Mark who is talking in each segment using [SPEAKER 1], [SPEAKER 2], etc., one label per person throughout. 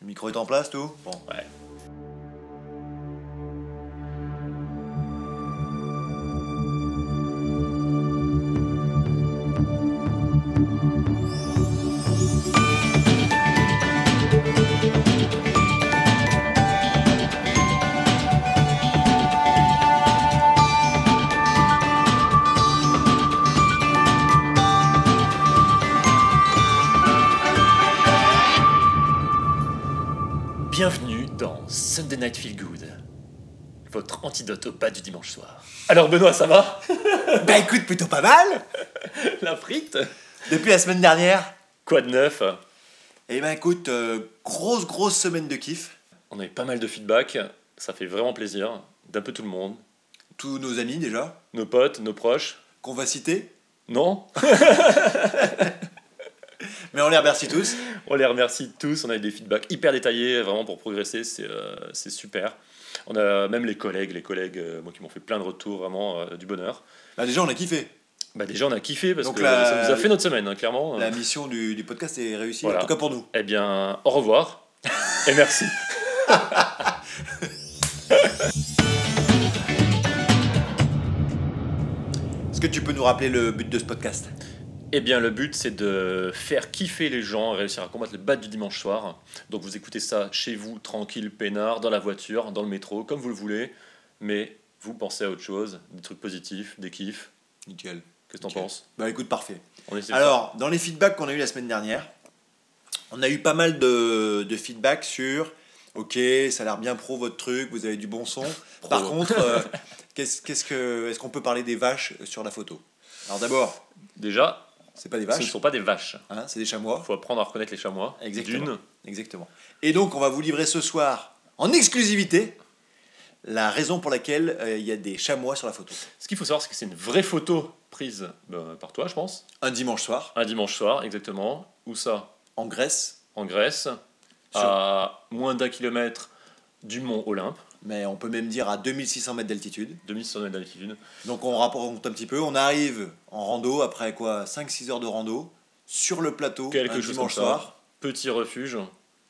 [SPEAKER 1] Le micro est en place, tout Bon.
[SPEAKER 2] Ouais. Bienvenue dans Sunday Night Feel Good, votre antidote au pas du dimanche soir. Alors Benoît, ça va
[SPEAKER 1] Bah écoute, plutôt pas mal
[SPEAKER 2] La frite
[SPEAKER 1] Depuis la semaine dernière
[SPEAKER 2] Quoi de neuf
[SPEAKER 1] Eh ben écoute, euh, grosse grosse semaine de kiff.
[SPEAKER 2] On a eu pas mal de feedback, ça fait vraiment plaisir, d'un peu tout le monde,
[SPEAKER 1] Tous nos amis déjà,
[SPEAKER 2] nos potes, nos proches.
[SPEAKER 1] qu'on va citer,
[SPEAKER 2] Non
[SPEAKER 1] mais on les remercie tous.
[SPEAKER 2] On les remercie tous, on a eu des feedbacks hyper détaillés, vraiment pour progresser, c'est euh, c'est super. On a même les collègues, les collègues euh, moi, qui m'ont fait plein de retours, vraiment euh, du bonheur.
[SPEAKER 1] Bah déjà, on a kiffé.
[SPEAKER 2] Bah déjà on a kiffé parce
[SPEAKER 1] Donc
[SPEAKER 2] que
[SPEAKER 1] la-
[SPEAKER 2] ça nous a fait notre semaine, hein, clairement.
[SPEAKER 1] La mission du, du podcast est réussie,
[SPEAKER 2] Voilà.
[SPEAKER 1] en tout cas pour nous.
[SPEAKER 2] Eh bien, au revoir et merci.
[SPEAKER 1] Est-ce que tu peux nous rappeler le but de ce podcast
[SPEAKER 2] Eh bien, le but, c'est de faire kiffer les gens, réussir à combattre le bad du dimanche soir. Donc, vous écoutez ça chez vous, tranquille, peinard, dans la voiture, dans le métro, comme vous le voulez. Mais vous pensez à autre chose, des trucs positifs, des kiffs.
[SPEAKER 1] Nickel.
[SPEAKER 2] Qu'est-ce que t'en
[SPEAKER 1] Ok.
[SPEAKER 2] penses
[SPEAKER 1] Bah écoute, parfait.
[SPEAKER 2] On essaie de
[SPEAKER 1] Alors, dans les feedbacks qu'on a eu la semaine dernière, on a eu pas mal de, de feedbacks sur Ok, ça a l'air bien pro votre truc, vous avez du bon son.
[SPEAKER 2] Pro.
[SPEAKER 1] Par contre, euh, qu'est-ce qu'est-ce que, est-ce qu'on peut parler des vaches sur la photo Alors d'abord,
[SPEAKER 2] faire- déjà,
[SPEAKER 1] c'est pas des
[SPEAKER 2] ce ne
[SPEAKER 1] vaches,
[SPEAKER 2] sont pas des vaches.
[SPEAKER 1] hein, c'est des chamois.
[SPEAKER 2] Il faut apprendre à reconnaître les chamois.
[SPEAKER 1] Exactement.
[SPEAKER 2] D'une,
[SPEAKER 1] Exactement. Et donc, on va vous livrer ce soir, en exclusivité, la raison pour laquelle euh, il y a des chamois sur la photo.
[SPEAKER 2] ce qu'il faut savoir, c'est que c'est une vraie photo prise ben, par toi, je pense.
[SPEAKER 1] Un dimanche soir,
[SPEAKER 2] Un dimanche soir, exactement. Où ça
[SPEAKER 1] en Grèce,
[SPEAKER 2] En Grèce,
[SPEAKER 1] Sur-
[SPEAKER 2] à moins d'un kilomètre du mont Olympe,
[SPEAKER 1] mais on peut même dire à 2600 mètres d'altitude.
[SPEAKER 2] 2600 mètres d'altitude.
[SPEAKER 1] Donc on raconte un petit peu, on arrive en rando après quoi 5-6 heures de rando sur le plateau
[SPEAKER 2] Quelque
[SPEAKER 1] un
[SPEAKER 2] chose
[SPEAKER 1] dimanche
[SPEAKER 2] comme ça.
[SPEAKER 1] soir.
[SPEAKER 2] Petit refuge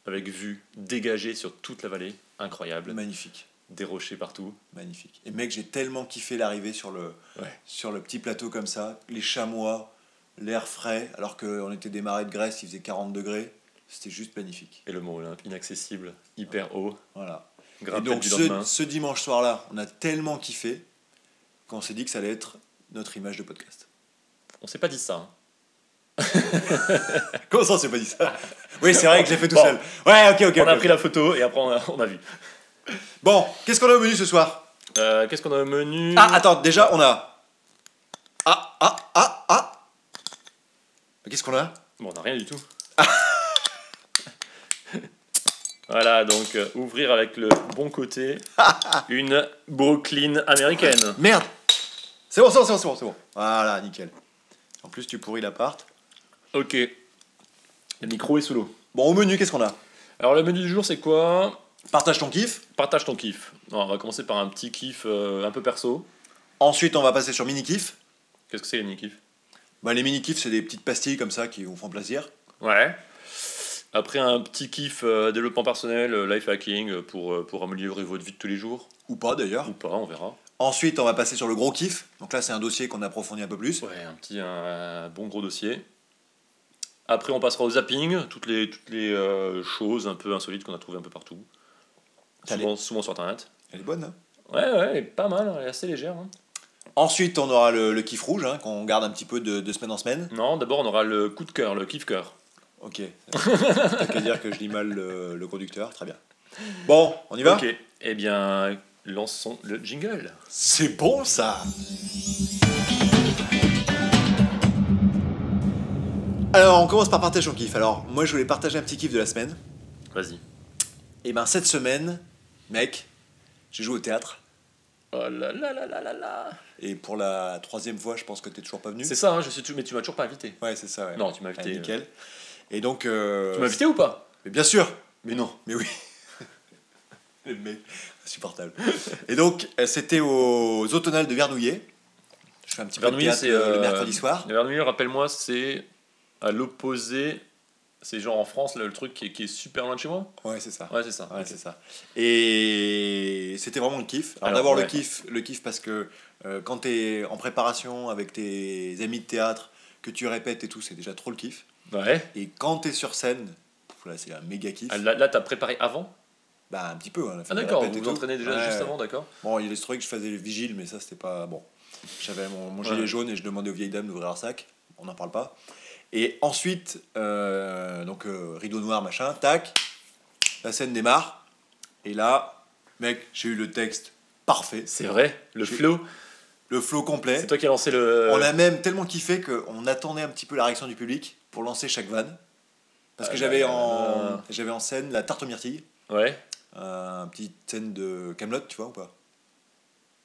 [SPEAKER 2] avec vue dégagée sur toute la vallée, incroyable.
[SPEAKER 1] Magnifique,
[SPEAKER 2] Des rochers partout.
[SPEAKER 1] magnifique. Et mec, j'ai tellement kiffé l'arrivée sur le,
[SPEAKER 2] Ouais.
[SPEAKER 1] sur le petit plateau comme ça, les chamois, l'air frais, alors qu'on était démarré de Grèce, il faisait 40 degrés, c'était juste magnifique.
[SPEAKER 2] Et le mont Olympe, inaccessible, hyper haut.
[SPEAKER 1] Voilà. Et
[SPEAKER 2] Grimpette
[SPEAKER 1] donc
[SPEAKER 2] du
[SPEAKER 1] ce,
[SPEAKER 2] lendemain.
[SPEAKER 1] ce dimanche soir-là, on a tellement kiffé qu'on s'est dit que ça allait être notre image de podcast.
[SPEAKER 2] On s'est pas dit ça. hein.
[SPEAKER 1] Comment ça, on s'est pas dit ça Oui, c'est vrai que j'ai fait tout
[SPEAKER 2] Bon.
[SPEAKER 1] seul. Ouais, ok, ok.
[SPEAKER 2] On a
[SPEAKER 1] ok.
[SPEAKER 2] pris la photo et après on a, on a vu.
[SPEAKER 1] Bon, qu'est-ce qu'on a au menu ce soir
[SPEAKER 2] Euh, Qu'est-ce qu'on a au menu
[SPEAKER 1] Ah, attends, déjà, on a. Ah, ah, ah, ah Mais Qu'est-ce qu'on a
[SPEAKER 2] Bon, on n'a rien du tout. voilà, donc euh, ouvrir avec le bon côté une Brooklyn américaine.
[SPEAKER 1] Merde C'est bon, c'est bon, c'est bon, c'est bon, c'est bon. Voilà, nickel. En plus, tu pourris l'appart.
[SPEAKER 2] Ok. Le micro est sous l'eau.
[SPEAKER 1] Bon, au menu, qu'est-ce qu'on a
[SPEAKER 2] Alors le menu du jour c'est quoi
[SPEAKER 1] Partage ton kiff.
[SPEAKER 2] Partage ton kiff. Alors, on va commencer par un petit kiff euh, un peu perso.
[SPEAKER 1] Ensuite, on va passer sur mini kiff.
[SPEAKER 2] Qu'est-ce que c'est les mini-kiffs
[SPEAKER 1] Bah, les mini kiffs, c'est des petites pastilles comme ça qui vous font plaisir.
[SPEAKER 2] Ouais. Après un petit kiff euh, développement personnel, euh, life hacking euh, pour, euh, pour améliorer votre vie de tous les jours.
[SPEAKER 1] Ou pas d'ailleurs.
[SPEAKER 2] Ou pas, on verra.
[SPEAKER 1] Ensuite, on va passer sur le gros kiff. Donc là, c'est un dossier qu'on approfondit un peu plus.
[SPEAKER 2] Ouais, un petit un bon gros dossier. Après on passera au zapping, toutes les, toutes les euh, choses un peu insolites qu'on a trouvées un peu partout.
[SPEAKER 1] T'as
[SPEAKER 2] Souvent, souvent sur internet.
[SPEAKER 1] Elle est bonne. hein
[SPEAKER 2] Ouais, ouais, elle est pas mal, elle est assez légère. hein.
[SPEAKER 1] Ensuite, on aura le, le kiff rouge hein, qu'on garde un petit peu de, de semaine en semaine.
[SPEAKER 2] Non, d'abord on aura le coup de cœur, le kiff cœur.
[SPEAKER 1] Ok. T'as qu'à dire que je lis mal le, le conducteur, très bien. Bon, on y va
[SPEAKER 2] Ok, eh bien lançons le jingle.
[SPEAKER 1] C'est bon ça Alors, on commence par partager son kiff. Alors, moi je voulais partager un petit kiff de la semaine.
[SPEAKER 2] Vas-y.
[SPEAKER 1] Et ben cette semaine, mec, j'ai joué au théâtre.
[SPEAKER 2] Oh là là là là là là
[SPEAKER 1] Et pour la troisième fois, je pense que t'es toujours pas venu.
[SPEAKER 2] C'est ça, hein, je suis tu- mais tu m'as toujours pas invité.
[SPEAKER 1] Ouais, c'est ça, ouais.
[SPEAKER 2] Non, tu m'as
[SPEAKER 1] Ah,
[SPEAKER 2] invité. euh,
[SPEAKER 1] nickel. Et donc. euh,
[SPEAKER 2] Tu m'as invité ou pas
[SPEAKER 1] Mais bien sûr
[SPEAKER 2] Mais non.
[SPEAKER 1] Mais oui. Le mec, insupportable. Et donc, euh, c'était aux automnales de Vernouillet. Je fais un petit peu de euh,
[SPEAKER 2] Vernouillet,
[SPEAKER 1] théâtre
[SPEAKER 2] c'est
[SPEAKER 1] euh, le
[SPEAKER 2] euh,
[SPEAKER 1] mercredi soir.
[SPEAKER 2] Vernouillet, rappelle-moi, c'est à l'opposé C'est genre en France, là, le truc qui est, qui est super loin de chez moi
[SPEAKER 1] Ouais, c'est ça.
[SPEAKER 2] Ouais, c'est ça.
[SPEAKER 1] Ouais,
[SPEAKER 2] ok.
[SPEAKER 1] c'est ça. Et c'était vraiment le kiff. Alors,
[SPEAKER 2] Alors,
[SPEAKER 1] d'abord
[SPEAKER 2] ouais.
[SPEAKER 1] le kiff, le kiff parce que euh, quand tu es en préparation avec tes amis de théâtre, que tu répètes et tout, c'est déjà trop le kiff.
[SPEAKER 2] Ouais.
[SPEAKER 1] Et quand tu es sur scène, pff, là c'est un méga kiff.
[SPEAKER 2] Ah, Là, là, t'as préparé avant
[SPEAKER 1] Bah un petit peu. hein, la
[SPEAKER 2] Ah
[SPEAKER 1] fin de la
[SPEAKER 2] d'accord,
[SPEAKER 1] répète
[SPEAKER 2] vous
[SPEAKER 1] et
[SPEAKER 2] vous
[SPEAKER 1] tout.
[SPEAKER 2] entraînez déjà
[SPEAKER 1] Ouais,
[SPEAKER 2] juste
[SPEAKER 1] ouais.
[SPEAKER 2] avant, d'accord
[SPEAKER 1] Bon, il est trouvé que je faisais le vigile, mais ça c'était pas bon. J'avais mon, mon gilet
[SPEAKER 2] Ouais.
[SPEAKER 1] jaune et je demandais aux vieilles dames d'ouvrir leur sac. On n'en parle pas. Et ensuite, euh, donc euh, rideau noir, machin, tac, la scène démarre. Et là, mec, j'ai eu le texte parfait.
[SPEAKER 2] C'est vrai, le
[SPEAKER 1] J'ai-
[SPEAKER 2] flow,
[SPEAKER 1] Le flow complet.
[SPEAKER 2] c'est toi qui euh, as lancé le...
[SPEAKER 1] On a même tellement kiffé qu'on attendait un petit peu la réaction du public pour lancer chaque vanne. Parce que
[SPEAKER 2] Ah,
[SPEAKER 1] j'avais
[SPEAKER 2] là, là,
[SPEAKER 1] en,
[SPEAKER 2] là.
[SPEAKER 1] j'avais en scène la tarte aux myrtilles,
[SPEAKER 2] Ouais.
[SPEAKER 1] euh, une petite scène de Camelot, tu vois ou pas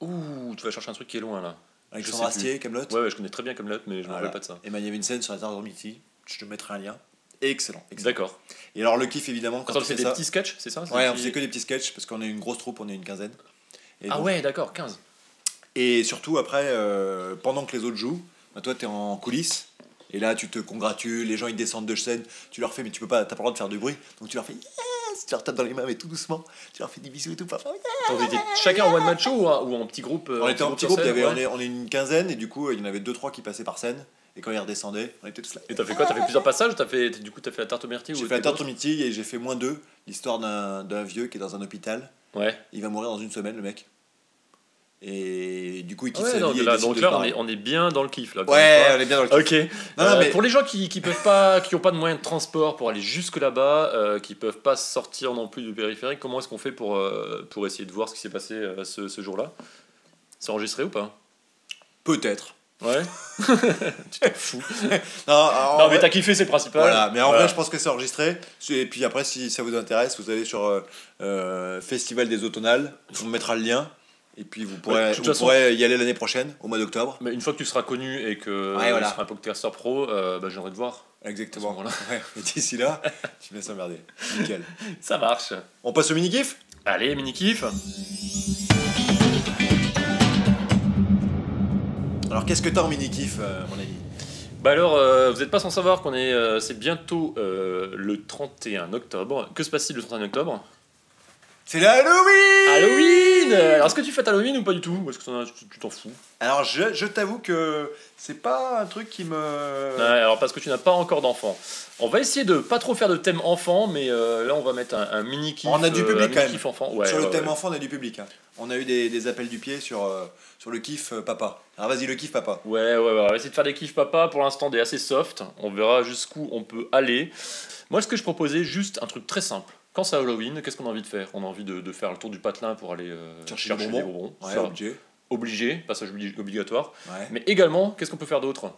[SPEAKER 2] Ouh, tu vas chercher un truc qui est loin là.
[SPEAKER 1] Avec
[SPEAKER 2] Je
[SPEAKER 1] Jean
[SPEAKER 2] sais
[SPEAKER 1] Astier, Camelot.
[SPEAKER 2] Ouais, ouais, je connais très bien comme l'autre, mais je me
[SPEAKER 1] Voilà.
[SPEAKER 2] rappelle pas de ça.
[SPEAKER 1] Et ben, il y avait une scène sur la tarte midi, je te mettrai un lien. Excellent. excellent.
[SPEAKER 2] D'accord.
[SPEAKER 1] Et alors le kiff évidemment quand
[SPEAKER 2] Attends,
[SPEAKER 1] tu
[SPEAKER 2] c'est
[SPEAKER 1] fais
[SPEAKER 2] des
[SPEAKER 1] ça.
[SPEAKER 2] petits sketchs, c'est ça C'est
[SPEAKER 1] Ouais,
[SPEAKER 2] des
[SPEAKER 1] on
[SPEAKER 2] petits-
[SPEAKER 1] faisait que des petits sketchs parce qu'on est une grosse troupe, on est une quinzaine. Et,
[SPEAKER 2] Ah
[SPEAKER 1] donc-
[SPEAKER 2] ouais, d'accord, 15.
[SPEAKER 1] et surtout après, euh, pendant que les autres jouent, bah, toi t'es en coulisses. Et là, tu te congratules, les gens ils descendent de scène, tu leur fais, mais tu peux pas, t'as pas le droit de faire de bruit, donc tu leur fais yes, tu leur tapes dans les mains, mais tout doucement, tu leur fais des bisous et tout, papa,
[SPEAKER 2] Attends, vous étiez chacun en one match show ou en ou en petit groupe euh,
[SPEAKER 1] On était en petit groupe,
[SPEAKER 2] sur
[SPEAKER 1] il y
[SPEAKER 2] scène,
[SPEAKER 1] avait, on,
[SPEAKER 2] ouais
[SPEAKER 1] est, on est une quinzaine, et du coup, il y en avait deux, trois qui passaient par scène, et quand ils redescendaient, on était tous là.
[SPEAKER 2] Et t'as fait quoi T'as fait plusieurs passages ou t'as fait... Du coup, t'as fait la tarte au myrtille
[SPEAKER 1] J'ai
[SPEAKER 2] ou
[SPEAKER 1] fait la
[SPEAKER 2] t'es
[SPEAKER 1] tarte au myrtille et j'ai fait moins deux, l'histoire d'un d'un vieux qui est dans un hôpital.
[SPEAKER 2] bon Ouais.
[SPEAKER 1] Il va mourir dans une semaine, le mec. Et du coup, il
[SPEAKER 2] Ah
[SPEAKER 1] quitte
[SPEAKER 2] ouais,
[SPEAKER 1] sa
[SPEAKER 2] non,
[SPEAKER 1] vie. et
[SPEAKER 2] là,
[SPEAKER 1] décide
[SPEAKER 2] donc
[SPEAKER 1] de
[SPEAKER 2] là, on
[SPEAKER 1] parler.
[SPEAKER 2] est, on est bien dans le kiff. Là, quand
[SPEAKER 1] Ouais,
[SPEAKER 2] même,
[SPEAKER 1] on est bien dans le
[SPEAKER 2] quoi.
[SPEAKER 1] kiff.
[SPEAKER 2] Ok.
[SPEAKER 1] Non,
[SPEAKER 2] Euh,
[SPEAKER 1] non, mais
[SPEAKER 2] Pour les gens qui qui peuvent pas, qui ont pas de moyens de transport pour aller jusque là-bas, euh, qui peuvent pas sortir non plus du périphérique, comment est-ce qu'on fait pour euh, pour essayer de voir ce qui s'est passé euh, ce, ce jour-là C'est enregistré ou pas
[SPEAKER 1] peut-être.
[SPEAKER 2] Ouais. tu t'en fous.
[SPEAKER 1] Non, en
[SPEAKER 2] non, mais
[SPEAKER 1] vrai-
[SPEAKER 2] t'as kiffé, c'est le principal.
[SPEAKER 1] voilà, mais en
[SPEAKER 2] Voilà.
[SPEAKER 1] vrai, je pense que c'est enregistré. Et puis après, si ça vous intéresse, vous allez sur euh, euh, Festival des Automnales. On mettra le lien. Et puis, vous pourrez,
[SPEAKER 2] Ouais, de toute
[SPEAKER 1] vous
[SPEAKER 2] façon-
[SPEAKER 1] pourrez y aller l'année prochaine, au mois d'octobre.
[SPEAKER 2] Mais une fois que tu seras connu et que
[SPEAKER 1] Ouais, voilà.
[SPEAKER 2] tu seras un podcaster pro, euh, bah, j'aimerais te voir. À ce
[SPEAKER 1] Exactement.
[SPEAKER 2] moment-là.
[SPEAKER 1] Ouais. Et d'ici là, tu me laisses emmerder. Nickel.
[SPEAKER 2] Ça marche.
[SPEAKER 1] On passe au mini-kiff
[SPEAKER 2] Allez, mini kiff.
[SPEAKER 1] Alors, qu'est-ce que t'as en mini-kiff, euh, mon ami
[SPEAKER 2] Bah alors, euh, vous n'êtes pas sans savoir qu'on est, euh, c'est bientôt euh, le 31 octobre. Que se passe-t-il le 31 octobre
[SPEAKER 1] C'est l'Halloween
[SPEAKER 2] Halloween Alors, est-ce que tu fêtes Halloween ou pas du tout Ou est-ce que t'en as- tu tu t'en fous
[SPEAKER 1] Alors je, je t'avoue que c'est pas un truc qui me...
[SPEAKER 2] Ouais, Alors, parce que tu n'as pas encore d'enfant. On va essayer de pas trop faire de thème enfant, mais euh, là, on va mettre un, mini kiff.
[SPEAKER 1] On a du public, quand même.
[SPEAKER 2] enfant. Ouais,
[SPEAKER 1] sur le
[SPEAKER 2] ouais,
[SPEAKER 1] thème
[SPEAKER 2] ouais.
[SPEAKER 1] enfant, on a du public. hein. On a eu des, des appels du pied sur, euh, sur le kiff euh, papa. Alors vas-y, le kiff papa.
[SPEAKER 2] Ouais, ouais, ouais. On va essayer de faire des kiffs papa. Pour l'instant, des assez soft. On verra jusqu'où on peut aller. Moi, ce que je proposais, juste un truc très simple. Quand c'est Halloween, qu'est-ce qu'on a envie de faire On a envie de, de faire le tour du patelin pour aller euh,
[SPEAKER 1] Chercher
[SPEAKER 2] chercher,
[SPEAKER 1] des bonbons.
[SPEAKER 2] des bonbons.
[SPEAKER 1] Ouais,
[SPEAKER 2] Ça,
[SPEAKER 1] obligé.
[SPEAKER 2] obligé, passage obli- obligatoire.
[SPEAKER 1] Ouais.
[SPEAKER 2] Mais également, qu'est-ce qu'on peut faire d'autre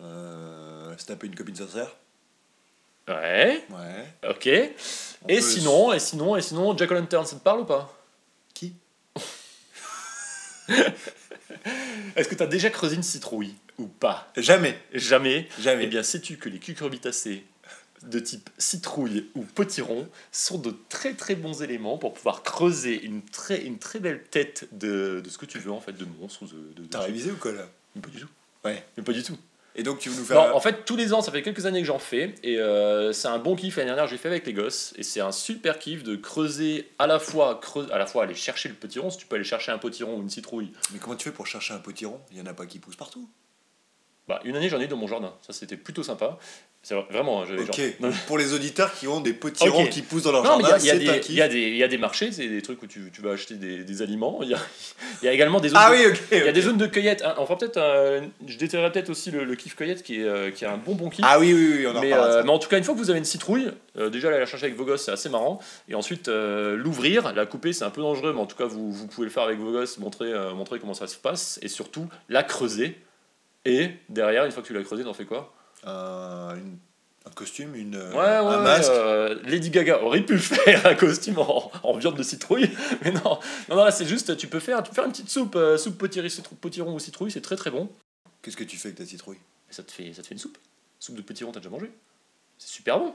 [SPEAKER 1] Euh, se taper une copine sincère.
[SPEAKER 2] Ouais,
[SPEAKER 1] Ouais.
[SPEAKER 2] ok. Et
[SPEAKER 1] On peut-
[SPEAKER 2] sinon, et sinon, et sinon, Jack O'Lantern, ça te parle ou pas
[SPEAKER 1] Qui
[SPEAKER 2] Est-ce que t'as déjà creusé une citrouille ou pas
[SPEAKER 1] Jamais,
[SPEAKER 2] Jamais. Eh
[SPEAKER 1] jamais.
[SPEAKER 2] bien, sais-tu que les cucurbitacées de type citrouille ou potiron sont de très très bons éléments pour pouvoir creuser une très, une très belle tête de, de ce que tu veux en fait, de monstre ou de. de- de-
[SPEAKER 1] T'as révisé ou quoi là
[SPEAKER 2] Mais Pas du tout.
[SPEAKER 1] Ouais.
[SPEAKER 2] Mais pas du tout.
[SPEAKER 1] Et donc tu veux nous faire...
[SPEAKER 2] Non, en fait, tous les ans, ça fait quelques années que j'en fais, et euh, c'est un bon kiff. L'année dernière, j'ai fait avec les gosses, et c'est un super kiff de creuser à la fois, creuser, à la fois aller chercher le potiron, si tu peux aller chercher un potiron ou une citrouille.
[SPEAKER 1] Mais comment tu fais pour chercher un potiron Il y en a pas qui poussent partout.
[SPEAKER 2] Bah, une année, j'en ai eu dans mon jardin. Ça, c'était plutôt sympa. C'est vrai- vraiment, hein, j'avais
[SPEAKER 1] Ok.
[SPEAKER 2] genre- Non,
[SPEAKER 1] Pour les auditeurs qui ont des potirons
[SPEAKER 2] Ok.
[SPEAKER 1] qui poussent dans leur
[SPEAKER 2] Non, mais il y a-
[SPEAKER 1] jardin,
[SPEAKER 2] il y, a
[SPEAKER 1] c'est un
[SPEAKER 2] des- il y,
[SPEAKER 1] kiff.
[SPEAKER 2] a des- il y a des marchés, c'est des trucs où tu, tu vas acheter des, des aliments. Il y a, il y a également des zones,
[SPEAKER 1] Ah
[SPEAKER 2] de,
[SPEAKER 1] oui, ok.
[SPEAKER 2] il y a des zones de cueillette. hein. On fera peut-être, un- je détaillerai peut-être aussi le, le kiff cueillette qui est, euh, qui est un bon bon kiff.
[SPEAKER 1] Ah oui, oui, oui, on en
[SPEAKER 2] mais,
[SPEAKER 1] reparlera.
[SPEAKER 2] euh,
[SPEAKER 1] ça.
[SPEAKER 2] mais en tout cas, une fois que vous avez une citrouille, euh, déjà aller la chercher avec vos gosses, c'est assez marrant. Et ensuite, euh, l'ouvrir, la couper, c'est un peu dangereux, mais en tout cas, vous, vous pouvez le faire avec vos gosses, montrer, euh, montrer comment ça se passe. Et surtout, la creuser. Et derrière, une fois que tu l'as creusée, t'en fais quoi
[SPEAKER 1] un, une- un costume, une, euh,
[SPEAKER 2] Ouais, ouais,
[SPEAKER 1] un
[SPEAKER 2] ouais,
[SPEAKER 1] masque.
[SPEAKER 2] euh, Lady Gaga aurait pu faire un costume en, en viande de citrouille, mais non, non, non là, c'est juste, tu peux faire, tu peux faire une petite soupe, euh, soupe potiron, citrou- potiron ou citrouille, c'est très très bon.
[SPEAKER 1] Qu'est-ce que tu fais avec ta citrouille
[SPEAKER 2] Et ça te fait, ça te fait une soupe. Soupe de potiron, t'as déjà mangé C'est super bon.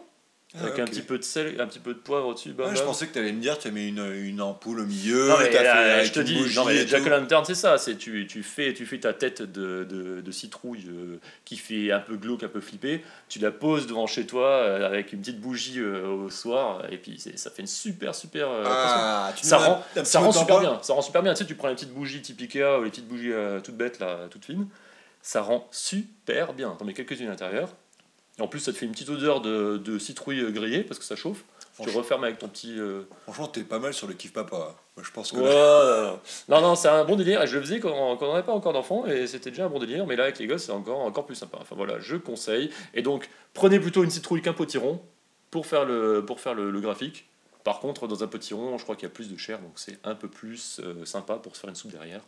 [SPEAKER 2] avec
[SPEAKER 1] Ah,
[SPEAKER 2] un
[SPEAKER 1] ok.
[SPEAKER 2] petit peu de sel, un petit peu de poivre au-dessus. bam,
[SPEAKER 1] Ouais, je
[SPEAKER 2] bam.
[SPEAKER 1] pensais que t'allais me dire, tu as mis une, une ampoule au milieu.
[SPEAKER 2] Non, mais
[SPEAKER 1] t'as
[SPEAKER 2] là,
[SPEAKER 1] fait avec
[SPEAKER 2] je te
[SPEAKER 1] une
[SPEAKER 2] dis,
[SPEAKER 1] bougie
[SPEAKER 2] non, mais
[SPEAKER 1] et
[SPEAKER 2] Jack
[SPEAKER 1] tout.
[SPEAKER 2] Lantern, c'est ça. C'est tu, tu fais, tu fais ta tête de, de, de citrouille euh, qui fait un peu glauque, un peu flipper. Tu la poses devant chez toi euh, avec une petite bougie euh, au soir, et puis c'est- ça fait une super, super. euh, impression.
[SPEAKER 1] Ah, tu
[SPEAKER 2] ça
[SPEAKER 1] mets un-
[SPEAKER 2] rend,
[SPEAKER 1] un petit
[SPEAKER 2] ça
[SPEAKER 1] peu
[SPEAKER 2] rend
[SPEAKER 1] de
[SPEAKER 2] super
[SPEAKER 1] tampon.
[SPEAKER 2] bien. Ça rend super bien. Tu sais, tu prends les petites bougies type Ikea ou les petites bougies euh, toutes bêtes là, toutes fines. Ça rend super bien. T'en mets quelques-unes à l'intérieur. Et En plus, ça te fait une petite odeur de, de citrouille grillée parce que ça chauffe. Tu
[SPEAKER 1] Franchement.
[SPEAKER 2] refermes avec ton petit. euh,
[SPEAKER 1] Franchement, t'es pas mal sur le kiff papa. hein. Moi, je pense que. là-
[SPEAKER 2] Wow. Non, non, c'est un bon délire. et Je le faisais quand quand on n'avait pas encore d'enfants et c'était déjà un bon délire. Mais là, avec les gosses, c'est encore, encore plus sympa. Enfin voilà, je conseille. Et donc, prenez plutôt une citrouille qu'un potiron pour faire le, pour faire le, le graphique. Par contre, dans un potiron, je crois qu'il y a plus de chair, donc c'est un peu plus euh, sympa pour se faire une soupe derrière.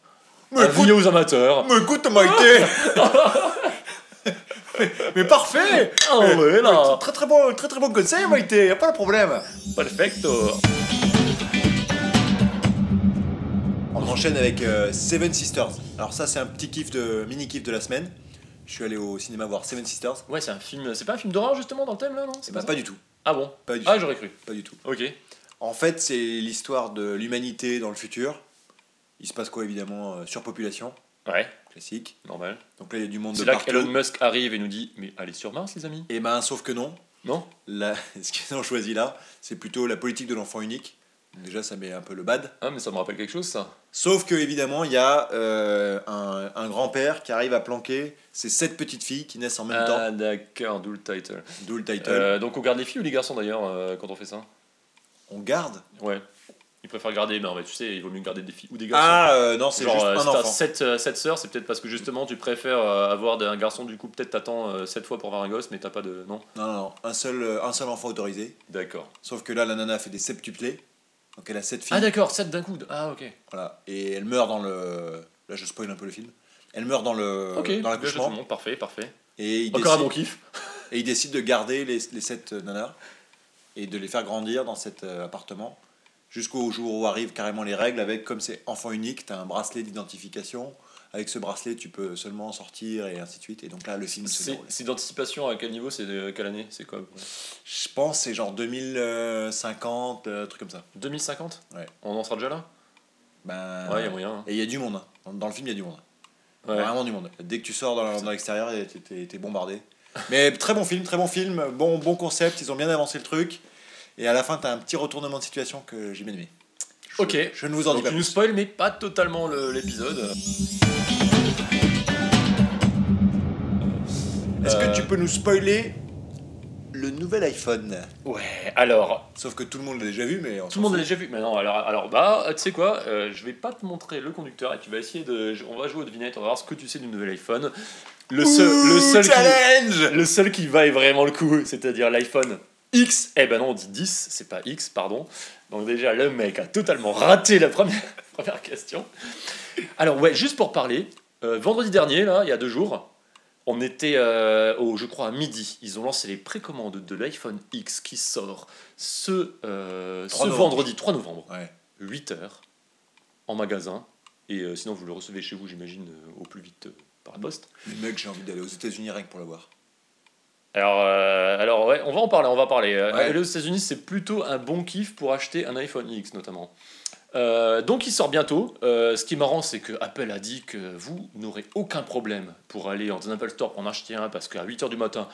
[SPEAKER 1] Mais écoute,
[SPEAKER 2] Avis aux amateurs.
[SPEAKER 1] mais écoute, Maïté Mais- Mais parfait
[SPEAKER 2] Ah ouais, là,
[SPEAKER 1] Très très bon, très très bon conseil, Maïté, y a pas de problème
[SPEAKER 2] perfecto.
[SPEAKER 1] On enchaîne avec euh, Seven Sisters. Alors, ça, c'est un petit kiff de mini kiff de la semaine. Je suis allé au cinéma voir Seven Sisters.
[SPEAKER 2] Ouais, c'est un film. C'est pas un film d'horreur justement dans le thème là, non
[SPEAKER 1] Eh
[SPEAKER 2] C'est
[SPEAKER 1] ben,
[SPEAKER 2] ça
[SPEAKER 1] pas du tout.
[SPEAKER 2] Ah bon
[SPEAKER 1] Pas du
[SPEAKER 2] Ah,
[SPEAKER 1] tout.
[SPEAKER 2] j'aurais cru.
[SPEAKER 1] Pas du tout.
[SPEAKER 2] Ok.
[SPEAKER 1] En fait, c'est l'histoire de l'humanité dans le futur. Il se passe quoi, évidemment euh, Surpopulation,
[SPEAKER 2] Ouais,
[SPEAKER 1] classique.
[SPEAKER 2] normal.
[SPEAKER 1] Donc là, il y a du monde de
[SPEAKER 2] C'est là
[SPEAKER 1] partout.
[SPEAKER 2] qu'Elon Musk arrive et nous dit Mais allez sur Mars, les amis
[SPEAKER 1] Et ben, sauf que non.
[SPEAKER 2] Non
[SPEAKER 1] Là, ce qu'ils ont choisi là, c'est plutôt la politique de l'enfant unique. Donc Déjà, ça met un peu le bad.
[SPEAKER 2] Ah, mais ça me rappelle quelque chose, ça.
[SPEAKER 1] Sauf que, évidemment, il y a euh, un, un grand-père qui arrive à planquer ses sept petites filles qui naissent en même temps.
[SPEAKER 2] ah, d'accord, d'où le title.
[SPEAKER 1] D'où le title.
[SPEAKER 2] Euh, donc, on garde les filles ou les garçons d'ailleurs euh, quand on fait ça
[SPEAKER 1] On garde
[SPEAKER 2] Ouais. Ils préfèrent garder, non, mais tu sais, il vaut mieux garder des filles ou des garçons.
[SPEAKER 1] Ah, euh, non, c'est
[SPEAKER 2] Genre,
[SPEAKER 1] juste
[SPEAKER 2] euh,
[SPEAKER 1] un
[SPEAKER 2] si t'as
[SPEAKER 1] enfant.
[SPEAKER 2] sept, euh, sept sœurs, c'est peut-être parce que justement tu préfères euh, avoir un garçon, du coup, peut-être t'attends euh, sept fois pour avoir un gosse, mais t'as pas de. Non
[SPEAKER 1] Non, non, non. Un seul, euh, un seul enfant autorisé.
[SPEAKER 2] D'accord.
[SPEAKER 1] Sauf que là, la nana fait des septuplés. Donc elle a sept filles.
[SPEAKER 2] Ah, d'accord, sept d'un coup. de- Ah, ok.
[SPEAKER 1] Voilà. Et elle meurt dans le. Là, je spoil un peu le film. Elle meurt dans le
[SPEAKER 2] ok,
[SPEAKER 1] Euh, dans
[SPEAKER 2] tout le
[SPEAKER 1] l'accouchement
[SPEAKER 2] monde, parfait, parfait.
[SPEAKER 1] et il
[SPEAKER 2] Encore un
[SPEAKER 1] décide
[SPEAKER 2] bon kiff.
[SPEAKER 1] et il décide de garder les, les sept euh, nanas et de les faire grandir dans cet euh, appartement jusqu'au jour où arrivent carrément les règles avec comme c'est enfant unique, t'as un bracelet d'identification. Avec ce bracelet, tu peux seulement sortir et ainsi de suite. Et donc là, le film se
[SPEAKER 2] C'est
[SPEAKER 1] déroule.
[SPEAKER 2] c'est d'anticipation à quel niveau, c'est de quelle année C'est quoi à peu près
[SPEAKER 1] Je pense c'est genre 2050, euh, truc comme ça.
[SPEAKER 2] 2050
[SPEAKER 1] Ouais.
[SPEAKER 2] On en sera déjà là
[SPEAKER 1] Ben,
[SPEAKER 2] Ouais, il y a moyen. hein.
[SPEAKER 1] Et il y a du monde. hein. Dans, dans le film, il y a du monde.
[SPEAKER 2] Ouais.
[SPEAKER 1] Vraiment du monde. Dès que tu sors dans, dans l'extérieur, t'es- t'es t'es bombardé. Mais très bon film, très bon film, bon, bon concept, ils ont bien avancé le truc. Et à la fin, t'as un petit retournement de situation que j'ai bien aimé. Je-
[SPEAKER 2] Ok.
[SPEAKER 1] Je ne vous en dis
[SPEAKER 2] Donc
[SPEAKER 1] pas.
[SPEAKER 2] tu nous spoil mais pas totalement le- l'épisode.
[SPEAKER 1] Est-ce
[SPEAKER 2] Euh.
[SPEAKER 1] que tu peux nous spoiler le nouvel iPhone
[SPEAKER 2] Ouais, alors,
[SPEAKER 1] Sauf que tout le monde l'a déjà vu, mais on
[SPEAKER 2] tout
[SPEAKER 1] s'en
[SPEAKER 2] le monde a
[SPEAKER 1] fout.
[SPEAKER 2] déjà vu. Mais non, alors, alors bah, tu sais quoi, euh, je vais pas te montrer le conducteur et tu vas essayer de... je- On va jouer aux devinettes, on va voir ce que tu sais du nouvel iPhone. Le seul, le
[SPEAKER 1] Ouh,
[SPEAKER 2] seul, qui,
[SPEAKER 1] challenge
[SPEAKER 2] le seul qui vaille vraiment le coup, c'est-à-dire l'iPhone X. Eh ben non, on dit 10, c'est pas X, pardon. Donc déjà, le mec a totalement raté la première, première question. Alors ouais, juste pour parler, euh, vendredi dernier, là, il y a deux jours, on était, euh, au, je crois, à midi. Ils ont lancé les précommandes de l'iPhone X qui sort ce, euh, ce
[SPEAKER 1] 3 novembre.
[SPEAKER 2] vendredi 3 novembre,
[SPEAKER 1] Ouais.
[SPEAKER 2] 8h, en magasin. Et euh, sinon, vous le recevez chez vous, j'imagine, euh, au plus vite euh, par la poste.
[SPEAKER 1] Mais mec, j'ai envie d'aller aux États-Unis rien que pour l'avoir.
[SPEAKER 2] Alors, euh, alors ouais, on va en parler, on va en parler. Euh,
[SPEAKER 1] Ouais.
[SPEAKER 2] Aller aux États-Unis, c'est plutôt un bon kiff pour acheter un iPhone X notamment. Euh, donc il sort bientôt. Euh, ce qui est marrant, c'est que Apple a dit que vous n'aurez aucun problème pour aller dans un Apple Store pour en acheter un parce qu'à 8h du matin,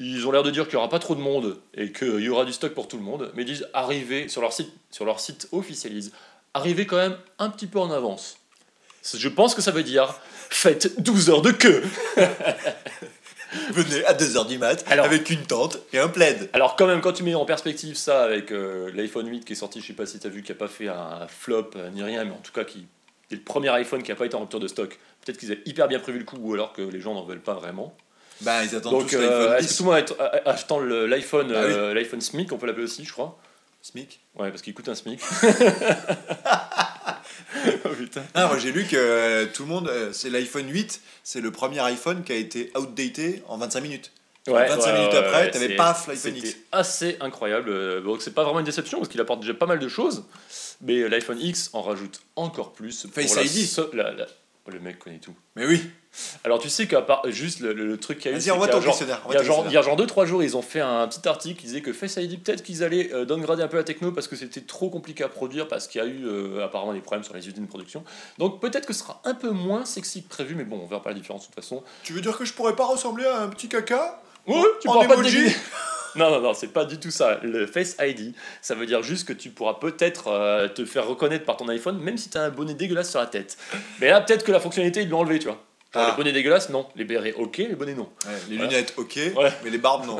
[SPEAKER 2] ils ont l'air de dire qu'il n'y aura pas trop de monde et qu'il y aura du stock pour tout le monde. Mais ils disent arrivez sur leur site, sur leur site officialise, arrivez quand même un petit peu en avance. Je pense que ça veut dire faites 12 heures de queue.
[SPEAKER 1] Venez à 2h du mat
[SPEAKER 2] Alors-
[SPEAKER 1] avec une tente et un plaid.
[SPEAKER 2] Alors quand même, quand tu mets en perspective ça avec euh, l'iPhone 8 qui est sorti, je sais pas si t'as vu, qui a pas fait un flop euh, ni rien, mais en tout cas qui est le premier iPhone qui a pas été en rupture de stock. Peut-être qu'ils avaient hyper bien prévu le coup, ou alors que les gens n'en veulent pas vraiment.
[SPEAKER 1] Bah, ils attendent
[SPEAKER 2] Donc
[SPEAKER 1] tous
[SPEAKER 2] euh,
[SPEAKER 1] l'iPhone
[SPEAKER 2] est-ce que
[SPEAKER 1] 10.
[SPEAKER 2] tout le monde est- a- a- achetant le- l'iPhone
[SPEAKER 1] Ah oui.
[SPEAKER 2] euh, l'iPhone SMIC, on peut l'appeler aussi, je crois.
[SPEAKER 1] Smic.
[SPEAKER 2] Ouais, parce qu'il coûte un SMIC. oh putain.
[SPEAKER 1] Ah, moi j'ai lu que euh, tout le monde, euh, c'est l'iPhone 8, c'est le premier iPhone qui a été outdated en 25 minutes. 25 minutes après, t'avais
[SPEAKER 2] c'est-
[SPEAKER 1] paf, l'iPhone
[SPEAKER 2] c'était
[SPEAKER 1] X.
[SPEAKER 2] assez incroyable. Euh, Donc c'est pas vraiment une déception parce qu'il apporte déjà pas mal de choses, mais euh, l'iPhone X en rajoute encore plus. pour
[SPEAKER 1] Face
[SPEAKER 2] la
[SPEAKER 1] ID.
[SPEAKER 2] so- la- la- Le mec connaît tout.
[SPEAKER 1] Mais oui
[SPEAKER 2] Alors tu sais qu'à part euh, juste le, le- le truc qu'il y a eu,
[SPEAKER 1] Vas-y,
[SPEAKER 2] c'est
[SPEAKER 1] envoie
[SPEAKER 2] qu'il y a
[SPEAKER 1] ton
[SPEAKER 2] genre-
[SPEAKER 1] questionnaire.
[SPEAKER 2] il y,
[SPEAKER 1] envoie
[SPEAKER 2] a
[SPEAKER 1] ton
[SPEAKER 2] genre, il y
[SPEAKER 1] questionnaire.
[SPEAKER 2] a genre 2-3 jours, ils ont fait un petit article qui disait que Face ID, peut-être qu'ils allaient euh, downgrader un peu la techno parce que c'était trop compliqué à produire, parce qu'il y a eu euh, apparemment des problèmes sur les usines de production. Donc peut-être que ce sera un peu moins sexy que prévu, mais bon, on verra pas la différence de toute façon.
[SPEAKER 1] Tu veux dire que je pourrais pas ressembler à un petit caca
[SPEAKER 2] Ouais, tu
[SPEAKER 1] En
[SPEAKER 2] pourras pas te
[SPEAKER 1] emoji.
[SPEAKER 2] déguiser. Non, non, non, c'est pas du tout ça. Le Face ID, ça veut dire juste que tu pourras peut-être euh, te faire reconnaître par ton iPhone, même si t'as un bonnet dégueulasse sur la tête. Mais là, peut-être que la fonctionnalité, ils l'ont enlevé, tu vois. Genre,
[SPEAKER 1] Ah.
[SPEAKER 2] Les bonnets dégueulasses, non. Les bérets, ok. Les bonnets, non.
[SPEAKER 1] Ouais, Les
[SPEAKER 2] Voilà.
[SPEAKER 1] lunettes, ok,
[SPEAKER 2] Ouais.
[SPEAKER 1] mais les barbes, non.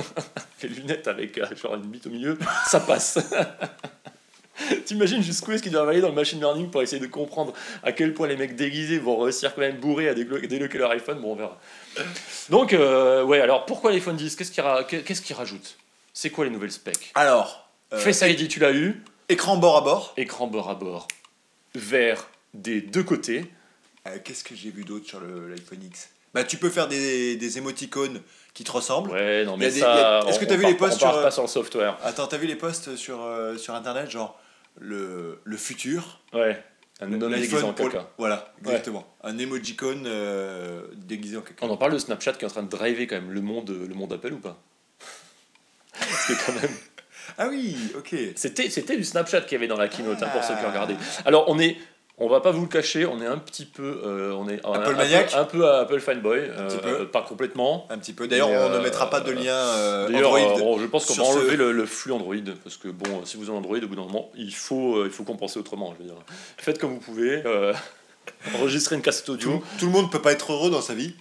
[SPEAKER 2] Les lunettes avec euh, genre une bite au milieu, ça passe. T'imagines jusqu'où est-ce qu'ils doivent aller dans le machine learning pour essayer de comprendre à quel point les mecs déguisés vont réussir quand même bourrés à déglo- déloquer leur iPhone Bon, on verra. Donc, euh, ouais, alors pourquoi l'iPhone 10 Qu'est-ce qu'ils ra- qu'est-ce qu'ils rajoutent C'est quoi les nouvelles specs
[SPEAKER 1] Alors, euh,
[SPEAKER 2] Face ID, tu l'as eu.
[SPEAKER 1] écran bord à bord.
[SPEAKER 2] Écran bord à bord. Vert des deux côtés.
[SPEAKER 1] Euh, Qu'est-ce que j'ai vu d'autre sur le- l'iPhone X Bah, tu peux faire des, des émoticônes qui te ressemblent.
[SPEAKER 2] Ouais, non,
[SPEAKER 1] Il y
[SPEAKER 2] mais
[SPEAKER 1] a des-
[SPEAKER 2] ça.
[SPEAKER 1] il y a- est-ce que
[SPEAKER 2] on-
[SPEAKER 1] t'as
[SPEAKER 2] on
[SPEAKER 1] vu
[SPEAKER 2] part-
[SPEAKER 1] les posts
[SPEAKER 2] On part
[SPEAKER 1] sur,
[SPEAKER 2] pas
[SPEAKER 1] euh,
[SPEAKER 2] sur le software.
[SPEAKER 1] Attends, t'as vu les posts sur, euh, sur internet, genre le, le futur
[SPEAKER 2] Ouais. Un homme déguisé en
[SPEAKER 1] L'iPhone pour-
[SPEAKER 2] caca.
[SPEAKER 1] Voilà,
[SPEAKER 2] Ouais.
[SPEAKER 1] exactement. Un emojicon euh, déguisé en caca.
[SPEAKER 2] On en parle de Snapchat qui est en train de driver quand même le monde, euh, le monde Apple ou pas Parce que quand même-
[SPEAKER 1] Ah oui, ok.
[SPEAKER 2] C'était c'était du Snapchat qu'il y avait dans la keynote hein, pour ceux qui
[SPEAKER 1] Ah.
[SPEAKER 2] regardaient. Alors on est, on va pas vous le cacher, on est un petit peu, euh, on est un-
[SPEAKER 1] Apple
[SPEAKER 2] un, peu-
[SPEAKER 1] maniaque
[SPEAKER 2] un peu à Apple fanboy, euh,
[SPEAKER 1] petit peu.
[SPEAKER 2] euh, pas complètement.
[SPEAKER 1] Un petit peu. D'ailleurs,
[SPEAKER 2] Mais,
[SPEAKER 1] on
[SPEAKER 2] euh,
[SPEAKER 1] ne mettra pas de lien euh,
[SPEAKER 2] D'ailleurs,
[SPEAKER 1] Android.
[SPEAKER 2] euh, bon, je pense qu'on va
[SPEAKER 1] sur ce-
[SPEAKER 2] enlever le, le flux Android parce que bon, euh, si vous avez Android, au bout d'un moment, il faut, euh, il faut compenser autrement. Je veux dire, faites comme vous pouvez. euh, enregistrez une cassette audio.
[SPEAKER 1] tout, tout le monde peut pas être heureux dans sa vie.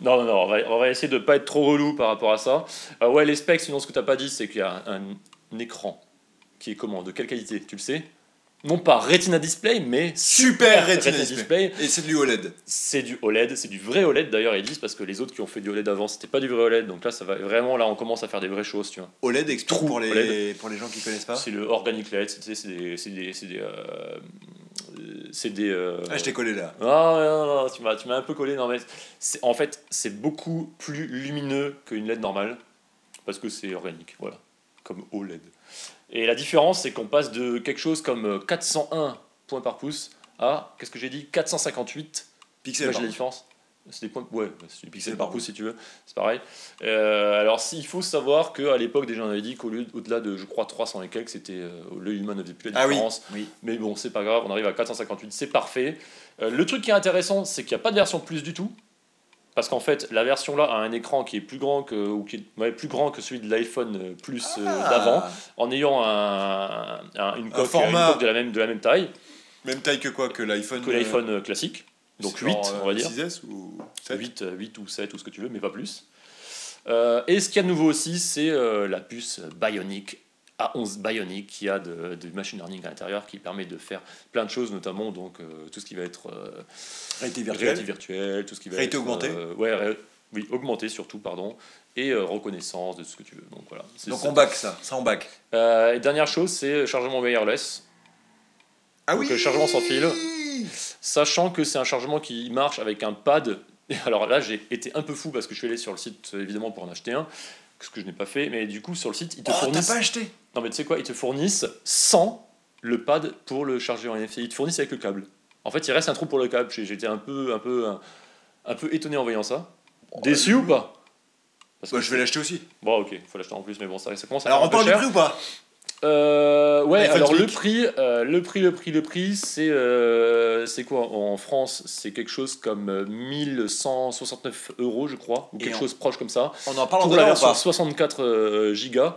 [SPEAKER 2] Non, non, non, on va, on va essayer de pas être trop relou par rapport à ça. Euh, ouais, les specs, sinon ce que t'as pas dit, c'est qu'il y a un, un écran qui est comment De quelle qualité Tu le sais Non pas Retina Display, mais
[SPEAKER 1] Super Retina
[SPEAKER 2] Retina
[SPEAKER 1] Display.
[SPEAKER 2] Display.
[SPEAKER 1] Et c'est de l'UOLED.
[SPEAKER 2] C'est du OLED, c'est du vrai OLED d'ailleurs, ils disent, parce que les autres qui ont fait du OLED avant, c'était pas du vrai OLED. Donc là, ça va vraiment, là, on commence à faire des vraies choses, tu vois.
[SPEAKER 1] OLED explique
[SPEAKER 2] Trou
[SPEAKER 1] pour les,
[SPEAKER 2] OLED.
[SPEAKER 1] pour les gens qui connaissent pas.
[SPEAKER 2] C'est le Organic LED, c'est c'est des. C'est des. C'est des. euh, euh, c'est des, euh,
[SPEAKER 1] Ah, je t'ai collé là.
[SPEAKER 2] Ah ouais, non, non, tu m'as, tu m'as un peu collé. Non, mais c'est, en fait, c'est beaucoup plus lumineux qu'une LED normale parce que c'est organique, voilà, comme OLED. Et la différence, c'est qu'on passe de quelque chose comme euh, 401 points par pouce à, qu'est-ce que j'ai dit, 458
[SPEAKER 1] Pixel.
[SPEAKER 2] Imagine la
[SPEAKER 1] pardon.
[SPEAKER 2] différence. C'est des points. Ouais, c'est du pixel
[SPEAKER 1] C'est
[SPEAKER 2] par
[SPEAKER 1] bon.
[SPEAKER 2] pouce si tu veux. C'est pareil. Euh, alors, si- il faut savoir qu'à l'époque, déjà, on avait dit qu'au lieu au-delà de, je crois, 300 et quelques, c'était euh, l'œil humain ne faisait plus la
[SPEAKER 1] Ah oui.
[SPEAKER 2] différence.
[SPEAKER 1] Oui.
[SPEAKER 2] Mais bon, c'est pas grave. On arrive à 458, c'est parfait. Euh, le truc qui est intéressant, c'est qu'il n'y a pas de version plus du tout. Parce qu'en fait, la version là a un écran qui est plus grand que, ou qui est, ouais, plus grand que celui de l'iPhone euh, plus euh,
[SPEAKER 1] Ah,
[SPEAKER 2] d'avant, en ayant un, un- une, coque, une
[SPEAKER 1] format.
[SPEAKER 2] coque de la même, de la même taille
[SPEAKER 1] Même taille que quoi Que l'iPhone.
[SPEAKER 2] que
[SPEAKER 1] euh,
[SPEAKER 2] l'iPhone euh, classique. Donc
[SPEAKER 1] c'est
[SPEAKER 2] 8,
[SPEAKER 1] genre, euh,
[SPEAKER 2] on va dire.
[SPEAKER 1] 6S ou 7
[SPEAKER 2] 8, euh, 8 ou 7 ou ce que tu veux, mais pas plus. Euh, et ce qu'il y a de nouveau aussi, c'est euh, la puce Bionic A11 Bionic qui a de- du machine learning à l'intérieur qui permet de faire plein de choses, notamment donc, euh, tout ce qui va être euh,
[SPEAKER 1] Réalité
[SPEAKER 2] réalité
[SPEAKER 1] virtuelle.
[SPEAKER 2] virtuelle, tout ce qui va
[SPEAKER 1] Réalité
[SPEAKER 2] être,
[SPEAKER 1] augmentée.
[SPEAKER 2] euh, ouais, ré- oui, augmentée surtout, pardon, et euh, reconnaissance de ce que tu veux. Donc voilà. c'est
[SPEAKER 1] Donc
[SPEAKER 2] ça.
[SPEAKER 1] on back ça. Ça on back.
[SPEAKER 2] Euh, et dernière chose, c'est chargement wireless.
[SPEAKER 1] Ah
[SPEAKER 2] Donc, euh, chargement sans fil. sachant que c'est un chargement qui marche avec un pad. Et alors là, j'ai été un peu fou parce que je suis allé sur le site euh, évidemment pour en acheter un, ce que je n'ai pas fait, mais du coup sur le site, ils te
[SPEAKER 1] Oh, t'as
[SPEAKER 2] fournissent.
[SPEAKER 1] pas acheté
[SPEAKER 2] Non, mais tu sais quoi, ils te fournissent sans le pad pour le charger en NFC. Ils te fournissent avec le câble. En fait, il reste un trou pour le câble. J'ai- J'étais un peu, un peu, un, un peu étonné en voyant ça. Déçu ou pas Parce que
[SPEAKER 1] Bah, Je vais l'acheter aussi.
[SPEAKER 2] Bon, ok, faut l'acheter en plus, mais bon, ça, ça commence à
[SPEAKER 1] Alors
[SPEAKER 2] faire
[SPEAKER 1] on parle
[SPEAKER 2] un peu
[SPEAKER 1] du
[SPEAKER 2] cher.
[SPEAKER 1] prix ou pas
[SPEAKER 2] Euh, ouais,
[SPEAKER 1] L'iPhone
[SPEAKER 2] alors le
[SPEAKER 1] Geek.
[SPEAKER 2] prix, euh, le prix, le prix, le prix, c'est euh, c'est quoi en France C'est quelque chose comme euh, 1169 euros, je crois, ou
[SPEAKER 1] Et
[SPEAKER 2] quelque
[SPEAKER 1] en-
[SPEAKER 2] chose proche comme ça.
[SPEAKER 1] On en parle en
[SPEAKER 2] Pour la
[SPEAKER 1] dollars ou
[SPEAKER 2] version
[SPEAKER 1] pas
[SPEAKER 2] 64 euh, gigas.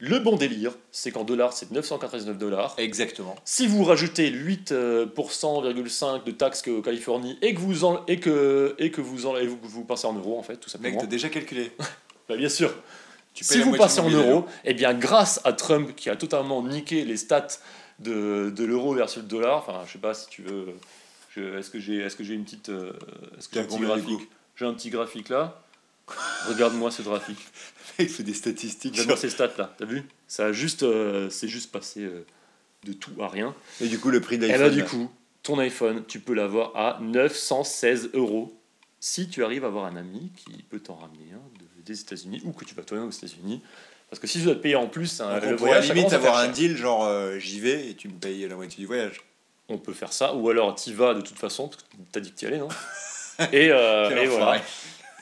[SPEAKER 2] Le bon délire, c'est qu'en dollars, c'est 999 dollars.
[SPEAKER 1] Exactement.
[SPEAKER 2] Si vous rajoutez 8,5% de taxes que Californie et que vous en, et que et que vous en, et vous, vous passez en euros en fait tout
[SPEAKER 1] Mec,
[SPEAKER 2] simplement.
[SPEAKER 1] t'as déjà calculé.
[SPEAKER 2] Bah, bien sûr.
[SPEAKER 1] Tu payes
[SPEAKER 2] Si
[SPEAKER 1] la
[SPEAKER 2] vous
[SPEAKER 1] moitié
[SPEAKER 2] passez en
[SPEAKER 1] du billet
[SPEAKER 2] euros, eh bien grâce à Trump qui a totalement niqué les stats de, de l'euro versus le dollar, enfin je sais pas si tu veux, je- est-ce que j'ai est-ce que j'ai une petite, euh, est-ce que
[SPEAKER 1] T'as
[SPEAKER 2] j'ai un petit
[SPEAKER 1] combien, du
[SPEAKER 2] graphique,
[SPEAKER 1] coup
[SPEAKER 2] j'ai un petit graphique là. Regarde-moi ce graphique.
[SPEAKER 1] Il fait des statistiques.
[SPEAKER 2] J'adore ces stats là. T'as vu Ça a juste, euh, c'est juste passé euh, de tout à rien.
[SPEAKER 1] Et du coup, le prix
[SPEAKER 2] Et
[SPEAKER 1] d'iPhone.
[SPEAKER 2] bah du coup, ton iPhone, tu peux l'avoir à 916 euros si tu arrives à avoir un ami qui peut t'en ramener un de- des États-Unis ou que tu vas toi-même aux États-Unis. Parce que si tu dois te payer en plus, hein,
[SPEAKER 1] Donc,
[SPEAKER 2] le
[SPEAKER 1] euh, on pourrait à
[SPEAKER 2] voyage,
[SPEAKER 1] la
[SPEAKER 2] ça
[SPEAKER 1] limite
[SPEAKER 2] commence à faire
[SPEAKER 1] avoir un
[SPEAKER 2] cher.
[SPEAKER 1] deal genre euh, j'y vais et tu me payes la moitié du voyage.
[SPEAKER 2] on peut faire ça. Ou alors, t'y vas de toute façon, parce que t'as dit que t'y allais, non Et, euh,
[SPEAKER 1] Quel
[SPEAKER 2] et voilà.
[SPEAKER 1] enfoiré.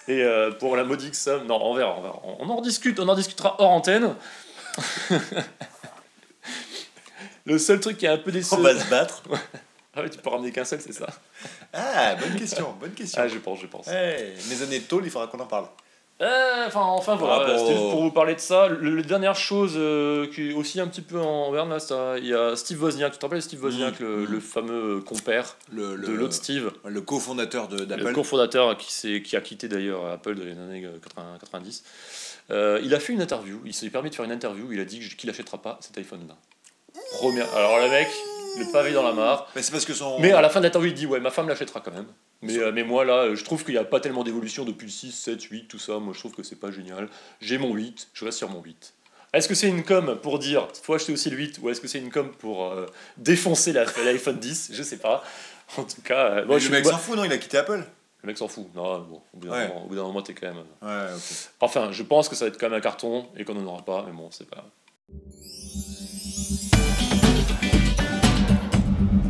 [SPEAKER 2] Et euh, pour la modique somme, non, on verra, on verra. On en discute, on en discutera hors antenne. Le seul truc qui est un peu déçu.
[SPEAKER 1] On va se battre.
[SPEAKER 2] Ah ouais, tu peux ramener qu'un seul, c'est ça
[SPEAKER 1] Ah, bonne question, bonne question.
[SPEAKER 2] Ah, je pense, je pense.
[SPEAKER 1] Hey, mes années de tôle, il faudra qu'on en parle.
[SPEAKER 2] Euh, Enfin, enfin
[SPEAKER 1] Par
[SPEAKER 2] voilà,
[SPEAKER 1] rapport
[SPEAKER 2] c'était juste
[SPEAKER 1] au-
[SPEAKER 2] pour vous parler de ça. Le, la dernière chose euh, qui est aussi un petit peu en verne, là, ça, il y a Steve Wozniak. Tu te rappelles Steve Wozniak,
[SPEAKER 1] Mhm.
[SPEAKER 2] le,
[SPEAKER 1] Mhm.
[SPEAKER 2] le fameux euh, compère
[SPEAKER 1] Le,
[SPEAKER 2] de
[SPEAKER 1] le,
[SPEAKER 2] l'autre Steve,
[SPEAKER 1] le cofondateur de-
[SPEAKER 2] le
[SPEAKER 1] d'Apple.
[SPEAKER 2] cofondateur qui, s'est- qui a quitté d'ailleurs euh, Apple dans les années 80 90. Euh, il a fait une interview, il s'est permis de faire une interview, il a dit que- qu'il n'achètera pas cet iPhone-là. Première... Alors le mec, le pavé dans la mare.
[SPEAKER 1] Mais c'est parce que son.
[SPEAKER 2] Mais à la fin de l'interview, il dit Ouais, ma femme l'achètera quand même. Mais, euh, mais moi, là, euh, je trouve qu'il n'y a pas tellement d'évolution depuis le 6, 7, 8, tout ça. Moi, je trouve que c'est pas génial. J'ai mon 8, je reste sur mon 8. Est-ce que c'est une com pour dire faut acheter aussi le 8 ou est-ce que c'est une com pour euh, défoncer la- l'iPhone 10 Je sais pas. En tout cas, euh,
[SPEAKER 1] Mais
[SPEAKER 2] moi, je
[SPEAKER 1] le
[SPEAKER 2] suis-
[SPEAKER 1] mec
[SPEAKER 2] moi-
[SPEAKER 1] s'en fout, non Il a quitté Apple
[SPEAKER 2] le mec s'en fout. Non, bon, au bout d'un
[SPEAKER 1] Ouais.
[SPEAKER 2] moment- au bout d'un moment, t'es quand même. euh,
[SPEAKER 1] Ouais, ok.
[SPEAKER 2] Enfin, je pense que ça va être quand même un carton et qu'on n'en aura pas, mais bon, c'est pas.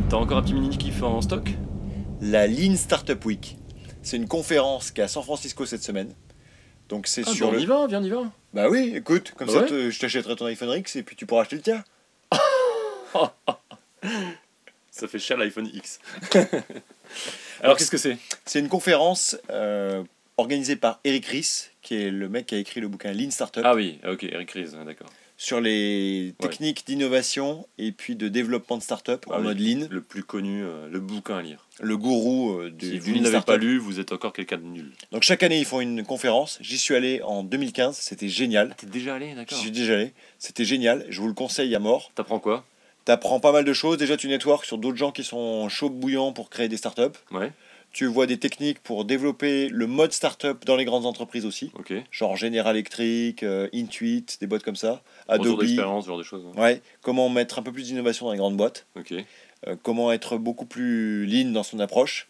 [SPEAKER 2] T'as encore un petit mini kiff en stock
[SPEAKER 1] La Lean Startup Week. C'est une conférence qui est à San Francisco cette semaine. Donc c'est
[SPEAKER 2] Ah,
[SPEAKER 1] sur
[SPEAKER 2] bah,
[SPEAKER 1] le.
[SPEAKER 2] on y va, viens, on y va.
[SPEAKER 1] Bah oui, écoute, comme
[SPEAKER 2] Bah
[SPEAKER 1] ça
[SPEAKER 2] ouais.
[SPEAKER 1] te- je t'achèterai ton iPhone X et puis tu pourras acheter le tien.
[SPEAKER 2] Ça fait cher l'iPhone X. Alors qu'est-ce que c'est
[SPEAKER 1] C'est une conférence euh, organisée par Eric Ries, qui est le mec qui a écrit le bouquin Lean Startup,
[SPEAKER 2] Ah oui, ah, ok, Eric Ries, ah, d'accord.
[SPEAKER 1] sur les
[SPEAKER 2] Ouais.
[SPEAKER 1] techniques d'innovation et puis de développement de startup
[SPEAKER 2] Ah
[SPEAKER 1] en
[SPEAKER 2] oui.
[SPEAKER 1] mode Lean.
[SPEAKER 2] Le plus connu, euh, le bouquin à lire.
[SPEAKER 1] Le gourou euh, du,
[SPEAKER 2] si
[SPEAKER 1] du
[SPEAKER 2] vous
[SPEAKER 1] Lean
[SPEAKER 2] ne l'avez
[SPEAKER 1] Startup.
[SPEAKER 2] pas lu, vous êtes encore quelqu'un de nul.
[SPEAKER 1] Donc chaque année, ils font une conférence. J'y suis allé en 2015, c'était génial.
[SPEAKER 2] Ah, T'es déjà allé,
[SPEAKER 1] J'y
[SPEAKER 2] d'accord.
[SPEAKER 1] suis déjà allé, c'était génial. Je vous le conseille à mort.
[SPEAKER 2] T'apprends quoi
[SPEAKER 1] T'apprends pas mal de choses. Déjà, tu networks sur d'autres gens qui sont chauds bouillants pour créer des startups.
[SPEAKER 2] Ouais,
[SPEAKER 1] Tu vois des techniques pour développer le mode startup dans les grandes entreprises aussi,
[SPEAKER 2] ok.
[SPEAKER 1] genre General Electric, euh, Intuit, des boîtes comme ça,
[SPEAKER 2] Retour
[SPEAKER 1] Adobe.
[SPEAKER 2] d'expérience, ce genre de choses. hein.
[SPEAKER 1] Ouais, comment mettre un peu plus d'innovation dans les grandes boîtes,
[SPEAKER 2] Ok.
[SPEAKER 1] euh, comment être beaucoup plus lean dans son approche.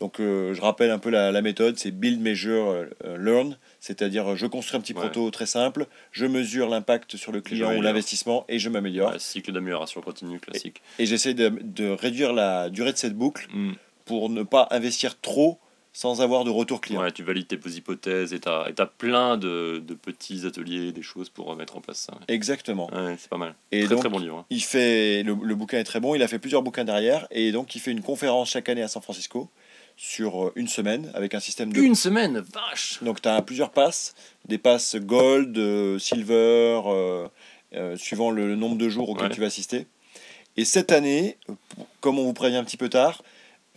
[SPEAKER 1] Donc, euh, je rappelle un peu la, la méthode, c'est build, measure, euh, euh, learn, c'est-à-dire euh, je construis un petit
[SPEAKER 2] Ouais.
[SPEAKER 1] proto très simple, je mesure l'impact sur le client ou
[SPEAKER 2] m'améliore.
[SPEAKER 1] l'investissement et je m'améliore.
[SPEAKER 2] Ah, cycle d'amélioration continue classique.
[SPEAKER 1] Et j'essaie de, de réduire la durée de cette boucle
[SPEAKER 2] Hmm.
[SPEAKER 1] pour ne pas investir trop sans avoir de retour client.
[SPEAKER 2] Ouais, tu valides tes hypothèses et t'as et t'as plein de, de petits ateliers, des choses pour euh, mettre en place ça. ouais.
[SPEAKER 1] Exactement.
[SPEAKER 2] Ouais, c'est pas mal.
[SPEAKER 1] Et
[SPEAKER 2] très
[SPEAKER 1] donc,
[SPEAKER 2] très bon livre. hein.
[SPEAKER 1] il fait le, le bouquin est très bon. Il a fait plusieurs bouquins derrière et donc il fait une conférence chaque année à San Francisco sur euh, une semaine avec un système de.
[SPEAKER 2] Une semaine, vache
[SPEAKER 1] Donc tu as plusieurs passes, des passes gold, euh, silver, euh, euh, suivant le, le nombre de jours auquel
[SPEAKER 2] Ouais.
[SPEAKER 1] tu vas assister. Et cette année, euh, pour- comme on vous prévient un petit peu tard,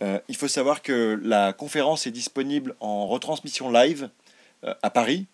[SPEAKER 1] euh, il faut savoir que la conférence est disponible en retransmission live euh, à Paris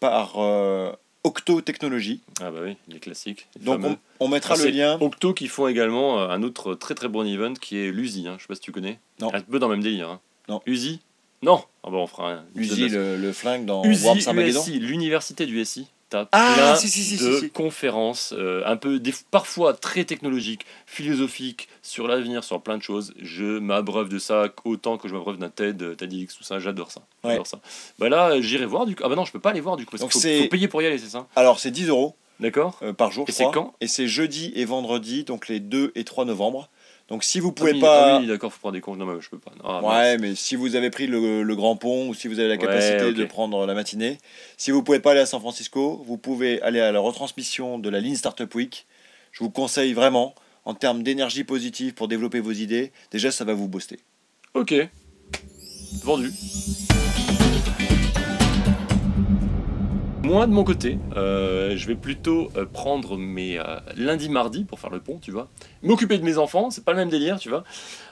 [SPEAKER 1] par euh, Octo Technologies.
[SPEAKER 2] Ah bah oui, les classiques. les
[SPEAKER 1] Donc
[SPEAKER 2] fameux.
[SPEAKER 1] on, on mettra
[SPEAKER 2] Ah,
[SPEAKER 1] le
[SPEAKER 2] c'est
[SPEAKER 1] lien.
[SPEAKER 2] Octo qui font également euh, un autre très très bon event qui est l'USI, hein. je sais pas si tu connais.
[SPEAKER 1] Non.
[SPEAKER 2] Un peu dans le même délire. hein.
[SPEAKER 1] Non.
[SPEAKER 2] USI Non Ah bah on fera un.
[SPEAKER 1] Uzi, le, le flingue dans Worms
[SPEAKER 2] USI,
[SPEAKER 1] Armageddon.
[SPEAKER 2] USI, l'université du SI. T'as
[SPEAKER 1] Ah,
[SPEAKER 2] plein
[SPEAKER 1] si, si, si,
[SPEAKER 2] de
[SPEAKER 1] si, si.
[SPEAKER 2] conférences, euh, un peu des, parfois très technologiques, philosophiques, sur l'avenir, sur plein de choses. Je m'abreuve de ça autant que je m'abreuve d'un TED, euh, TEDx, tout ça. J'adore ça. J'adore
[SPEAKER 1] Ouais.
[SPEAKER 2] ça. Bah là, euh, j'irai voir du coup. Ah bah non, je peux pas aller voir du coup. Parce
[SPEAKER 1] Donc
[SPEAKER 2] qu'il
[SPEAKER 1] c'est-
[SPEAKER 2] faut, faut payer pour y aller, c'est ça
[SPEAKER 1] Alors c'est 10 euros.
[SPEAKER 2] D'accord
[SPEAKER 1] euh, par jour.
[SPEAKER 2] Et
[SPEAKER 1] je
[SPEAKER 2] c'est
[SPEAKER 1] crois.
[SPEAKER 2] quand
[SPEAKER 1] Et c'est jeudi et vendredi, donc les 2 et 3 novembre. Donc si vous
[SPEAKER 2] Ah
[SPEAKER 1] pouvez
[SPEAKER 2] oui,
[SPEAKER 1] pas.
[SPEAKER 2] ah oui, d'accord, faut prendre des congés. Non, mais je peux pas. Ah, mince.
[SPEAKER 1] ouais, mais si vous avez pris le, le grand pont ou si vous avez la
[SPEAKER 2] Ouais,
[SPEAKER 1] capacité de
[SPEAKER 2] ok.
[SPEAKER 1] prendre la matinée, si vous pouvez pas aller à San Francisco, vous pouvez aller à la retransmission de la ligne Startup Week. Je vous conseille vraiment en termes d'énergie positive pour développer vos idées. Déjà, ça va vous booster.
[SPEAKER 2] Ok. Vendu. Moi, de mon côté, euh, je vais plutôt euh, prendre mes lundi-mardi pour faire le pont, tu vois. M'occuper de mes enfants, c'est pas le même délire, tu vois.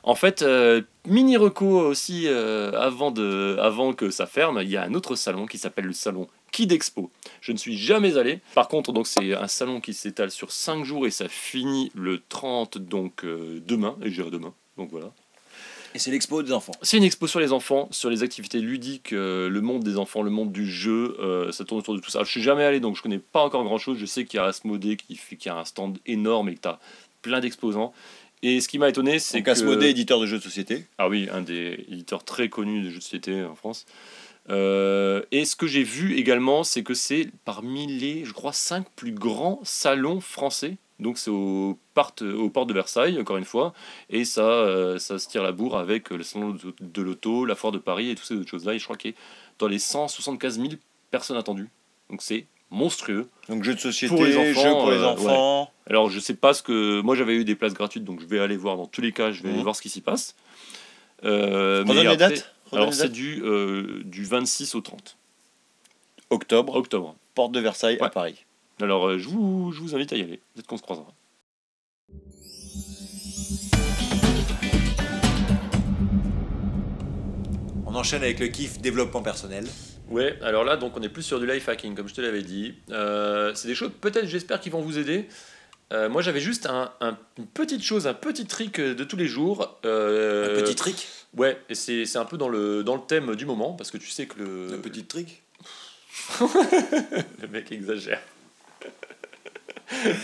[SPEAKER 2] En fait, euh, mini reco aussi, euh, avant, de, avant que ça ferme, il y a un autre salon qui s'appelle le salon Kid Expo. Je ne suis jamais allé. Par contre, donc c'est un salon qui s'étale sur 5 jours et ça finit le 30, donc euh, demain, et j'irai demain. Donc voilà.
[SPEAKER 1] Et c'est l'expo des enfants.
[SPEAKER 2] C'est une expo sur les enfants, sur les activités ludiques, euh, le monde des enfants, le monde du jeu, euh, ça tourne autour de tout ça. Je suis jamais allé, donc je connais pas encore grand-chose. Je sais qu'il y a Asmodée qui, fait- qui a un stand énorme et que tu as plein d'exposants. Et ce qui m'a étonné, c'est
[SPEAKER 1] C'est
[SPEAKER 2] que...
[SPEAKER 1] Casmodé, éditeur de jeux de société.
[SPEAKER 2] Ah oui, un des éditeurs très connus de jeux de société en France. Euh, et ce que j'ai vu également, c'est que c'est parmi les, je crois, cinq plus grands salons français Donc c'est au, part- au port de Versailles, encore une fois, et ça, euh, ça se tire la bourre avec euh, le salon de- de l'auto, la foire de Paris et toutes ces autres choses-là. Et je crois qu'il y a dans les 175 000 personnes attendues. Donc c'est monstrueux.
[SPEAKER 1] Donc jeux de société,
[SPEAKER 2] Pour les enfants,
[SPEAKER 1] jeux pour les
[SPEAKER 2] euh,
[SPEAKER 1] enfants.
[SPEAKER 2] Alors je sais pas ce que... Moi j'avais eu des places gratuites, donc je vais aller voir dans tous les cas, je vais
[SPEAKER 1] Mhm.
[SPEAKER 2] aller voir ce qui s'y passe. Euh, mais
[SPEAKER 1] Redonne les
[SPEAKER 2] après-
[SPEAKER 1] dates. Redonne
[SPEAKER 2] Alors
[SPEAKER 1] les
[SPEAKER 2] c'est
[SPEAKER 1] dates.
[SPEAKER 2] du, euh, du 26 au 30
[SPEAKER 1] octobre,
[SPEAKER 2] octobre.
[SPEAKER 1] porte de Versailles à
[SPEAKER 2] Ouais.
[SPEAKER 1] Paris.
[SPEAKER 2] Alors euh, je, vous, je vous invite à y aller, peut-être qu'on se croisera.
[SPEAKER 1] On enchaîne avec le kiff développement personnel.
[SPEAKER 2] Ouais, alors là, donc on est plus sur du life hacking, comme je te l'avais dit. Euh, c'est des choses, peut-être, j'espère, qui vont vous aider. Euh, moi, j'avais juste un, un- une petite chose, un petit trick euh, de tous les jours. Euh,
[SPEAKER 1] Un petit trick
[SPEAKER 2] Ouais, et c'est c'est un peu dans le, dans le thème du moment, parce que tu sais que le,
[SPEAKER 1] Un petit trick
[SPEAKER 2] le mec exagère.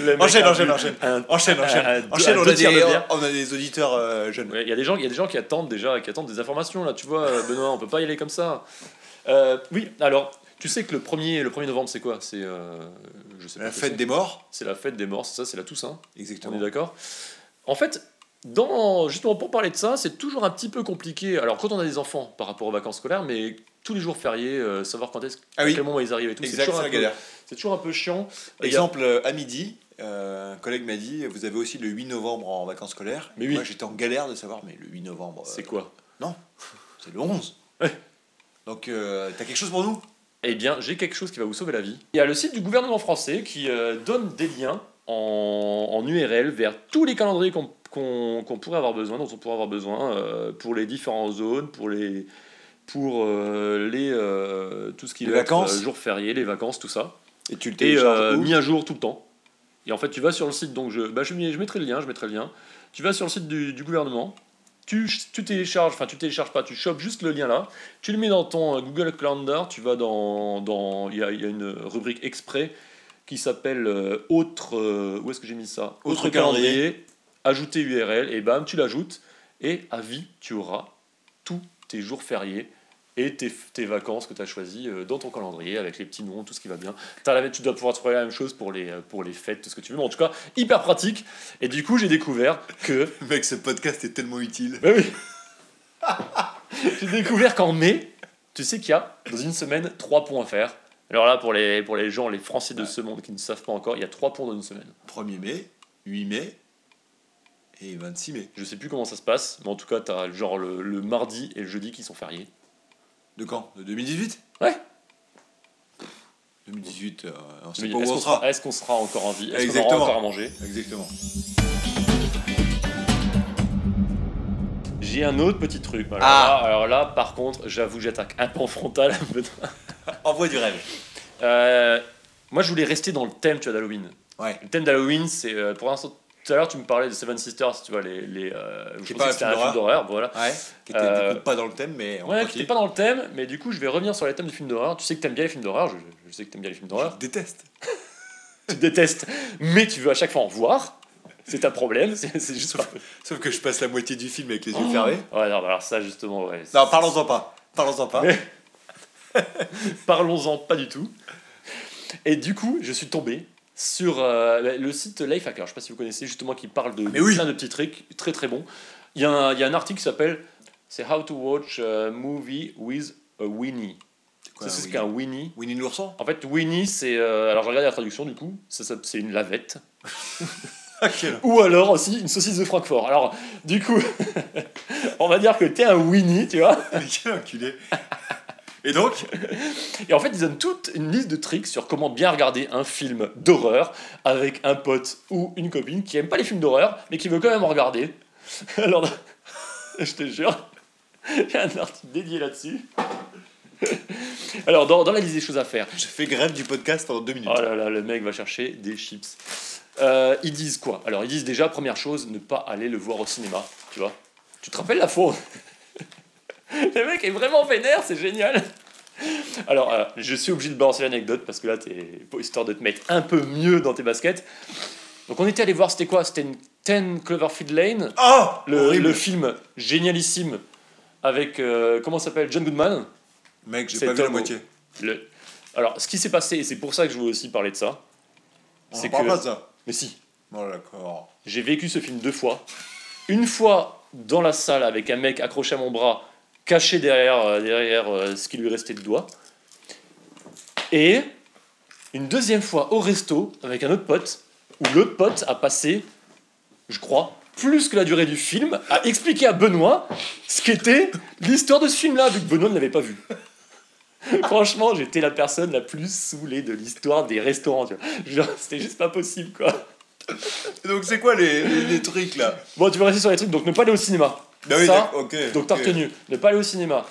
[SPEAKER 2] Le mec
[SPEAKER 1] Enchaîne,
[SPEAKER 2] a
[SPEAKER 1] enchaîne,
[SPEAKER 2] bu
[SPEAKER 1] enchaîne.
[SPEAKER 2] Ah, un-
[SPEAKER 1] Enchaîne, enchaîne.
[SPEAKER 2] à deux-
[SPEAKER 1] enchaîne,
[SPEAKER 2] à
[SPEAKER 1] on
[SPEAKER 2] deux
[SPEAKER 1] a,
[SPEAKER 2] tiers de
[SPEAKER 1] des,
[SPEAKER 2] bière.
[SPEAKER 1] on a des auditeurs euh, jeunes.
[SPEAKER 2] Ouais, Il y, a des gens- il y a des gens qui attendent déjà, qui attendent des informations là, tu vois, euh, Benoît, on peut pas y aller comme ça. Euh, oui, alors, tu sais que le 1er, le 1er novembre, c'est quoi C'est. euh, je sais pas
[SPEAKER 1] La
[SPEAKER 2] ce que
[SPEAKER 1] fête
[SPEAKER 2] c'est.
[SPEAKER 1] des morts.
[SPEAKER 2] C'est la fête des morts, c'est ça, c'est la Toussaint, on est
[SPEAKER 1] Exactement.
[SPEAKER 2] d'accord En fait, dans, justement pour parler de ça, c'est toujours un petit peu compliqué. Alors quand on a des enfants par rapport aux vacances scolaires, mais tous les jours fériés, euh, savoir quand est-ce
[SPEAKER 1] Ah
[SPEAKER 2] à
[SPEAKER 1] oui.
[SPEAKER 2] quel moment ils arrivent et tout, c'est
[SPEAKER 1] Exact,
[SPEAKER 2] toujours,
[SPEAKER 1] c'est
[SPEAKER 2] un
[SPEAKER 1] la
[SPEAKER 2] peu-
[SPEAKER 1] galère.
[SPEAKER 2] c'est toujours un peu chiant. Et il y a-
[SPEAKER 1] Exemple, euh, à midi, euh, un collègue m'a dit Vous avez aussi le 8 novembre en vacances scolaires.
[SPEAKER 2] Mais
[SPEAKER 1] Et
[SPEAKER 2] oui.
[SPEAKER 1] Moi, j'étais en galère de savoir, mais le 8 novembre, euh,
[SPEAKER 2] C'est quoi
[SPEAKER 1] c'est le 11.
[SPEAKER 2] Ouais.
[SPEAKER 1] Donc, euh, t'as quelque chose pour nous
[SPEAKER 2] Eh bien, j'ai quelque chose qui va vous sauver la vie. Il y a le site du gouvernement français qui euh, donne des liens en, en URL vers tous les calendriers qu'on qu'on- qu'on pourrait avoir besoin, dont on pourrait avoir besoin euh, pour les différentes zones, pour les pour euh, les euh, tout ce qui
[SPEAKER 1] Les
[SPEAKER 2] va être,
[SPEAKER 1] vacances.
[SPEAKER 2] euh, jours fériés, les vacances, tout ça.
[SPEAKER 1] Et tu le
[SPEAKER 2] Et
[SPEAKER 1] télécharges
[SPEAKER 2] euh,
[SPEAKER 1] où
[SPEAKER 2] mis à jour tout le temps. Et en fait, tu vas sur le site, donc je, bah, je, mets- je mettrai le lien, je mettrai le lien. Tu vas sur le site du, du gouvernement, tu, tu télécharges, enfin tu télécharges pas, tu chopes juste le lien là, tu le mets dans ton euh, Google Calendar, tu vas dans, dans il y a, il y a une rubrique exprès qui s'appelle euh, autre, euh, où est-ce que j'ai mis ça
[SPEAKER 1] Autre calendrier.
[SPEAKER 2] ajouter URL, et bam, tu l'ajoutes, et à vie, tu auras tous tes jours fériés et tes, tes vacances que tu as choisies euh, dans ton calendrier avec les petits noms, tout ce qui va bien. T'as la- tu dois pouvoir trouver la même chose pour les, euh, pour les fêtes, tout ce que tu veux. Mais en tout cas, hyper pratique. Et du coup, j'ai découvert que.
[SPEAKER 1] Mec, ce podcast est tellement utile.
[SPEAKER 2] Bah oui J'ai découvert qu'en mai, tu sais qu'il y a, dans une semaine, trois ponts à faire. Alors là, pour les, pour les gens, les Français de ce monde qui ne savent pas encore, il y a trois ponts dans une semaine.
[SPEAKER 1] 1er mai, 8 mai et 26 mai.
[SPEAKER 2] Je sais plus comment ça se passe, mais en tout cas, tu as genre le, le mardi et le jeudi qui sont fériés.
[SPEAKER 1] De quand De 2018
[SPEAKER 2] Ouais.
[SPEAKER 1] 2018, euh, on sait
[SPEAKER 2] Mais
[SPEAKER 1] pas où
[SPEAKER 2] Est-ce
[SPEAKER 1] on
[SPEAKER 2] qu'on
[SPEAKER 1] sera.
[SPEAKER 2] sera, est-ce qu'on sera encore en vie Est-ce qu'on aura
[SPEAKER 1] Exactement.
[SPEAKER 2] encore à manger
[SPEAKER 1] Exactement.
[SPEAKER 2] J'ai un autre petit truc. Alors,
[SPEAKER 1] Ah.
[SPEAKER 2] là, alors là, par contre, j'avoue, j'attaque un pan frontal.
[SPEAKER 1] Envoie du rêve.
[SPEAKER 2] Euh, moi, je voulais rester dans le thème tu vois, d'Halloween.
[SPEAKER 1] Ouais.
[SPEAKER 2] Le thème d'Halloween, c'est euh, pour l'instant. Tout à l'heure, tu me parlais de Seven Sisters, tu vois, les. les euh, je
[SPEAKER 1] Qui est
[SPEAKER 2] pensais
[SPEAKER 1] pas
[SPEAKER 2] que
[SPEAKER 1] un
[SPEAKER 2] c'était
[SPEAKER 1] film
[SPEAKER 2] d'horreur. Voilà.
[SPEAKER 1] Ouais. Qui était du
[SPEAKER 2] Euh,
[SPEAKER 1] coup pas dans le thème, mais on
[SPEAKER 2] Ouais, qui
[SPEAKER 1] continue.
[SPEAKER 2] n'était pas dans le thème, mais du coup, je vais revenir sur les thèmes de films d'horreur. Tu sais que t'aimes bien les films d'horreur, je, je sais que t'aimes bien les films d'horreur.
[SPEAKER 1] Je déteste.
[SPEAKER 2] tu détestes, mais tu veux à chaque fois en voir. C'est ta problème, c'est c'est juste.
[SPEAKER 1] Sauf que je passe la moitié du film avec les yeux
[SPEAKER 2] Oh.
[SPEAKER 1] fermés.
[SPEAKER 2] Ouais, non, bah alors ça, justement, ouais.
[SPEAKER 1] Non, parlons-en pas. Parlons-en pas.
[SPEAKER 2] Mais- Parlons-en pas du tout. Et du coup, je suis tombé sur euh, le site Lifehacker. Je sais pas si vous connaissez justement qui parle de
[SPEAKER 1] Ah, Mais oui.
[SPEAKER 2] plein de petits trucs très très bons. Il y, a un- il y a un article qui s'appelle c'est How to watch a movie with a Winnie.
[SPEAKER 1] Quoi,
[SPEAKER 2] c'est ce
[SPEAKER 1] Winnie-
[SPEAKER 2] qu'un Winnie.
[SPEAKER 1] Winnie l'ourson
[SPEAKER 2] En fait, Winnie, c'est euh, alors je regarde la traduction du coup. Ça, ça- c'est une lavette.
[SPEAKER 1] Ah,
[SPEAKER 2] Ou alors aussi une saucisse de Francfort. Alors du coup, on va dire que t'es un Winnie, tu vois.
[SPEAKER 1] Mais quel enculé Et donc
[SPEAKER 2] Et en fait, ils donnent toute une liste de tricks sur comment bien regarder un film d'horreur avec un pote ou une copine qui aime pas les films d'horreur, mais qui veut quand même en regarder. Alors, je te jure, j'ai un article dédié là-dessus. Alors, dans, dans la liste des choses à faire,
[SPEAKER 1] J'ai fait grève du podcast en deux minutes.
[SPEAKER 2] oh là là, le mec va chercher des chips. Euh, ils disent quoi Alors, ils disent déjà, première chose, ne pas aller le voir au cinéma, tu vois. Tu te rappelles la faune Le mec est vraiment vénère, c'est génial Alors, euh, je suis obligé de balancer l'anecdote parce que là, t'es pour- histoire de te mettre un peu mieux dans tes baskets. Donc, on était allé voir, c'était quoi C'était une 10 Cloverfield Lane,
[SPEAKER 1] Oh
[SPEAKER 2] le,
[SPEAKER 1] Horrible.
[SPEAKER 2] le film génialissime avec, euh, comment ça s'appelle John Goodman
[SPEAKER 1] Mec, j'ai
[SPEAKER 2] c'est
[SPEAKER 1] pas vu la
[SPEAKER 2] Tom
[SPEAKER 1] moitié.
[SPEAKER 2] Le- Alors, ce qui s'est passé, et c'est pour ça que je voulais aussi parler de ça,
[SPEAKER 1] On
[SPEAKER 2] c'est
[SPEAKER 1] en parle
[SPEAKER 2] que-
[SPEAKER 1] pas de ça.
[SPEAKER 2] mais si.
[SPEAKER 1] Bon, d'accord.
[SPEAKER 2] J'ai vécu ce film deux fois. Une fois dans la salle avec un mec accroché à mon bras, caché derrière, euh, derrière euh, ce qui lui restait de doigt. Et une deuxième fois au resto avec un autre pote, où l'autre pote a passé, je crois, plus que la durée du film, à expliquer à Benoît ce qu'était l'histoire de ce film-là, vu que Benoît ne l'avait pas vu. Franchement, j'étais la personne la plus saoulée de l'histoire des restaurants. tu vois. Genre, C'était juste pas possible, quoi.
[SPEAKER 1] Et donc, c'est quoi les, les- les trucs là
[SPEAKER 2] Bon, tu veux rester sur les trucs, donc ne pas aller au cinéma.
[SPEAKER 1] Bah oui,
[SPEAKER 2] Ça,
[SPEAKER 1] d'accord, ok.
[SPEAKER 2] Donc t'as
[SPEAKER 1] ok.
[SPEAKER 2] retenu, ne pas aller au cinéma.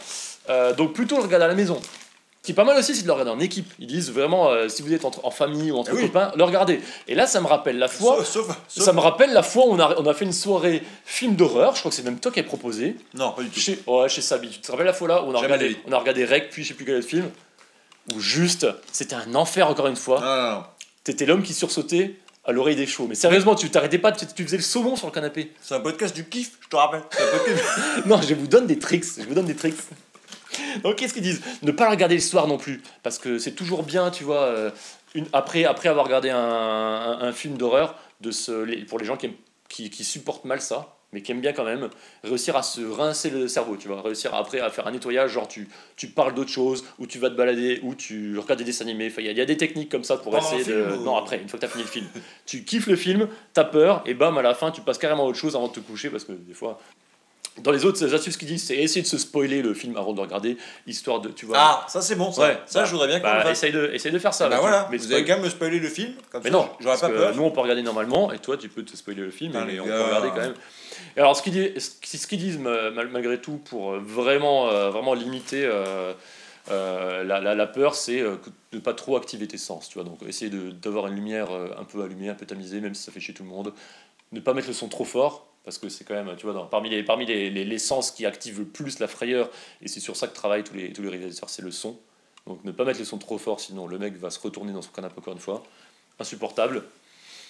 [SPEAKER 2] Euh, donc plutôt le regarder à la maison. Ce qui est pas mal aussi, c'est de le regarder en équipe. Ils disent vraiment, euh, si vous êtes entre- en famille ou entre
[SPEAKER 1] Eh oui.
[SPEAKER 2] copains, le regarder. Et là, ça me rappelle la fois,
[SPEAKER 1] Sauf, sauf, sauf-
[SPEAKER 2] ça me rappelle la fois où on a, on a fait une soirée film d'horreur. Je crois que c'est même toi qui as proposé.
[SPEAKER 1] Non, pas du tout.
[SPEAKER 2] Chez, ouais, chez Sabi. Tu te rappelles la fois là où on a
[SPEAKER 1] Jamais de la
[SPEAKER 2] regardé,
[SPEAKER 1] vie.
[SPEAKER 2] on a regardé Rec, puis je sais plus quel autre film. Ou juste, c'était un enfer encore une fois.
[SPEAKER 1] Ah, non,
[SPEAKER 2] T'étais l'homme qui sursautait à l'oreille des chevaux. Mais sérieusement, tu t'arrêtais pas, tu, tu faisais le saumon sur le canapé.
[SPEAKER 1] C'est un podcast du kiff, je te rappelle. C'est un podcast
[SPEAKER 2] Non, je vous donne des tricks. Je vous donne des tricks. Donc, qu'est-ce qu'ils disent Ne pas regarder le soir non plus, parce que c'est toujours bien, tu vois. euh, une- après, après avoir regardé un, un- un film d'horreur, de se- les- pour les gens qui, aiment- qui, qui supportent mal ça, mais qui aiment bien quand même, réussir à se rincer le cerveau, tu vois. Réussir après à faire un nettoyage, genre tu, tu parles d'autre chose, ou tu vas te balader, ou tu regardes des dessins animés. Enfin, Il y, a- il y a des techniques comme ça pour
[SPEAKER 1] Pendant
[SPEAKER 2] essayer
[SPEAKER 1] le
[SPEAKER 2] de.
[SPEAKER 1] film ou-
[SPEAKER 2] Non, après, une fois que tu as fini le film, tu kiffes le film, t'as peur, et bam, à la fin, tu passes carrément à autre chose avant de te coucher, parce que des fois. Dans les autres astuces qu'ils disent, c'est essayer de se spoiler le film avant de le regarder, histoire de. Tu vois,
[SPEAKER 1] Ah, ça c'est bon, ça.
[SPEAKER 2] Ouais,
[SPEAKER 1] ça,
[SPEAKER 2] bah,
[SPEAKER 1] je voudrais bien qu'on
[SPEAKER 2] bah,
[SPEAKER 1] le fasse.
[SPEAKER 2] essaye, de, essaye de faire ça.
[SPEAKER 1] Bah,
[SPEAKER 2] là, tu-
[SPEAKER 1] voilà,
[SPEAKER 2] mais,
[SPEAKER 1] vous
[SPEAKER 2] spoil-
[SPEAKER 1] avez quand même spoiler le film, comme
[SPEAKER 2] mais
[SPEAKER 1] ça,
[SPEAKER 2] non,
[SPEAKER 1] j'aurais
[SPEAKER 2] parce
[SPEAKER 1] pas
[SPEAKER 2] que
[SPEAKER 1] peur.
[SPEAKER 2] Nous, on peut regarder normalement, et toi, tu peux te spoiler le film,
[SPEAKER 1] Putain,
[SPEAKER 2] mais
[SPEAKER 1] les
[SPEAKER 2] on
[SPEAKER 1] gars.
[SPEAKER 2] peut regarder quand même. Et alors, ce qu'ils disent, ce ce qu'ils disent ma- mal- malgré tout pour euh, vraiment, euh, vraiment limiter euh, euh, la, la- la peur, c'est euh, que de ne pas trop activer tes sens. Tu vois, donc, essayer de- d'avoir une lumière euh, un peu allumée, un peu tamisée, même si ça fait chier tout le monde. Ne pas mettre le son trop fort. Parce que c'est quand même, tu vois, dans- parmi, les, parmi les, les- les sens qui activent le plus la frayeur, et c'est sur ça que travaillent tous les, tous les réalisateurs, c'est le son. Donc ne pas mettre les sons trop forts, sinon le mec va se retourner dans son canapé encore une fois. Insupportable.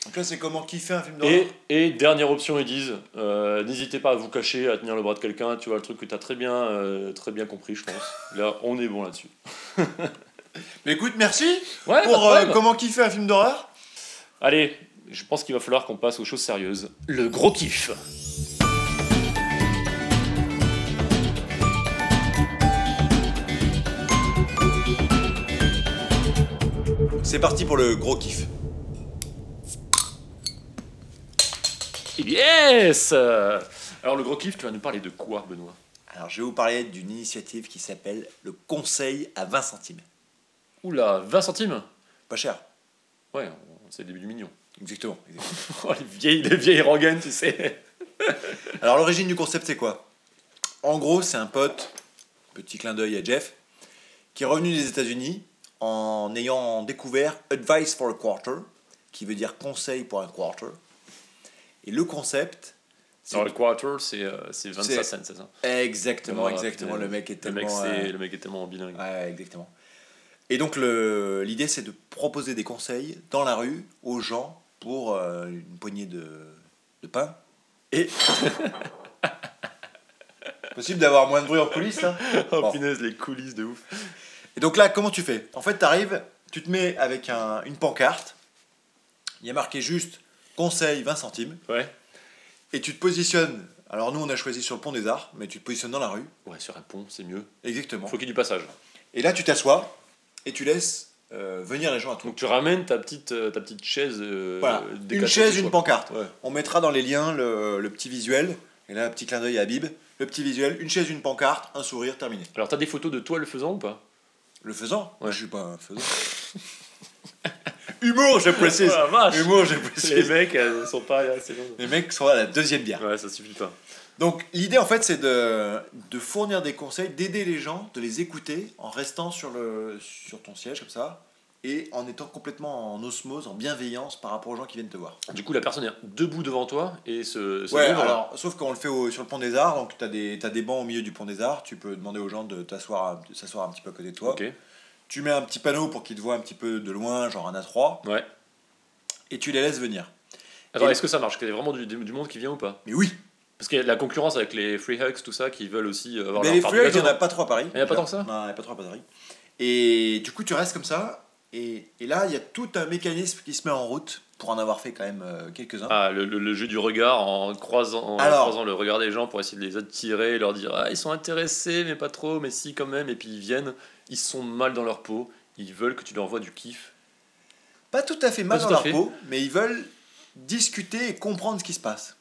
[SPEAKER 1] Donc là, c'est comment kiffer un film d'horreur
[SPEAKER 2] Et, et dernière option, ils disent euh, n'hésitez pas à vous cacher, à tenir le bras de quelqu'un. Tu vois, le truc que tu as très bien, euh, très bien compris, je pense. Là, on est bon là-dessus.
[SPEAKER 1] Mais écoute, merci
[SPEAKER 2] Ouais, pas de
[SPEAKER 1] pour euh,
[SPEAKER 2] problème.
[SPEAKER 1] comment kiffer un film d'horreur.
[SPEAKER 2] Allez, je pense qu'il va falloir qu'on passe aux choses sérieuses. Le gros kiff
[SPEAKER 1] C'est parti pour le gros kiff.
[SPEAKER 2] Yes Alors, le gros kiff, tu vas nous parler de quoi, Benoît
[SPEAKER 1] Alors, je vais vous parler d'une initiative qui s'appelle le conseil à 20 centimes.
[SPEAKER 2] Oula, 20 centimes
[SPEAKER 1] Pas cher.
[SPEAKER 2] Ouais, on- c'est le début du million.
[SPEAKER 1] Exactement. exactement.
[SPEAKER 2] Oh, les vieilles, les vieilles rengaines, tu sais.
[SPEAKER 1] Alors, l'origine du concept, c'est quoi En gros, c'est un pote, petit clin d'œil à Jeff, qui est revenu des États-Unis en ayant découvert Advice for a Quarter, qui veut dire conseil pour un quarter. Et le concept, c'est
[SPEAKER 2] Alors, le quarter, c'est euh, c'est 25
[SPEAKER 1] C'est-
[SPEAKER 2] cents, c'est ça
[SPEAKER 1] Exactement,
[SPEAKER 2] Ouais,
[SPEAKER 1] exactement.
[SPEAKER 2] putain.
[SPEAKER 1] Le mec est
[SPEAKER 2] le
[SPEAKER 1] tellement.
[SPEAKER 2] mec,
[SPEAKER 1] euh,
[SPEAKER 2] c'est- le mec est tellement bilingue.
[SPEAKER 1] Ouais, exactement. Et donc, le- l'idée, c'est de proposer des conseils dans la rue aux gens pour euh, une poignée de, de pain. Et. Possible d'avoir moins de bruit en coulisses, hein. là
[SPEAKER 2] Oh
[SPEAKER 1] ah, Bon.
[SPEAKER 2] punaise, les coulisses de ouf.
[SPEAKER 1] Et donc là, comment tu fais En fait, tu arrives, tu te mets avec un- une pancarte. Il y a marqué juste conseil 20 centimes.
[SPEAKER 2] Ouais.
[SPEAKER 1] Et tu te positionnes. Alors, nous, on a choisi sur le pont des Arts, mais tu te positionnes dans la rue.
[SPEAKER 2] Ouais, sur un pont, c'est mieux.
[SPEAKER 1] Exactement.
[SPEAKER 2] Faut qu'il y ait du passage.
[SPEAKER 1] Et là, tu t'assois et tu laisses euh, venir les gens à toi.
[SPEAKER 2] Donc tu ramènes ta petite, euh, ta petite chaise. euh,
[SPEAKER 1] Voilà, une
[SPEAKER 2] décathlon,
[SPEAKER 1] chaise,
[SPEAKER 2] je
[SPEAKER 1] une
[SPEAKER 2] crois.
[SPEAKER 1] pancarte.
[SPEAKER 2] Ouais.
[SPEAKER 1] On mettra dans les liens le, le petit visuel. Et là, petit clin d'œil à Bib. Le petit visuel, une chaise, une pancarte, un sourire, terminé.
[SPEAKER 2] Alors t'as des photos de toi le faisant ou pas
[SPEAKER 1] Le faisant
[SPEAKER 2] Ouais.
[SPEAKER 1] Je suis pas un faisant. Humour, je précise.
[SPEAKER 2] Ah, la vache
[SPEAKER 1] Humour, je
[SPEAKER 2] Les
[SPEAKER 1] précise.
[SPEAKER 2] mecs, elles sont pas assez longues.
[SPEAKER 1] Les mecs sont à la deuxième bière.
[SPEAKER 2] Ouais, ça suffit pas.
[SPEAKER 1] Donc, l'idée, en fait, c'est de, de fournir des conseils, d'aider les gens, de les écouter en restant sur, le, sur ton siège, comme ça, et en étant complètement en osmose, en bienveillance par rapport aux gens qui viennent te voir.
[SPEAKER 2] Du coup, la personne est debout devant toi et se. se
[SPEAKER 1] Ouais,
[SPEAKER 2] lève.
[SPEAKER 1] alors, sauf qu'on le fait au- sur le pont des Arts, donc t'as des, t'as des bancs au milieu du pont des Arts, tu peux demander aux gens de t'asseoir un- de s'asseoir un petit peu à côté de toi.
[SPEAKER 2] Ok.
[SPEAKER 1] Tu mets un petit panneau pour qu'ils te voient un petit peu de loin, genre un A3,
[SPEAKER 2] Ouais.
[SPEAKER 1] et tu les laisses venir.
[SPEAKER 2] Attends,
[SPEAKER 1] Et-
[SPEAKER 2] est-ce que ça marche Qu'il y a vraiment du, du monde qui vient ou pas
[SPEAKER 1] Mais oui
[SPEAKER 2] Parce qu'il y a de la concurrence avec les free hugs, tout ça, qui veulent aussi avoir
[SPEAKER 1] Mais
[SPEAKER 2] leur
[SPEAKER 1] les
[SPEAKER 2] part
[SPEAKER 1] Freaks,
[SPEAKER 2] du
[SPEAKER 1] il n'y en a
[SPEAKER 2] gâteau,
[SPEAKER 1] pas trois à Paris.
[SPEAKER 2] Il y en a pas tant que ça
[SPEAKER 1] Non, il n'y en a pas trois à Paris. Et du coup, tu restes comme ça, et, et là, il y a tout un mécanisme qui se met en route pour en avoir fait quand même euh, quelques-uns.
[SPEAKER 2] Ah, le, le- le jeu du regard en croisant, en
[SPEAKER 1] Alors.
[SPEAKER 2] croisant le regard des gens pour essayer de les attirer, leur dire Ah, ils sont intéressés, mais pas trop, mais si quand même. Et puis ils viennent, ils sont mal dans leur peau, ils veulent que tu leur envoies du kiff.
[SPEAKER 1] Pas tout à fait mal
[SPEAKER 2] Pas
[SPEAKER 1] dans
[SPEAKER 2] tout à
[SPEAKER 1] leur
[SPEAKER 2] fait.
[SPEAKER 1] peau, mais ils veulent discuter et comprendre ce qui se passe.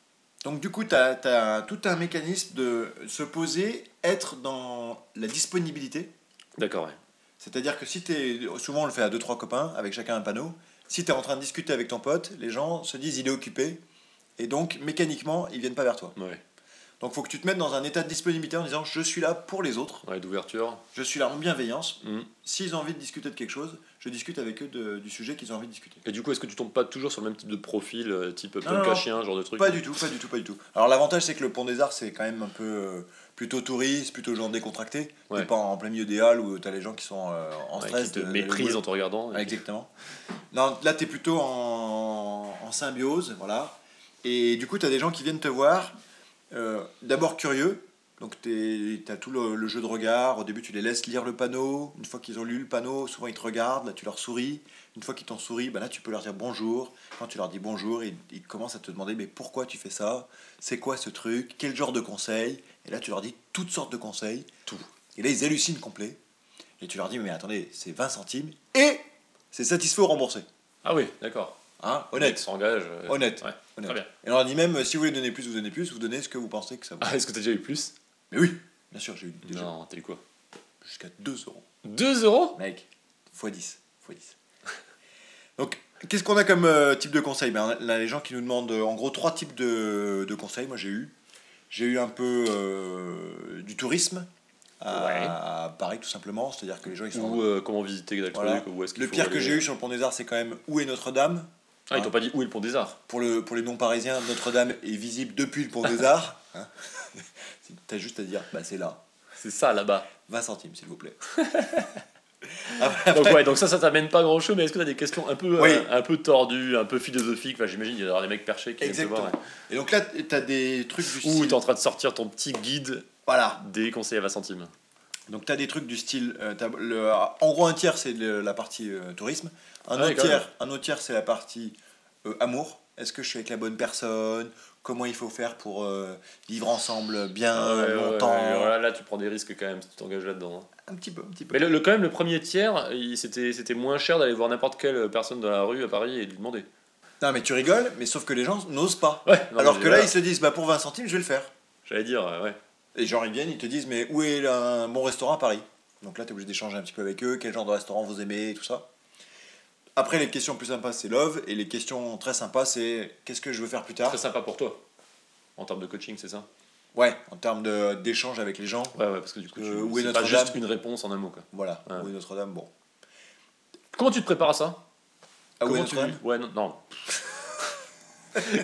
[SPEAKER 1] Donc du coup, tu as, tout un mécanisme de se poser, être dans la disponibilité.
[SPEAKER 2] D'accord, ouais.
[SPEAKER 1] C'est-à-dire que si tu es... Souvent, on le fait à deux, trois copains, avec chacun un panneau. Si tu es en train de discuter avec ton pote, les gens se disent, il est occupé. Et donc, mécaniquement, ils viennent pas vers toi.
[SPEAKER 2] Ouais,
[SPEAKER 1] Donc, faut que tu te mettes dans un état de disponibilité en disant, je suis là pour les autres,
[SPEAKER 2] ouais d'ouverture.
[SPEAKER 1] je suis là en bienveillance.
[SPEAKER 2] Mhm.
[SPEAKER 1] S'ils ont envie de discuter de quelque chose, je discute avec eux de- du sujet qu'ils ont envie de discuter.
[SPEAKER 2] Et du coup, est-ce que tu tombes pas toujours sur le même type de profil, euh, type
[SPEAKER 1] non, non.
[SPEAKER 2] punk à chien, genre de truc
[SPEAKER 1] Pas du tout, pas du tout, pas du tout. Alors l'avantage c'est que le Pont des Arts c'est quand même un peu euh, plutôt touriste, plutôt gens décontractés.
[SPEAKER 2] Ouais.
[SPEAKER 1] T'es pas en plein milieu des halles où t'as les gens qui sont euh, en
[SPEAKER 2] Ouais,
[SPEAKER 1] stress.
[SPEAKER 2] qui te
[SPEAKER 1] de- de-
[SPEAKER 2] méprise en te regardant.
[SPEAKER 1] Ouais, exactement. Non, là t'es plutôt en, en symbiose, voilà. Et du coup t'as des gens qui viennent te voir, euh, d'abord curieux. Donc t'es- t'as tout le, le jeu de regard. Au début tu les laisses lire le panneau. Une fois qu'ils ont lu le panneau, souvent ils te regardent. Là tu leur souris. Une fois qu'ils t'ont souri, bah là tu peux leur dire bonjour. Quand tu leur dis bonjour, ils, ils commencent à te demander mais pourquoi tu fais ça C'est quoi ce truc Quel genre de conseil Et là tu leur dis toutes sortes de conseils. Tout. Et là ils hallucinent complet. Et tu leur dis mais attendez, c'est 20 centimes et c'est satisfait ou remboursé.
[SPEAKER 2] Ah oui, d'accord.
[SPEAKER 1] Hein
[SPEAKER 2] Ils
[SPEAKER 1] Honnête.
[SPEAKER 2] s'engagent. euh,
[SPEAKER 1] Honnête.
[SPEAKER 2] Ouais.
[SPEAKER 1] Honnête.
[SPEAKER 2] Très bien.
[SPEAKER 1] Et on leur dit même euh, si vous voulez donner plus, vous donnez plus, vous donnez ce que vous pensez que ça vaut.
[SPEAKER 2] Ah, est-ce que t'as déjà eu plus
[SPEAKER 1] Mais oui, bien sûr, j'ai eu déjà
[SPEAKER 2] Non, t'as eu quoi
[SPEAKER 1] jusqu'à 2 euros.
[SPEAKER 2] 2 euros
[SPEAKER 1] Mec, x 10, x 10. Donc, qu'est-ce qu'on a comme euh, type de conseil ben, on a les gens qui nous demandent euh, en gros trois types de, de conseils. Moi, j'ai eu. J'ai eu un peu euh, du tourisme à,
[SPEAKER 2] Ouais.
[SPEAKER 1] à Paris, tout simplement. C'est-à-dire que les gens, ils sont.
[SPEAKER 2] Ou euh, comment visiter quel
[SPEAKER 1] Voilà.
[SPEAKER 2] truc, ou est-ce qu'il
[SPEAKER 1] Le
[SPEAKER 2] faut
[SPEAKER 1] pire que
[SPEAKER 2] aller- euh
[SPEAKER 1] j'ai eu sur le Pont des Arts, c'est quand même où est Notre-Dame
[SPEAKER 2] Ah, ils t'ont pas dit où est le pont des arts
[SPEAKER 1] pour, le, pour les non-parisiens, Notre-Dame est visible depuis le Pont des Arts. Hein T'as juste à dire, bah c'est là.
[SPEAKER 2] C'est ça là-bas.
[SPEAKER 1] 20 centimes, s'il vous plaît.
[SPEAKER 2] Donc ouais, donc ça, ça t'amène pas grand-chose, mais est-ce que t'as des questions un peu,
[SPEAKER 1] Oui.
[SPEAKER 2] euh, un, peu tordues, un peu philosophiques Enfin, j'imagine il y a des mecs perchés qui viennent te
[SPEAKER 1] Exactement.
[SPEAKER 2] voir.
[SPEAKER 1] Et donc là, t'as des trucs du
[SPEAKER 2] Ou t'es
[SPEAKER 1] style.
[SPEAKER 2] en train de sortir ton petit guide
[SPEAKER 1] Voilà.
[SPEAKER 2] des conseils à 20 centimes.
[SPEAKER 1] Donc t'as des trucs du style. euh, t'as le, en gros, un tiers, c'est le- la partie euh, tourisme. Un,
[SPEAKER 2] Ah ouais,
[SPEAKER 1] autre
[SPEAKER 2] quand
[SPEAKER 1] tiers, un autre tiers, c'est la partie euh, amour. Est-ce que je suis avec la bonne personne Comment il faut faire pour euh, vivre ensemble bien
[SPEAKER 2] Ouais, ouais,
[SPEAKER 1] longtemps
[SPEAKER 2] ouais, voilà, là, tu prends des risques quand même si tu t'engages là-dedans. hein.
[SPEAKER 1] Un petit peu, un petit peu.
[SPEAKER 2] Mais le, le- quand même, le premier tiers, il- c'était c'était moins cher d'aller voir n'importe quelle personne dans la rue à Paris et de lui demander.
[SPEAKER 1] Non, mais tu rigoles, mais sauf que les gens n'osent pas.
[SPEAKER 2] Ouais, non,
[SPEAKER 1] Alors
[SPEAKER 2] mais
[SPEAKER 1] que là,
[SPEAKER 2] voilà,
[SPEAKER 1] ils se disent, bah pour 20 centimes, je vais le faire.
[SPEAKER 2] J'allais dire, euh, ouais.
[SPEAKER 1] Et genre, ils viennent, ils te disent, mais où est là un bon restaurant à Paris Donc là, t'es obligé d'échanger un petit peu avec eux, quel genre de restaurant vous aimez, tout ça. Après, les questions plus sympas, c'est love, et les questions très sympas, c'est qu'est-ce que je veux faire plus tard
[SPEAKER 2] Très sympa pour toi. En termes de coaching, c'est ça
[SPEAKER 1] Ouais, en termes de- d'échange avec les gens,
[SPEAKER 2] Ouais, ouais, parce que du coup, tu-
[SPEAKER 1] Euh, où est
[SPEAKER 2] c'est pas
[SPEAKER 1] Notre-Dame
[SPEAKER 2] juste une réponse en un mot. Quoi.
[SPEAKER 1] voilà.
[SPEAKER 2] Ouais.
[SPEAKER 1] Où est Notre-Dame Bon.
[SPEAKER 2] Comment tu te prépares à ça
[SPEAKER 1] Ah, où est
[SPEAKER 2] Comment tu...
[SPEAKER 1] Notre-Dame
[SPEAKER 2] Ouais, non. non.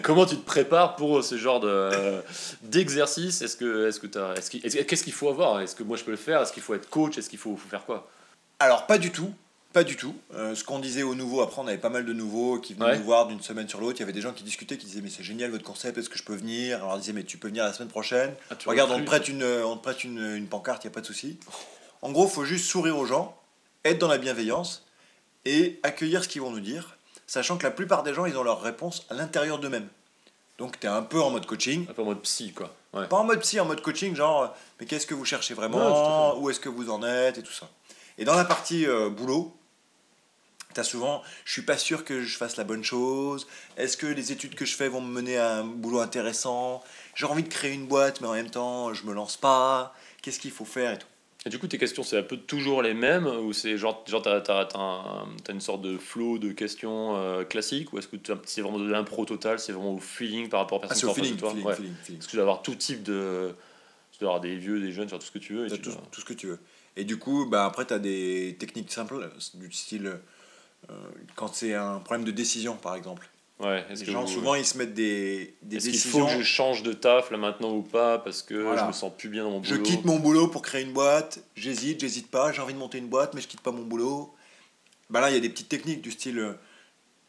[SPEAKER 2] Comment tu te prépares pour ce genre de d'exercice Est-ce que est-ce que t'as est-ce qu'il- est-ce- qu'est-ce qu'il faut avoir Est-ce que moi je peux le faire Est-ce qu'il faut être coach Est-ce qu'il faut, faut faire quoi
[SPEAKER 1] Alors, pas du tout. Pas du tout. Euh, ce qu'on disait aux nouveaux, après, on avait pas mal de nouveaux qui venaient
[SPEAKER 2] Ouais.
[SPEAKER 1] nous voir d'une semaine sur l'autre. Il y avait des gens qui discutaient, qui disaient, mais c'est génial votre concept, est-ce que je peux venir Alors, on disait, mais tu peux venir la semaine prochaine. Regarde, Ah, on te prête une, euh, on te prête une, une pancarte, il n'y a pas de souci. En gros, faut juste sourire aux gens, être dans la bienveillance et accueillir ce qu'ils vont nous dire, sachant que la plupart des gens, ils ont leurs réponses à l'intérieur d'eux-mêmes. Donc, tu es un peu en mode coaching.
[SPEAKER 2] un peu en mode psy quoi. Ouais.
[SPEAKER 1] Pas en mode psy, en mode coaching, genre, euh, mais qu'est-ce que vous cherchez
[SPEAKER 2] Ouais,
[SPEAKER 1] vraiment
[SPEAKER 2] tout
[SPEAKER 1] Où est-ce que vous en êtes Et tout ça. Et dans la partie euh, boulot, tu as souvent, je suis pas sûr que je fasse la bonne chose. Est-ce que les études que je fais vont me mener à un boulot intéressant J'ai envie de créer une boîte, mais en même temps, je me lance pas. Qu'est-ce qu'il faut faire et tout. Ah,
[SPEAKER 2] Et du coup tes questions c'est un peu toujours les mêmes ou c'est genre genre t'as t'as- t'as un- t'as une sorte de flow de questions euh, classiques ou est-ce que t'as- c'est vraiment de l'impro total C'est vraiment au feeling par rapport à
[SPEAKER 1] Ah, c'est
[SPEAKER 2] personne
[SPEAKER 1] au
[SPEAKER 2] qui est en
[SPEAKER 1] feeling,
[SPEAKER 2] face de toi
[SPEAKER 1] feeling,
[SPEAKER 2] Ouais.
[SPEAKER 1] feeling, feeling.
[SPEAKER 2] Parce que tu dois avoir tout type de tu dois avoir des vieux, des jeunes, sur tout ce que tu veux. et
[SPEAKER 1] T'as
[SPEAKER 2] tu
[SPEAKER 1] tout,
[SPEAKER 2] dois-
[SPEAKER 1] tout ce que tu veux. Et du coup, bah, après, tu as des techniques simples, du style euh, quand c'est un problème de décision, par exemple.
[SPEAKER 2] Ouais. est-ce
[SPEAKER 1] Les
[SPEAKER 2] que
[SPEAKER 1] gens,
[SPEAKER 2] vous-
[SPEAKER 1] souvent, ils se mettent des, des
[SPEAKER 2] Est-ce qu'il faut
[SPEAKER 1] décisions.
[SPEAKER 2] que je change de taf là maintenant ou pas parce que
[SPEAKER 1] Voilà.
[SPEAKER 2] je me sens plus bien dans mon
[SPEAKER 1] Je
[SPEAKER 2] boulot
[SPEAKER 1] quitte mon boulot pour créer une boîte, j'hésite, j'hésite pas, j'ai envie de monter une boîte, mais je quitte pas mon boulot. Bah là, il y a des petites techniques du style euh,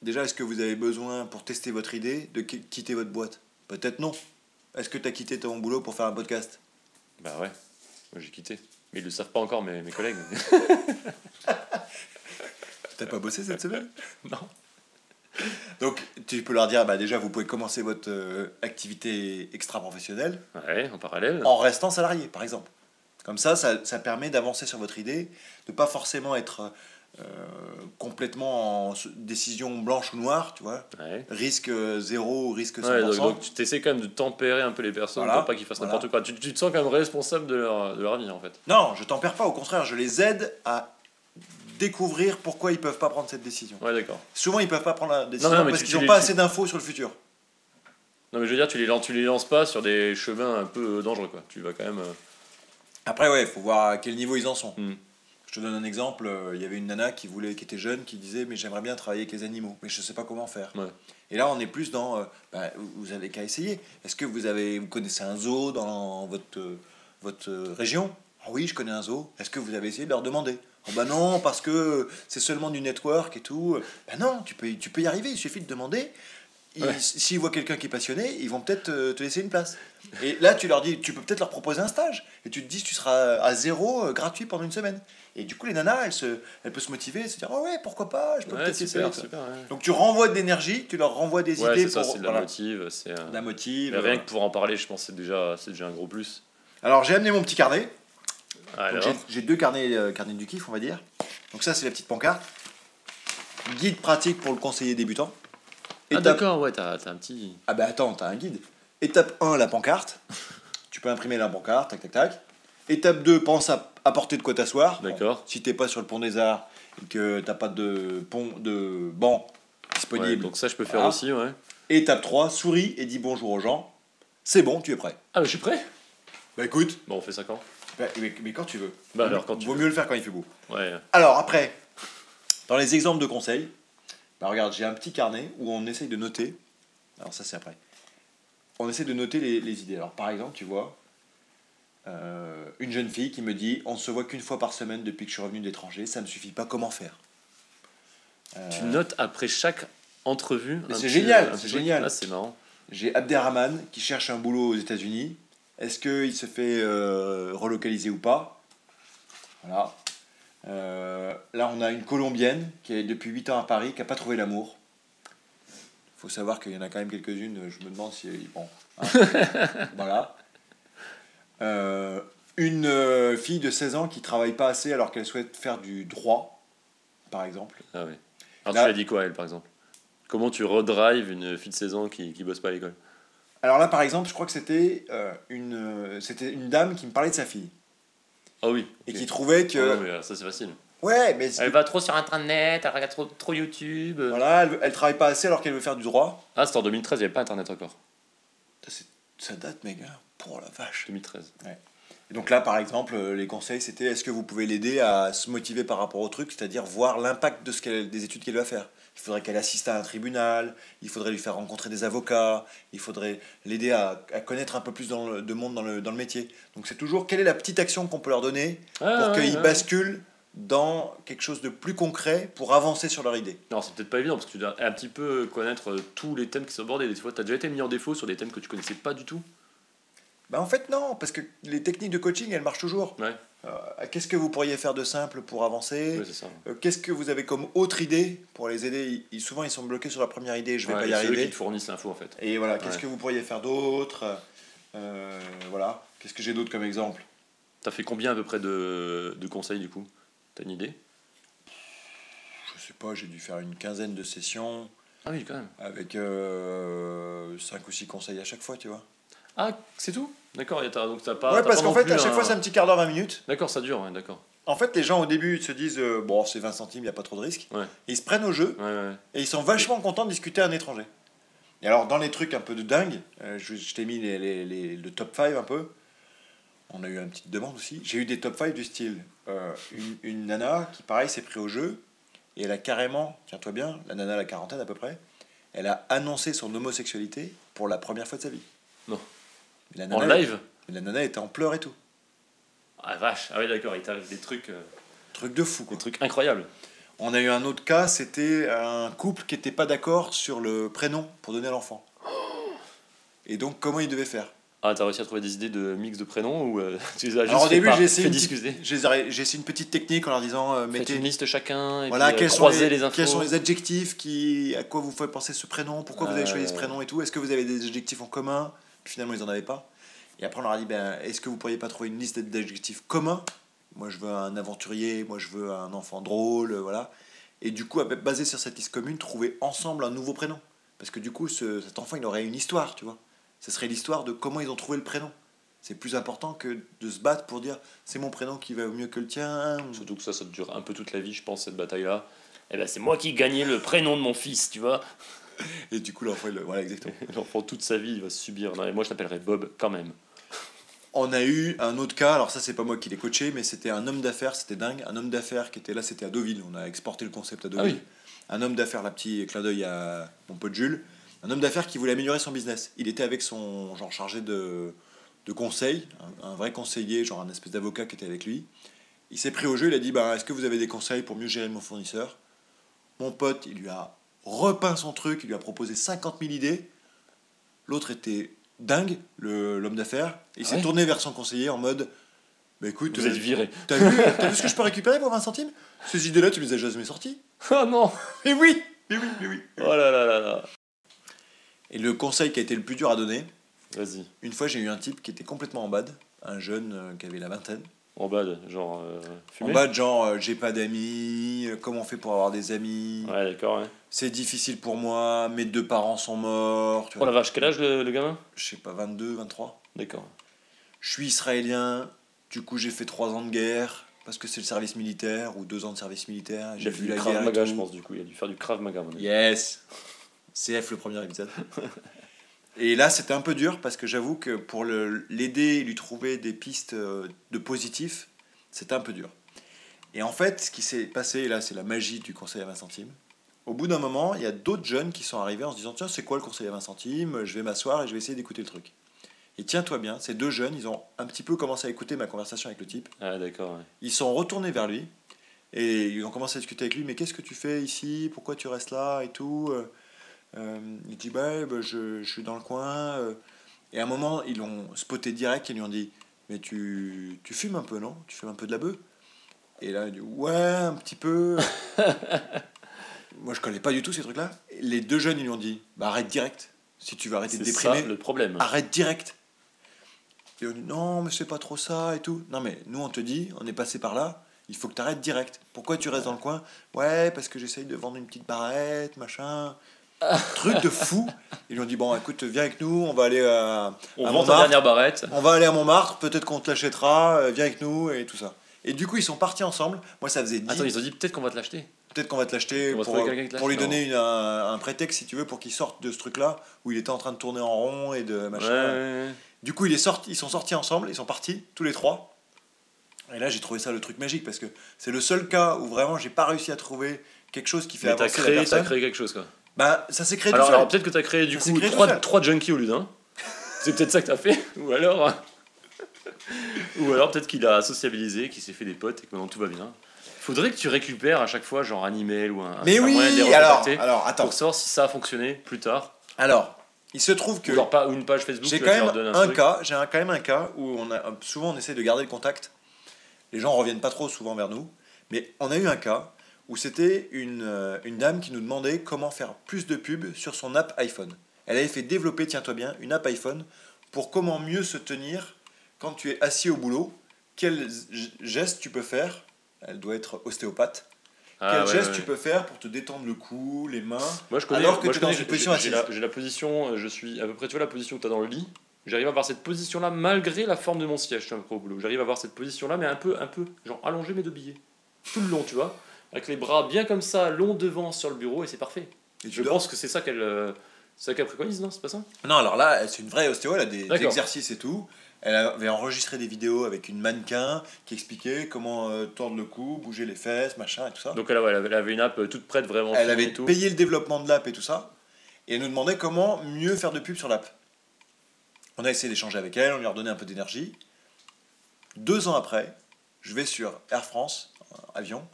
[SPEAKER 1] déjà, est-ce que vous avez besoin pour tester votre idée de qui- quitter votre boîte Peut-être non. Est-ce que tu as quitté ton boulot pour faire un podcast
[SPEAKER 2] Bah ouais, moi j'ai quitté. Mais ils le savent pas encore mes, mes collègues.
[SPEAKER 1] T'as pas bossé cette semaine
[SPEAKER 2] non.
[SPEAKER 1] Donc, tu peux leur dire, bah, déjà, vous pouvez commencer votre euh, activité extra-professionnelle
[SPEAKER 2] Ouais, en parallèle.
[SPEAKER 1] en restant salarié, par exemple. Comme ça, ça, ça permet d'avancer sur votre idée, de pas forcément être euh, complètement en s- décision blanche ou noire, tu vois.
[SPEAKER 2] Ouais.
[SPEAKER 1] Risque euh, zéro, risque 100%.
[SPEAKER 2] Ouais, donc, donc tu t'essaies quand même de tempérer un peu les personnes
[SPEAKER 1] Voilà,
[SPEAKER 2] pour pas qu'ils fassent
[SPEAKER 1] voilà.
[SPEAKER 2] n'importe quoi. Tu, tu te sens quand même responsable de leur, de leur vie en fait.
[SPEAKER 1] Non, je t'en perds pas, au contraire, je les aide à découvrir pourquoi ils peuvent pas prendre cette décision.
[SPEAKER 2] Ouais, d'accord.
[SPEAKER 1] Souvent, ils peuvent pas prendre la décision
[SPEAKER 2] non, mais
[SPEAKER 1] parce
[SPEAKER 2] tu-
[SPEAKER 1] qu'ils
[SPEAKER 2] tu
[SPEAKER 1] n'ont
[SPEAKER 2] les-
[SPEAKER 1] pas
[SPEAKER 2] tu-
[SPEAKER 1] assez d'infos sur le futur.
[SPEAKER 2] Non, mais je veux dire, tu les, lan- tu les lances pas sur des chemins un peu euh, dangereux quoi. Tu vas quand même. euh,
[SPEAKER 1] Après, ouais, faut voir à quel niveau ils en sont.
[SPEAKER 2] Mm.
[SPEAKER 1] Je te donne un exemple. euh, Il y avait une nana qui voulait, qui était jeune, qui disait, mais j'aimerais bien travailler avec les animaux, mais je sais pas comment faire.
[SPEAKER 2] Ouais.
[SPEAKER 1] Et là, on est plus dans, euh, bah, vous- vous avez qu'à essayer. Est-ce que vous avez, vous connaissez un zoo dans votre euh, votre euh, région Ah oui, je connais un zoo. Est-ce que vous avez essayé de leur demander Oh bah non, parce que c'est seulement du network et tout. Bah non, tu peux, y- tu peux y arriver. Il suffit de demander. Ils-
[SPEAKER 2] Ouais.
[SPEAKER 1] S'ils voient quelqu'un qui est passionné, ils vont peut-être euh, te laisser une place. Et là, tu leur dis, tu peux peut-être leur proposer un stage. Et tu te dis, tu seras à zéro euh, gratuit pendant une semaine. Et du coup, les nanas, elles, se, elles peuvent se motiver, se dire, oh ouais, pourquoi pas, je peux
[SPEAKER 2] Ouais,
[SPEAKER 1] peut-être essayer.
[SPEAKER 2] super,
[SPEAKER 1] ça.
[SPEAKER 2] super. Ouais,
[SPEAKER 1] Donc tu renvoies de l'énergie, tu leur renvoies des
[SPEAKER 2] Ouais,
[SPEAKER 1] idées
[SPEAKER 2] c'est ça,
[SPEAKER 1] pour
[SPEAKER 2] c'est de la
[SPEAKER 1] voilà,
[SPEAKER 2] motive. C'est, euh,
[SPEAKER 1] de la motive.
[SPEAKER 2] mais rien que pour en parler, je pense que c'est déjà, c'est déjà un gros plus.
[SPEAKER 1] Alors j'ai amené mon petit carnet. Donc,
[SPEAKER 2] Alors, Ah,
[SPEAKER 1] j'ai- j'ai deux carnets, euh, carnets du kiff, on va dire. Donc ça, c'est la petite pancarte. Guide pratique pour le conseiller débutant.
[SPEAKER 2] ah,
[SPEAKER 1] Étape-
[SPEAKER 2] d'accord, ouais, t'as, t'as un petit.
[SPEAKER 1] Ah bah attends, t'as un guide. Étape 1, la pancarte. tu peux imprimer la pancarte, tac tac tac. Étape 2, pense à apporter de quoi t'asseoir.
[SPEAKER 2] D'accord.
[SPEAKER 1] si t'es pas sur le pont des arts et que t'as pas de pont de banc disponible.
[SPEAKER 2] Ouais, donc ça, je peux faire
[SPEAKER 1] Ah.
[SPEAKER 2] aussi, ouais.
[SPEAKER 1] Étape 3, souris et dis bonjour aux gens. C'est bon, tu es prêt.
[SPEAKER 2] Ah, mais je suis prêt
[SPEAKER 1] Bah écoute,
[SPEAKER 2] Bon, on fait ça quand
[SPEAKER 1] bah, mais, mais quand tu veux.
[SPEAKER 2] Bah alors, quand tu
[SPEAKER 1] Vaut mieux le faire quand il fait beau.
[SPEAKER 2] Ouais.
[SPEAKER 1] Alors après, dans les exemples de conseils, bah regarde, j'ai un petit carnet où on essaye de noter. Alors ça c'est après. On essaie de noter les, les idées. Alors par exemple, tu vois, euh, une jeune fille qui me dit on se voit qu'une fois par semaine depuis que je suis revenu d'étranger, ça me suffit pas, comment faire Euh,
[SPEAKER 2] Tu notes après chaque entrevue.
[SPEAKER 1] Mais
[SPEAKER 2] un
[SPEAKER 1] c'est
[SPEAKER 2] petit-
[SPEAKER 1] génial,
[SPEAKER 2] un
[SPEAKER 1] c'est
[SPEAKER 2] petit
[SPEAKER 1] génial.
[SPEAKER 2] Ah, c'est marrant.
[SPEAKER 1] J'ai Abderrahman qui cherche un boulot aux États-Unis. Est-ce qu'il se fait euh, relocaliser ou pas Voilà. Euh, là, on a une Colombienne qui est depuis 8 ans à Paris, qui n'a pas trouvé l'amour. Il faut savoir qu'il y en a quand même quelques-unes. Je me demande si. Bon. hein. voilà. Euh, une euh, fille de 16 ans qui travaille pas assez alors qu'elle souhaite faire du droit, par exemple.
[SPEAKER 2] Ah ouais. Alors
[SPEAKER 1] Là-
[SPEAKER 2] tu lui as dit quoi, elle, par exemple Comment tu redrives une fille de 16 ans qui, qui bosse pas à l'école
[SPEAKER 1] Alors là, par exemple, je crois que c'était euh, une, euh, c'était une dame qui me parlait de sa fille.
[SPEAKER 2] Ah oui.
[SPEAKER 1] et
[SPEAKER 2] ok.
[SPEAKER 1] qui trouvait que
[SPEAKER 2] Ah non, mais, euh, ça, c'est facile.
[SPEAKER 1] ouais mais c'est-
[SPEAKER 2] Elle va trop sur Internet, elle regarde trop, trop YouTube.
[SPEAKER 1] voilà elle, elle travaille pas assez alors qu'elle veut faire du droit
[SPEAKER 2] Ah, c'était en 2013, il n'y avait pas Internet encore.
[SPEAKER 1] ça, c'est- ça date mes gars pour la vache
[SPEAKER 2] 2013.
[SPEAKER 1] Et donc là par exemple euh, les conseils c'était est-ce que vous pouvez l'aider à se motiver par rapport au truc c'est-à-dire voir l'impact de ce qu'elle des études qu'elle va faire il faudrait qu'elle assiste à un tribunal il faudrait lui faire rencontrer des avocats il faudrait l'aider à, à connaître un peu plus dans le, de monde dans le, dans le métier donc c'est toujours quelle est la petite action qu'on peut leur donner pour
[SPEAKER 2] Ah, ouais,
[SPEAKER 1] qu'ils
[SPEAKER 2] ouais.
[SPEAKER 1] basculent dans quelque chose de plus concret pour avancer sur leur idée
[SPEAKER 2] Non, c'est peut-être pas évident parce que tu dois un petit peu connaître euh, tous les thèmes qui sont abordés. Des fois, tu as déjà été mis en défaut sur des thèmes que tu connaissais pas du tout.
[SPEAKER 1] Bah en fait non, parce que les techniques de coaching, elles marchent toujours.
[SPEAKER 2] Ouais,
[SPEAKER 1] Euh, Qu'est-ce que vous pourriez faire de simple pour avancer
[SPEAKER 2] ouais, c'est ça.
[SPEAKER 1] Euh, Qu'est-ce que vous avez comme autre idée pour les aider Ils- Souvent, ils sont bloqués sur la première idée, je vais
[SPEAKER 2] Ouais,
[SPEAKER 1] pas y
[SPEAKER 2] et c'est eux qui
[SPEAKER 1] arriver.
[SPEAKER 2] te fournissent l'info en fait.
[SPEAKER 1] Et voilà, qu'est-ce
[SPEAKER 2] Ouais.
[SPEAKER 1] que vous pourriez faire d'autre Euh, Voilà, qu'est-ce que j'ai d'autre comme exemple
[SPEAKER 2] T'as fait combien à peu près de, de conseils du coup T'as une idée
[SPEAKER 1] Je sais pas, j'ai dû faire une quinzaine de sessions
[SPEAKER 2] Ah oui, quand même.
[SPEAKER 1] avec euh, cinq ou six conseils à chaque fois, tu vois.
[SPEAKER 2] Ah, c'est tout D'accord, et t'as- donc Ah, t'as pas.
[SPEAKER 1] ouais,
[SPEAKER 2] t'as
[SPEAKER 1] parce
[SPEAKER 2] pas
[SPEAKER 1] qu'en
[SPEAKER 2] non
[SPEAKER 1] fait,
[SPEAKER 2] plus
[SPEAKER 1] à chaque
[SPEAKER 2] un-
[SPEAKER 1] fois, c'est un petit quart d'heure, 20 minutes.
[SPEAKER 2] D'accord, ça dure, ouais, d'accord.
[SPEAKER 1] En fait, les gens au début ils se disent euh, bon, c'est 20 centimes, il n'y a pas trop de risque.
[SPEAKER 2] Ouais.
[SPEAKER 1] Et ils se prennent au jeu.
[SPEAKER 2] Ouais, ouais.
[SPEAKER 1] Et ils sont vachement contents de discuter à un étranger. Et alors, dans les trucs un peu de dingue, euh, je, je t'ai mis les, les- les- le top 5 un peu. On a eu une petite demande aussi. J'ai eu des top 5 du style euh, une, une nana qui, pareil, s'est pris au jeu et elle a carrément, tiens-toi bien, la nana à la quarantaine à peu près, elle a annoncé son homosexualité pour la première fois de sa vie.
[SPEAKER 2] Non.
[SPEAKER 1] Mais la
[SPEAKER 2] En
[SPEAKER 1] nana,
[SPEAKER 2] live
[SPEAKER 1] mais la nana était en pleurs et tout.
[SPEAKER 2] Ah vache, ah oui, d'accord, il t'arrive des trucs, euh,
[SPEAKER 1] Truc de fou, quoi.
[SPEAKER 2] des trucs incroyables.
[SPEAKER 1] On a eu un autre cas, c'était un couple qui n'était pas d'accord sur le prénom pour donner à l'enfant. Et donc, comment il devait faire
[SPEAKER 2] Ah, t'as réussi à trouver des idées de mix de prénoms ou euh, tu les as
[SPEAKER 1] Alors
[SPEAKER 2] juste
[SPEAKER 1] au début,
[SPEAKER 2] fait
[SPEAKER 1] j'ai essayé,
[SPEAKER 2] fait
[SPEAKER 1] une
[SPEAKER 2] discuter
[SPEAKER 1] petite- j'ai- j'ai essayé une petite technique en leur disant euh,
[SPEAKER 2] Faites
[SPEAKER 1] mettez
[SPEAKER 2] une liste chacun et
[SPEAKER 1] voilà,
[SPEAKER 2] puis, euh,
[SPEAKER 1] quels, sont
[SPEAKER 2] croisez
[SPEAKER 1] les,
[SPEAKER 2] les, infos.
[SPEAKER 1] quels sont les adjectifs qui, à quoi vous fait penser ce prénom, pourquoi vous avez choisi ce
[SPEAKER 2] Euh.
[SPEAKER 1] prénom et tout, est-ce que vous avez des adjectifs en commun Puis finalement, ils n'en avaient pas. Et après, on leur a dit, ben, est-ce que vous pourriez pas trouver une liste d'adjectifs communs Moi, je veux un aventurier, moi, je veux un enfant drôle, euh, voilà. Et du coup, avec- basé sur cette liste commune, trouver ensemble un nouveau prénom. Parce que du coup, ce- cet enfant, il aurait une histoire, tu vois. Ce serait l'histoire de comment ils ont trouvé le prénom. C'est plus important que de se battre pour dire, c'est mon prénom qui va mieux que le tien. ou-
[SPEAKER 2] Surtout que ça, ça dure un peu toute la vie, je pense, cette bataille-là. Et ben, c'est moi qui gagnais le prénom de mon fils, tu vois.
[SPEAKER 1] Et du coup, l'enfant, il le- voilà, exactement.
[SPEAKER 2] L'enfant, toute sa vie, il va subir. Non, et moi, je t'appellerai Bob quand même.
[SPEAKER 1] On a eu un autre cas, alors ça c'est pas moi qui l'ai coaché, mais c'était un homme d'affaires, c'était dingue, un homme d'affaires qui était là, c'était à Deauville, on a exporté le concept à Deauville.
[SPEAKER 2] oui.
[SPEAKER 1] Un homme d'affaires, là petit clin d'œil à mon pote Jules, un homme d'affaires qui voulait améliorer son business. Il était avec son genre chargé de, de conseil, un, un vrai conseiller, genre un espèce d'avocat qui était avec lui. Il s'est pris au jeu, il a dit bah, Est-ce que vous avez des conseils pour mieux gérer mon fournisseur Mon pote, il lui a repeint son truc, il lui a proposé 50 000 idées. L'autre était dingue, le- l'homme d'affaires. Il
[SPEAKER 2] Ah
[SPEAKER 1] s'est
[SPEAKER 2] ouais
[SPEAKER 1] tourné vers son conseiller en mode Bah écoute,
[SPEAKER 2] Vous
[SPEAKER 1] euh,
[SPEAKER 2] êtes viré.
[SPEAKER 1] t'as vu, t'as vu ce que je peux récupérer pour 20 centimes Ces idées-là, tu les as jamais sorties.
[SPEAKER 2] Ah non
[SPEAKER 1] Mais oui Mais oui, mais oui
[SPEAKER 2] Oh là là là là
[SPEAKER 1] Et le conseil qui a été le plus dur à donner,
[SPEAKER 2] Vas-y,
[SPEAKER 1] une fois j'ai eu un type qui était complètement en bad, un jeune euh, qui avait la vingtaine.
[SPEAKER 2] en bad, genre. euh, fumé
[SPEAKER 1] En bad, genre euh, j'ai pas d'amis, euh, comment on fait pour avoir des amis,
[SPEAKER 2] Ouais, d'accord, ouais.
[SPEAKER 1] c'est difficile pour moi, mes deux parents sont morts, tu
[SPEAKER 2] Oh
[SPEAKER 1] vois.
[SPEAKER 2] la vache, quel âge le, le gamin
[SPEAKER 1] je sais pas, 22, 23.
[SPEAKER 2] D'accord.
[SPEAKER 1] Je suis israélien, du coup j'ai fait 3 ans de guerre, parce que c'est le service militaire, ou 2 ans de service militaire,
[SPEAKER 2] Il
[SPEAKER 1] j'ai
[SPEAKER 2] a fait
[SPEAKER 1] vu
[SPEAKER 2] du
[SPEAKER 1] la
[SPEAKER 2] Krav
[SPEAKER 1] guerre. et
[SPEAKER 2] Maga,
[SPEAKER 1] tout.
[SPEAKER 2] je pense, du coup. Il a dû faire du Krav Maga, mon ami.
[SPEAKER 1] Yes CF le premier épisode. Et là, c'était un peu dur parce que j'avoue que pour le- l'aider et lui trouver des pistes euh, de positif, c'était un peu dur. Et en fait, ce qui s'est passé, et là, c'est la magie du conseil à 20 centimes. Au bout d'un moment, il y a d'autres jeunes qui sont arrivés en se disant Tiens, c'est quoi le conseil à 20 centimes Je vais m'asseoir et je vais essayer d'écouter le truc. Et tiens-toi bien, ces deux jeunes, ils ont un petit peu commencé à écouter ma conversation avec le type.
[SPEAKER 2] Ah, d'accord, ouais.
[SPEAKER 1] Ils sont retournés vers lui et ils ont commencé à discuter avec lui. Mais qu'est-ce que tu fais ici Pourquoi tu restes là et tout Euh, euh, Il dit bah, bah, je, je suis dans le coin. euh. Et à un moment, ils l'ont spoté direct et lui ont dit Mais tu, tu fumes un peu, non Tu fumes un peu de la bœuf Et là, il dit Ouais, un petit peu. Moi, je connais pas du tout ces trucs-là. Et Les deux jeunes, ils lui ont dit Bah, arrête direct. Si tu veux arrêter de
[SPEAKER 2] C'est
[SPEAKER 1] déprimer,
[SPEAKER 2] ça le problème.
[SPEAKER 1] arrête direct. Et on dit non, mais c'est pas trop ça et tout. Non, mais nous on te dit, on est passé par là, il faut que tu arrêtes direct. Pourquoi tu restes dans le coin Ouais, parce que j'essaye de vendre une petite barrette, machin. Truc de fou. Ils lui ont dit bon, écoute, viens avec nous, on va aller à,
[SPEAKER 2] On
[SPEAKER 1] à
[SPEAKER 2] vend ta
[SPEAKER 1] Montmartre.
[SPEAKER 2] dernière barrette.
[SPEAKER 1] on va aller à Montmartre, peut-être qu'on te l'achètera, euh, viens avec nous et tout ça. Et du coup, ils sont partis ensemble. Moi, ça faisait 10
[SPEAKER 2] Attends, ils ont dit peut-être qu'on va te l'acheter.
[SPEAKER 1] Peut-être qu'on va te l'acheter
[SPEAKER 2] On va
[SPEAKER 1] pour,
[SPEAKER 2] trouver quelqu'un qui te
[SPEAKER 1] pour lui
[SPEAKER 2] l'achète,
[SPEAKER 1] donner une- un, un prétexte, si tu veux, pour qu'il sorte de ce truc-là où il était en train de tourner en rond et de
[SPEAKER 2] Ouais,
[SPEAKER 1] machin.
[SPEAKER 2] ouais.
[SPEAKER 1] Du coup, il est sorti, ils sont sortis ensemble, ils sont partis, tous les trois. Et là, j'ai trouvé ça le truc magique parce que c'est le seul cas où vraiment j'ai pas réussi à trouver quelque chose qui fait
[SPEAKER 2] Mais t'as
[SPEAKER 1] avancer
[SPEAKER 2] créé,
[SPEAKER 1] la
[SPEAKER 2] t'as
[SPEAKER 1] personne.
[SPEAKER 2] créé quelque chose, quoi.
[SPEAKER 1] Bah, ça s'est créé
[SPEAKER 2] Alors,
[SPEAKER 1] tout seul.
[SPEAKER 2] alors peut-être que t'as créé du
[SPEAKER 1] Ça s'est
[SPEAKER 2] coup
[SPEAKER 1] créé tout
[SPEAKER 2] trois
[SPEAKER 1] seul.
[SPEAKER 2] trois junkies au lieu d'un. C'est peut-être ça que t'as fait. Ou alors. euh, Ou alors peut-être qu'il a sociabilisé, qu'il s'est fait des potes et que maintenant tout va bien. Faudrait que tu récupères à chaque fois genre un email ou un.
[SPEAKER 1] Mais
[SPEAKER 2] un moyen de les
[SPEAKER 1] oui, alors,
[SPEAKER 2] recontacter
[SPEAKER 1] alors, attends.
[SPEAKER 2] Pour savoir si ça a fonctionné plus tard.
[SPEAKER 1] Alors, il se trouve que
[SPEAKER 2] Ou genre pas ou une page Facebook.
[SPEAKER 1] j'ai
[SPEAKER 2] tu
[SPEAKER 1] quand
[SPEAKER 2] vois, tu leur
[SPEAKER 1] même
[SPEAKER 2] donnes
[SPEAKER 1] un
[SPEAKER 2] truc.
[SPEAKER 1] cas, j'ai un- quand même un cas où on a souvent on essaie de garder le contact. Les gens reviennent pas trop souvent vers nous, mais on a eu un cas où c'était une, euh, une dame qui nous demandait comment faire plus de pubs sur son app iPhone. Elle avait fait développer, tiens-toi bien, une app iPhone pour comment mieux se tenir quand tu es assis au boulot. Quels g- gestes tu peux faire Elle doit être ostéopathe.
[SPEAKER 2] Ah,
[SPEAKER 1] Quels
[SPEAKER 2] ouais,
[SPEAKER 1] gestes
[SPEAKER 2] ouais,
[SPEAKER 1] tu
[SPEAKER 2] ouais.
[SPEAKER 1] peux faire pour te détendre le cou, les mains
[SPEAKER 2] Moi je connais.
[SPEAKER 1] Alors que
[SPEAKER 2] moi,
[SPEAKER 1] t'es
[SPEAKER 2] je connais,
[SPEAKER 1] dans une
[SPEAKER 2] j'ai-
[SPEAKER 1] position
[SPEAKER 2] j'ai
[SPEAKER 1] assise.
[SPEAKER 2] la- J'ai la position. euh, Je suis à peu près tu vois la position que t'as dans le lit. J'arrive à avoir cette position là malgré la forme de mon siège. Je suis un peu au boulot. J'arrive à avoir cette position là mais un peu un peu genre allongé mes deux billets tout le long tu vois avec les bras bien comme ça long devant sur le bureau et c'est parfait.
[SPEAKER 1] Et
[SPEAKER 2] Je
[SPEAKER 1] dors.
[SPEAKER 2] pense que c'est ça qu'elle euh, c'est ça qu'elle préconise non c'est pas ça
[SPEAKER 1] Non, alors là, euh, c'est une vraie ostéo, elle a des, des
[SPEAKER 2] D'accord.
[SPEAKER 1] exercices et tout. Elle avait enregistré des vidéos avec une mannequin qui expliquait comment euh, tordre le cou, bouger les fesses, machin et tout ça.
[SPEAKER 2] Donc elle, ouais, elle avait- elle avait une app euh, toute prête vraiment.
[SPEAKER 1] Ah. elle
[SPEAKER 2] filmée
[SPEAKER 1] avait
[SPEAKER 2] et tout.
[SPEAKER 1] payé le développement de l'app et tout ça. Et elle nous demandait comment mieux faire de pub sur l'app. On a essayé d'échanger avec elle, on lui a redonné un peu d'énergie. Deux ans après, je vais sur Air France, en avion.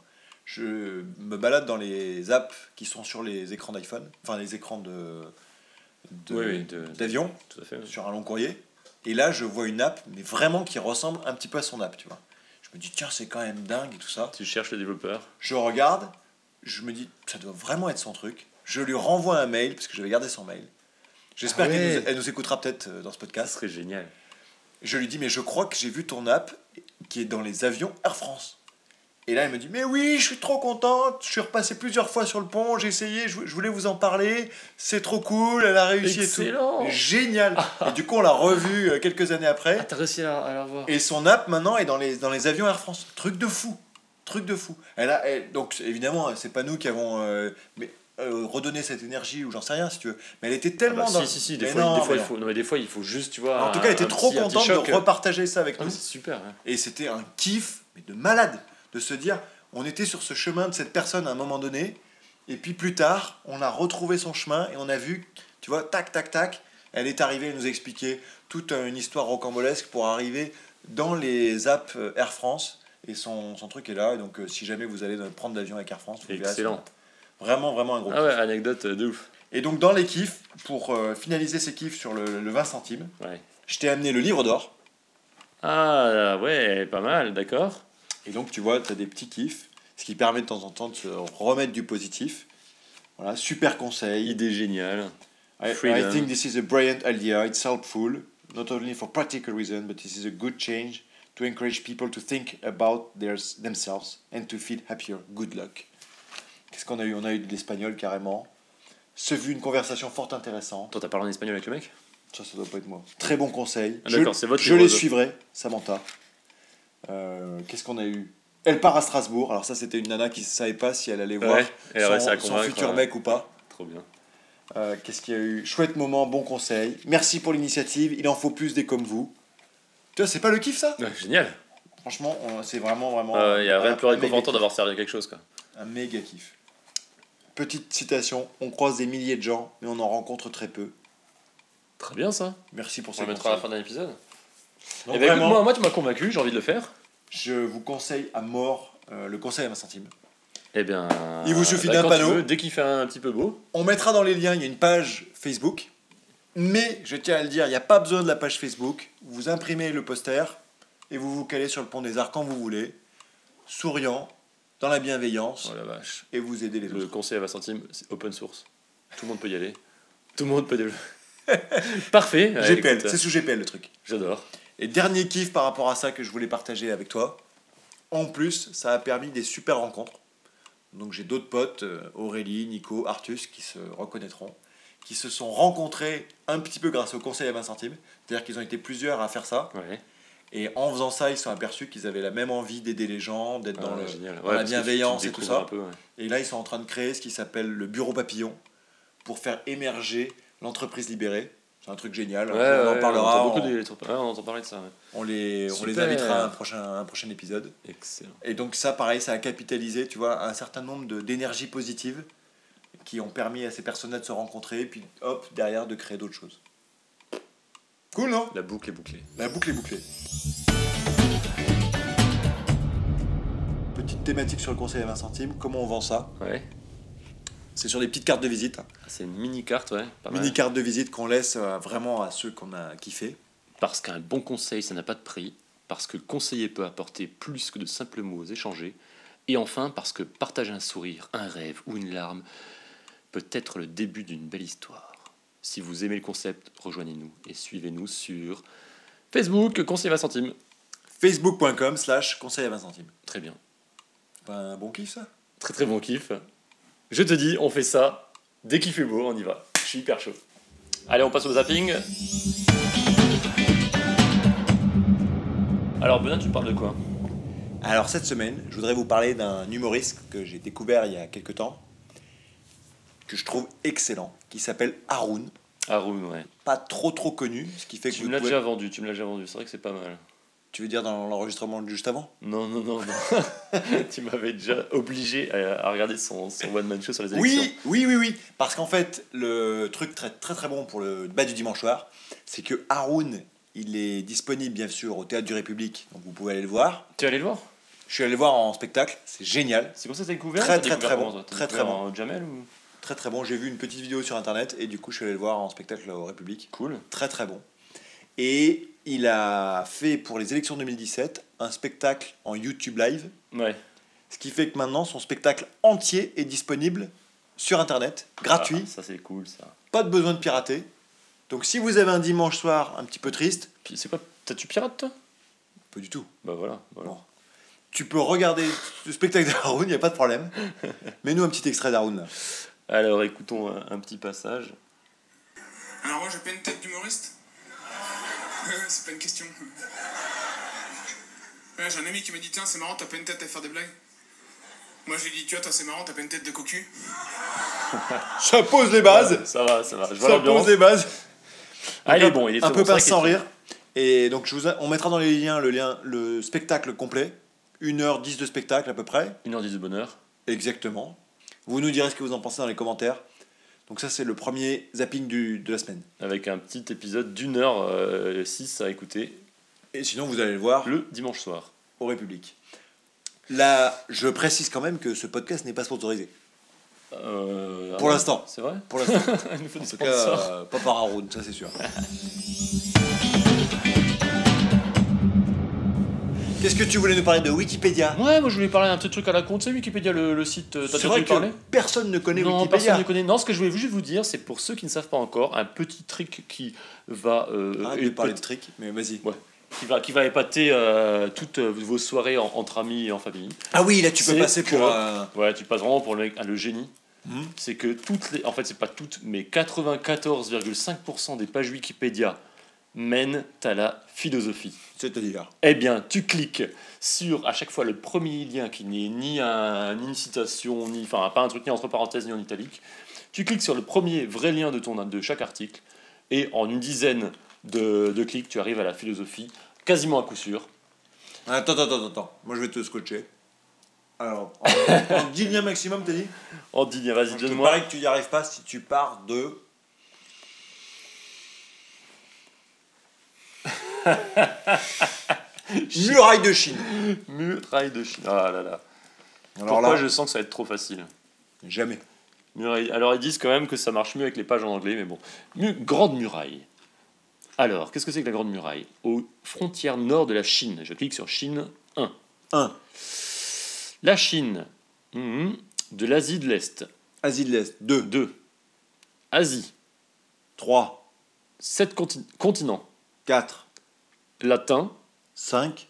[SPEAKER 1] Je me balade dans les apps qui sont sur les écrans d'iPhone, enfin les écrans de, de-
[SPEAKER 2] Oui, oui, de-
[SPEAKER 1] d'avion
[SPEAKER 2] tout à fait.
[SPEAKER 1] sur un long courrier. Et là, je vois une app, mais vraiment qui ressemble un petit peu à son app, tu vois. Je me dis, tiens, c'est quand même dingue et tout ça.
[SPEAKER 2] Tu cherches le développeur.
[SPEAKER 1] Je regarde, je me dis, ça doit vraiment être son truc. Je lui renvoie un mail, parce que j'avais gardé son mail. J'espère
[SPEAKER 3] Ah
[SPEAKER 1] qu'elle
[SPEAKER 3] ouais.
[SPEAKER 1] nous, elle nous écoutera peut-être euh, dans ce
[SPEAKER 2] Ça
[SPEAKER 1] podcast.
[SPEAKER 2] serait génial. Ah
[SPEAKER 1] Je lui dis, mais je crois que j'ai vu ton app qui est dans les avions Air France. Et là, elle me dit, mais oui, je suis trop contente, je suis repassé plusieurs fois sur le pont, j'ai essayé, je, je voulais vous en parler, c'est trop cool, elle a réussi et
[SPEAKER 2] Excellent
[SPEAKER 1] tout. Génial Et du coup, on l'a revue euh, quelques années après.
[SPEAKER 3] Ah, t'as réussi à, à la voir.
[SPEAKER 1] Et son app maintenant est dans les, dans les avions Air France. Truc de fou. Truc de fou. Elle a, elle- donc évidemment, c'est pas nous qui avons euh, mais, euh, redonné cette énergie ou j'en sais rien si tu veux. Mais elle était
[SPEAKER 2] Ah
[SPEAKER 1] tellement
[SPEAKER 2] bah,
[SPEAKER 1] dans
[SPEAKER 2] si, si, si, des
[SPEAKER 1] Mais
[SPEAKER 2] fois,
[SPEAKER 1] non,
[SPEAKER 2] des fois,
[SPEAKER 1] mais
[SPEAKER 2] il faut, non, mais des fois, il faut juste, tu vois.
[SPEAKER 1] En tout cas,
[SPEAKER 2] un-
[SPEAKER 1] elle était
[SPEAKER 2] un
[SPEAKER 1] trop
[SPEAKER 2] petit- un petit
[SPEAKER 1] contente
[SPEAKER 2] choc. euh.
[SPEAKER 1] de repartager ça avec
[SPEAKER 2] Ah, mais
[SPEAKER 1] nous.
[SPEAKER 2] c'est super. hein.
[SPEAKER 1] Et c'était un kiff mais de malade de se dire on était sur ce chemin de cette personne à un moment donné. Et puis plus tard, on a retrouvé son chemin et on a vu, tu vois, tac, tac, tac, elle est arrivée, elle nous a expliqué toute une histoire rocambolesque pour arriver dans les apps euh, Air France. Et son, son truc est là. Et donc, euh, si jamais vous allez euh, prendre l'avion avec Air France, vous verrez son
[SPEAKER 2] Excellent.
[SPEAKER 1] app. Vraiment, vraiment un gros.
[SPEAKER 2] Ah
[SPEAKER 1] kiff.
[SPEAKER 2] ouais, anecdote de ouf.
[SPEAKER 1] Et donc, dans les kiffs, pour euh, finaliser ces kiffs sur le, le 20 centimes,
[SPEAKER 2] Ouais.
[SPEAKER 1] je t'ai amené le livre d'or.
[SPEAKER 2] Ah ouais, pas mal, d'accord.
[SPEAKER 1] Et donc, tu vois, tu as des petits kiffs, ce qui permet de temps en temps de se remettre du positif. Voilà, super conseil.
[SPEAKER 2] Idée géniale.
[SPEAKER 1] I, I
[SPEAKER 2] Freedom.
[SPEAKER 1] think this is a brilliant idea. It's helpful, not only for practical reasons, but this is a good change to encourage people to think about their, themselves and to feel happier. Good luck. Qu'est-ce qu'on a eu On a eu de l'espagnol carrément. Se vu une conversation fort intéressante.
[SPEAKER 2] Toi, t'as parlé en espagnol avec le mec
[SPEAKER 1] Ça, ça doit pas être moi. Très bon conseil.
[SPEAKER 2] Ah,
[SPEAKER 1] Je-
[SPEAKER 2] d'accord, c'est votre
[SPEAKER 1] Je les
[SPEAKER 2] livre.
[SPEAKER 1] suivrai, Samantha. Euh, Qu'est-ce qu'on a eu Elle part à Strasbourg. Alors ça, c'était une nana qui savait pas si elle allait voir
[SPEAKER 2] Ouais, elle
[SPEAKER 1] son,
[SPEAKER 2] réussi à
[SPEAKER 1] son
[SPEAKER 2] convaincre,
[SPEAKER 1] futur
[SPEAKER 2] ouais.
[SPEAKER 1] mec ou pas.
[SPEAKER 2] Trop bien.
[SPEAKER 1] Euh, Qu'est-ce qu'il y a eu Chouette moment, bon conseil. Merci pour l'initiative. Il en faut plus des comme vous. Tu vois, c'est pas le kiff ça
[SPEAKER 2] Ouais, Génial.
[SPEAKER 1] Franchement, on- c'est vraiment vraiment.
[SPEAKER 2] Il Euh, y a rien de plus
[SPEAKER 1] méga
[SPEAKER 2] réconfortant
[SPEAKER 1] kiff.
[SPEAKER 2] d'avoir servi à quelque chose. Quoi.
[SPEAKER 1] Un méga kiff. Petite citation. On croise des milliers de gens, mais on en rencontre très peu.
[SPEAKER 2] Très bien ça.
[SPEAKER 1] Merci pour
[SPEAKER 2] On
[SPEAKER 1] ces
[SPEAKER 2] le mettra à
[SPEAKER 1] conseils.
[SPEAKER 2] la fin d'un épisode.
[SPEAKER 1] Donc,
[SPEAKER 2] Eh ben, écoute,
[SPEAKER 1] vraiment,
[SPEAKER 2] moi, moi, tu m'as convaincu, j'ai envie de le faire.
[SPEAKER 1] je vous conseille à mort euh, le conseil à 20 centimes.
[SPEAKER 2] Eh bien.
[SPEAKER 1] Il vous suffit
[SPEAKER 2] bah,
[SPEAKER 1] d'un
[SPEAKER 2] quand tu
[SPEAKER 1] panneau.
[SPEAKER 2] veux, dès qu'il fait un petit peu beau.
[SPEAKER 1] On mettra dans les liens, il y a une page Facebook. Mais je tiens à le dire, il n'y a pas besoin de la page Facebook. Vous imprimez le poster et vous vous calez sur le pont des arts quand vous voulez, souriant, dans la bienveillance,
[SPEAKER 2] Oh la vache.
[SPEAKER 1] et vous aidez les
[SPEAKER 2] Le
[SPEAKER 1] autres.
[SPEAKER 2] conseil à 20 centimes, c'est open source. Tout le monde peut y aller. Tout le monde peut développer. Parfait. Ouais,
[SPEAKER 1] GPL,
[SPEAKER 2] écoute, hein.
[SPEAKER 1] c'est sous GPL le truc.
[SPEAKER 2] J'adore.
[SPEAKER 1] Et dernier kiff par rapport à ça que je voulais partager avec toi. En plus, ça a permis des super rencontres. Donc j'ai d'autres potes, euh, Aurélie, Nico, Artus, qui se reconnaîtront, qui se sont rencontrés un petit peu grâce au conseil à 20 centimes. C'est-à-dire qu'ils ont été plusieurs à faire ça.
[SPEAKER 2] Ouais.
[SPEAKER 1] Et en faisant ça, ils se sont aperçus qu'ils avaient la même envie d'aider les gens, d'être dans
[SPEAKER 2] Ah,
[SPEAKER 1] le.
[SPEAKER 2] génial. Ouais,
[SPEAKER 1] la
[SPEAKER 2] parce que tu- tu
[SPEAKER 1] bienveillance et
[SPEAKER 2] découvres
[SPEAKER 1] tout ça.
[SPEAKER 2] un peu, ouais.
[SPEAKER 1] Et là, ils sont en train de créer ce qui s'appelle le bureau papillon pour faire émerger l'entreprise libérée. C'est un truc génial.
[SPEAKER 2] Ouais,
[SPEAKER 1] on
[SPEAKER 2] ouais,
[SPEAKER 1] en parlera.
[SPEAKER 2] entend
[SPEAKER 1] On,
[SPEAKER 2] beaucoup des- ouais, on entend parler de ça. ouais.
[SPEAKER 1] on les, on les
[SPEAKER 2] Super.
[SPEAKER 1] invitera à un prochain, à un prochain épisode.
[SPEAKER 2] Excellent.
[SPEAKER 1] Et donc, ça, pareil, ça a capitalisé, tu vois, un certain nombre de- d'énergies positives qui ont permis à ces personnes-là de se rencontrer et puis, hop, derrière, de créer d'autres choses. Cool, non
[SPEAKER 2] La boucle est bouclée.
[SPEAKER 1] La boucle est bouclée. Petite thématique sur le conseil à 20 centimes. Comment on vend ça
[SPEAKER 2] Ouais.
[SPEAKER 1] C'est sur des petites cartes de visite. hein.
[SPEAKER 2] Ah, C'est une mini carte, ouais. Pas mal.
[SPEAKER 1] Mini cartes de visite qu'on laisse euh, vraiment à ceux qu'on a kiffé.
[SPEAKER 2] Parce qu'un bon conseil, ça n'a pas de prix. Parce que le conseiller peut apporter plus que de simples mots échangés. Et enfin, parce que partager un sourire, un rêve ou une larme peut être le début d'une belle histoire. Si vous aimez le concept, rejoignez-nous et suivez-nous sur Facebook, Conseil 20 centimes.
[SPEAKER 1] Facebook.com slash conseil à 20 centimes.
[SPEAKER 2] Très bien.
[SPEAKER 1] C'est pas un bon kiff ça
[SPEAKER 2] Très très bon kiff. Je te dis, on fait ça. Dès qu'il fait beau, on y va. Je suis hyper chaud. Allez, on passe au zapping. Alors, Benoît, tu parles de quoi
[SPEAKER 1] Alors cette semaine, je voudrais vous parler d'un humoriste que j'ai découvert il y a quelques temps, que je trouve excellent, qui s'appelle Haroun.
[SPEAKER 2] Haroun, Ah, ouais.
[SPEAKER 1] Pas trop trop connu, ce qui fait que
[SPEAKER 2] Tu
[SPEAKER 1] vous
[SPEAKER 2] me l'as
[SPEAKER 1] pouvez-
[SPEAKER 2] déjà vendu, tu me l'as déjà vendu. C'est vrai que c'est pas mal.
[SPEAKER 1] Tu veux dire dans l'enregistrement de juste avant
[SPEAKER 2] Non, non, non, non. tu m'avais déjà obligé à, à regarder son, son one-man show sur les élections.
[SPEAKER 1] Oui, oui, oui, oui. Parce qu'en fait, le truc très très très bon pour le bas du dimanche soir, c'est que Haroun, il est disponible bien sûr au Théâtre du République, donc vous pouvez aller le voir.
[SPEAKER 2] Tu es allé le voir
[SPEAKER 1] Je suis allé le voir en spectacle, c'est génial,
[SPEAKER 2] C'est comme ça que t'as découvert
[SPEAKER 1] Très,
[SPEAKER 2] T'as
[SPEAKER 1] très,
[SPEAKER 2] découvert
[SPEAKER 1] très
[SPEAKER 2] comment,
[SPEAKER 1] bon.
[SPEAKER 2] toi T'as
[SPEAKER 1] Très, très
[SPEAKER 2] découvert en Jamel ou
[SPEAKER 1] très très bon. J'ai vu une petite vidéo sur internet et du coup je suis allé le voir en spectacle au République,
[SPEAKER 2] Cool.
[SPEAKER 1] très très bon. Et il a fait pour les élections 2017 un spectacle en YouTube Live.
[SPEAKER 2] Ouais.
[SPEAKER 1] Ce qui fait que maintenant, son spectacle entier est disponible sur Internet, gratuit.
[SPEAKER 2] Ah, ça, c'est cool, ça.
[SPEAKER 1] Pas de besoin de pirater. Donc si vous avez un dimanche soir un petit peu triste,
[SPEAKER 2] Puis, c'est pas. T'as tu pirates, toi
[SPEAKER 1] pas du tout.
[SPEAKER 2] Bah voilà. voilà.
[SPEAKER 1] Bon. Tu peux regarder le spectacle d'Haroun, il n'y a pas de problème. Mets-nous un petit extrait d'Haroun. là.
[SPEAKER 2] Alors, écoutons un, un petit passage.
[SPEAKER 3] Alors moi j'ai pas une tête d'humoriste Euh, C'est pas une question. Ouais, j'ai un ami qui m'a dit tiens c'est marrant t'as pas une tête à faire des blagues. Moi j'ai dit tu vois toi c'est marrant t'as pas une tête de cocu.
[SPEAKER 1] Ça pose les bases
[SPEAKER 2] Ouais, Euh, Ça va, ça va. Je vois
[SPEAKER 1] Ça pose
[SPEAKER 2] l'ambiance.
[SPEAKER 1] les bases
[SPEAKER 2] Ah, il
[SPEAKER 1] Donc,
[SPEAKER 2] est bon, il est
[SPEAKER 1] un
[SPEAKER 2] très
[SPEAKER 1] peu
[SPEAKER 2] bon,
[SPEAKER 1] pas
[SPEAKER 2] c'est
[SPEAKER 1] sans
[SPEAKER 2] vrai qu'il est
[SPEAKER 1] rire. Et donc je vous a- on mettra dans les liens le lien le spectacle complet, 1h10 de spectacle à peu près,
[SPEAKER 2] Une heure dix de bonheur.
[SPEAKER 1] exactement. Vous nous direz ce que vous en pensez dans les commentaires. Donc ça c'est le premier zapping du, de la semaine.
[SPEAKER 2] Avec un petit épisode d'une heure euh, six à écouter
[SPEAKER 1] Et sinon vous allez le voir
[SPEAKER 2] le dimanche soir.
[SPEAKER 1] au République. Là, je précise quand même que ce podcast n'est pas sponsorisé.
[SPEAKER 2] Euh,
[SPEAKER 1] Pour
[SPEAKER 2] ah,
[SPEAKER 1] l'instant.
[SPEAKER 2] C'est vrai
[SPEAKER 1] Pour l'instant,
[SPEAKER 2] Il nous faut des
[SPEAKER 1] en tout cas,
[SPEAKER 2] sponsors.
[SPEAKER 1] euh, pas par Haroun, ça c'est sûr. Qu'est-ce que tu voulais nous parler de Wikipédia
[SPEAKER 2] Ouais, moi je voulais parler d'un petit truc à la con. Tu sais, Wikipédia, le, le site,
[SPEAKER 1] euh,
[SPEAKER 2] euh, t'as
[SPEAKER 1] C'est
[SPEAKER 2] déjà
[SPEAKER 1] vrai
[SPEAKER 2] entendu
[SPEAKER 1] que
[SPEAKER 2] parler
[SPEAKER 1] personne ne connaît
[SPEAKER 2] non,
[SPEAKER 1] Wikipédia.
[SPEAKER 2] personne ne connaît. Non, ce que je voulais juste vous dire, c'est pour ceux qui ne savent pas encore, un petit trick qui va, euh,
[SPEAKER 1] Arrête de
[SPEAKER 2] épa-
[SPEAKER 1] parler de trick, mais vas-y.
[SPEAKER 2] qui va, qui va épater euh, toutes euh, vos soirées en- entre amis et en famille.
[SPEAKER 1] Ah oui, là tu peux
[SPEAKER 2] C'est
[SPEAKER 1] passer pour.
[SPEAKER 2] que-
[SPEAKER 1] euh,
[SPEAKER 2] Ouais, tu passes vraiment pour le, mec- le génie.
[SPEAKER 1] Mhm.
[SPEAKER 2] C'est que toutes les. En fait, c'est pas toutes, mais 94,5% des pages Wikipédia mènent à la philosophie.
[SPEAKER 1] C'est-à-dire.
[SPEAKER 2] Eh bien, tu cliques sur à chaque fois le premier lien qui n'est ni, un, ni une citation, ni, enfin pas un truc ni entre parenthèses ni en italique. Tu cliques sur le premier vrai lien de, ton, de chaque article et en une dizaine de, de clics, tu arrives à la philosophie quasiment à coup sûr.
[SPEAKER 1] Attends, attends, attends, attends. Moi je vais te scotcher. Alors, en, en 10 liens maximum, t'as dit
[SPEAKER 2] En dix liens,
[SPEAKER 1] Je
[SPEAKER 2] vas-y,
[SPEAKER 1] te
[SPEAKER 2] donne-moi.
[SPEAKER 1] parie que tu n'y arrives pas si tu pars de. Muraille de Chine.
[SPEAKER 2] Muraille de Chine. Ah là là.
[SPEAKER 1] Alors
[SPEAKER 2] Pourquoi
[SPEAKER 1] là,
[SPEAKER 2] je sens que ça va être trop facile
[SPEAKER 1] jamais.
[SPEAKER 2] Muraille- Alors ils disent quand même que ça marche mieux avec les pages en anglais, mais bon. Mu- Grande muraille. Alors, qu'est-ce que c'est que la Grande Muraille Aux frontières nord de la Chine. Je clique sur Chine 1.
[SPEAKER 1] 1.
[SPEAKER 2] La Chine. Mhm. De l'Asie de l'Est.
[SPEAKER 1] Asie de l'Est. 2.
[SPEAKER 2] 2. Asie.
[SPEAKER 1] 3.
[SPEAKER 2] 7 continents. continents.
[SPEAKER 1] 4.
[SPEAKER 2] Latin.
[SPEAKER 1] 5.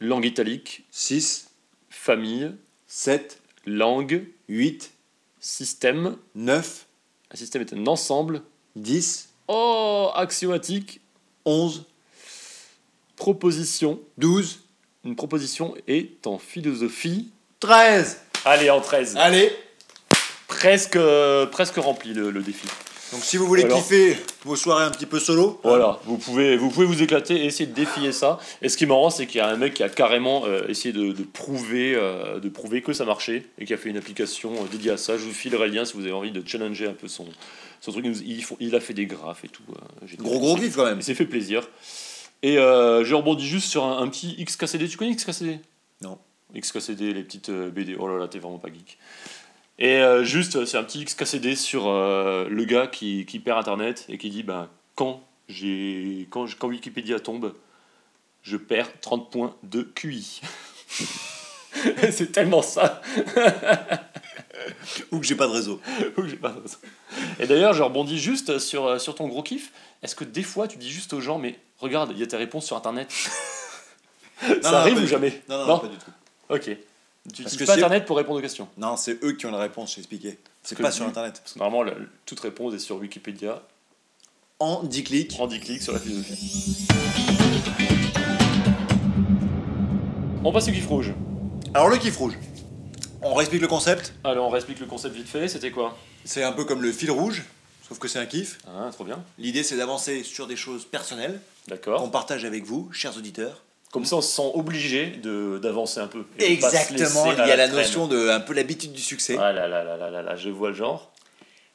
[SPEAKER 2] Langue italique.
[SPEAKER 1] 6.
[SPEAKER 2] Famille.
[SPEAKER 1] 7.
[SPEAKER 2] Langue.
[SPEAKER 1] 8.
[SPEAKER 2] Système.
[SPEAKER 1] 9.
[SPEAKER 2] Un système est un ensemble.
[SPEAKER 1] 10.
[SPEAKER 2] Oh Axiomatique.
[SPEAKER 1] 11.
[SPEAKER 2] Proposition.
[SPEAKER 1] 12.
[SPEAKER 2] Une proposition est en philosophie.
[SPEAKER 1] 13.
[SPEAKER 2] Allez, en 13.
[SPEAKER 1] Allez
[SPEAKER 2] Presque, euh, presque rempli le, le défi.
[SPEAKER 1] Donc si vous voulez
[SPEAKER 2] Alors.
[SPEAKER 1] kiffer vos soirées un petit peu solo,
[SPEAKER 2] Voilà, vous pouvez, vous pouvez vous éclater et essayer de défier ça. Et ce qui est marrant, c'est qu'il y a un mec qui a carrément euh, essayé de, de prouver, euh, de prouver que ça marchait et qui a fait une application euh, dédiée à ça. Je vous filerai le lien si vous avez envie de challenger un peu son, son truc. Il, nous- il faut- il a fait des graphes et tout. euh, j'ai-
[SPEAKER 1] gros gros kiff quand même.
[SPEAKER 2] Il s'est fait plaisir. Et euh, je rebondis juste sur un, un petit XKCD. Tu connais XKCD
[SPEAKER 1] Non.
[SPEAKER 2] XKCD, les petites euh, BD. Oh là là, t'es vraiment pas geek. Et euh, juste, euh, c'est un petit XKCD sur euh, le gars qui, qui perd Internet et qui dit ben, quand, j'ai, quand, j- quand Wikipédia tombe, je perds 30 points de QI. c'est tellement ça
[SPEAKER 1] Ou que j'ai pas de réseau.
[SPEAKER 2] Ou que j'ai pas d'autre. Et d'ailleurs, je rebondis juste sur, euh, sur ton gros kiff. Est-ce que des fois, tu dis juste aux gens, mais regarde, il y a tes réponses sur Internet Ça
[SPEAKER 1] non,
[SPEAKER 2] arrive
[SPEAKER 1] pas
[SPEAKER 2] ou
[SPEAKER 1] du
[SPEAKER 2] jamais
[SPEAKER 1] Non, non,
[SPEAKER 2] Non
[SPEAKER 1] pas du tout.
[SPEAKER 2] Ok. Tu
[SPEAKER 1] Parce
[SPEAKER 2] n'utilises
[SPEAKER 1] que
[SPEAKER 2] pas
[SPEAKER 1] c'est-
[SPEAKER 2] Internet pour répondre aux questions.
[SPEAKER 1] Non, c'est eux qui ont la réponse, j'ai expliqué. C'est
[SPEAKER 2] que
[SPEAKER 1] pas
[SPEAKER 2] le-
[SPEAKER 1] sur internet.
[SPEAKER 2] Parce que normalement, la- toute réponse est sur Wikipédia.
[SPEAKER 1] En 10 clics.
[SPEAKER 2] En 10 clics sur la philosophie. On passe au kiff rouge.
[SPEAKER 1] Alors le kiff rouge. On réexplique le concept.
[SPEAKER 2] Alors, on réexplique le concept vite fait. C'était quoi
[SPEAKER 1] C'est un peu comme le fil rouge, sauf que c'est un kiff.
[SPEAKER 2] Ah, trop bien.
[SPEAKER 1] L'idée c'est d'avancer sur des choses personnelles
[SPEAKER 2] D'accord.
[SPEAKER 1] qu'on partage avec vous, chers auditeurs.
[SPEAKER 2] Comme ça, on se sent obligé de- d'avancer un peu. et de pas se
[SPEAKER 1] Exactement,
[SPEAKER 2] laisser
[SPEAKER 1] il y a la
[SPEAKER 2] traîne.
[SPEAKER 1] notion de un peu l'habitude du succès.
[SPEAKER 2] Ah là là là là là là, je vois le genre.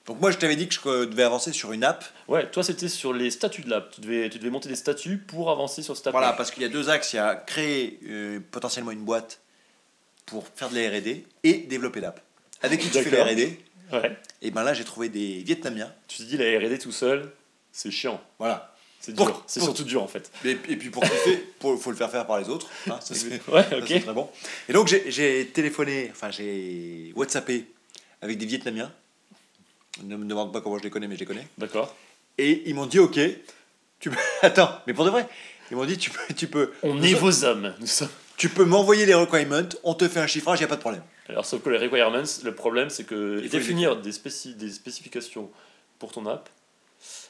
[SPEAKER 1] Donc moi je t'avais dit que je euh, devais avancer sur une app.
[SPEAKER 2] Ouais, toi c'était sur les statuts de l'app. Tu devais, tu devais monter des statuts pour avancer sur cette app.
[SPEAKER 1] Voilà, parce qu'il y a deux axes, il y a créer euh, potentiellement une boîte pour faire de la R&D et développer l'app. Avec qui tu fais la
[SPEAKER 2] D'accord.
[SPEAKER 1] R&D
[SPEAKER 2] Ouais.
[SPEAKER 1] Et ben là j'ai trouvé des Vietnamiens.
[SPEAKER 2] Tu te dis la RD tout seul, c'est chiant.
[SPEAKER 1] Voilà.
[SPEAKER 2] C'est
[SPEAKER 1] Pour-
[SPEAKER 2] dur. C'est
[SPEAKER 1] pour-
[SPEAKER 2] surtout dur en fait.
[SPEAKER 1] Et, et puis pour kiffer, il faut le faire faire par les autres. hein, ça, c'est-
[SPEAKER 2] Ouais,
[SPEAKER 1] ça, c'est
[SPEAKER 2] ok.
[SPEAKER 1] très bon. Et donc j'ai- j'ai téléphoné, enfin j'ai WhatsAppé avec des Vietnamiens. Ne me demande pas comment je les connais, mais je les connais.
[SPEAKER 2] D'accord.
[SPEAKER 1] Et ils m'ont dit ok, tu peux... Attends, mais pour de vrai, ils m'ont dit tu peux, tu peux,
[SPEAKER 2] On
[SPEAKER 1] nous-
[SPEAKER 2] est vos hommes. Nous sommes.
[SPEAKER 1] tu peux m'envoyer les requirements, on te fait un chiffrage, il n'y a pas de problème.
[SPEAKER 2] Alors, sauf que les requirements, le problème, c'est que
[SPEAKER 1] Il faut les
[SPEAKER 2] définir des, spéci- des spécifications pour ton app,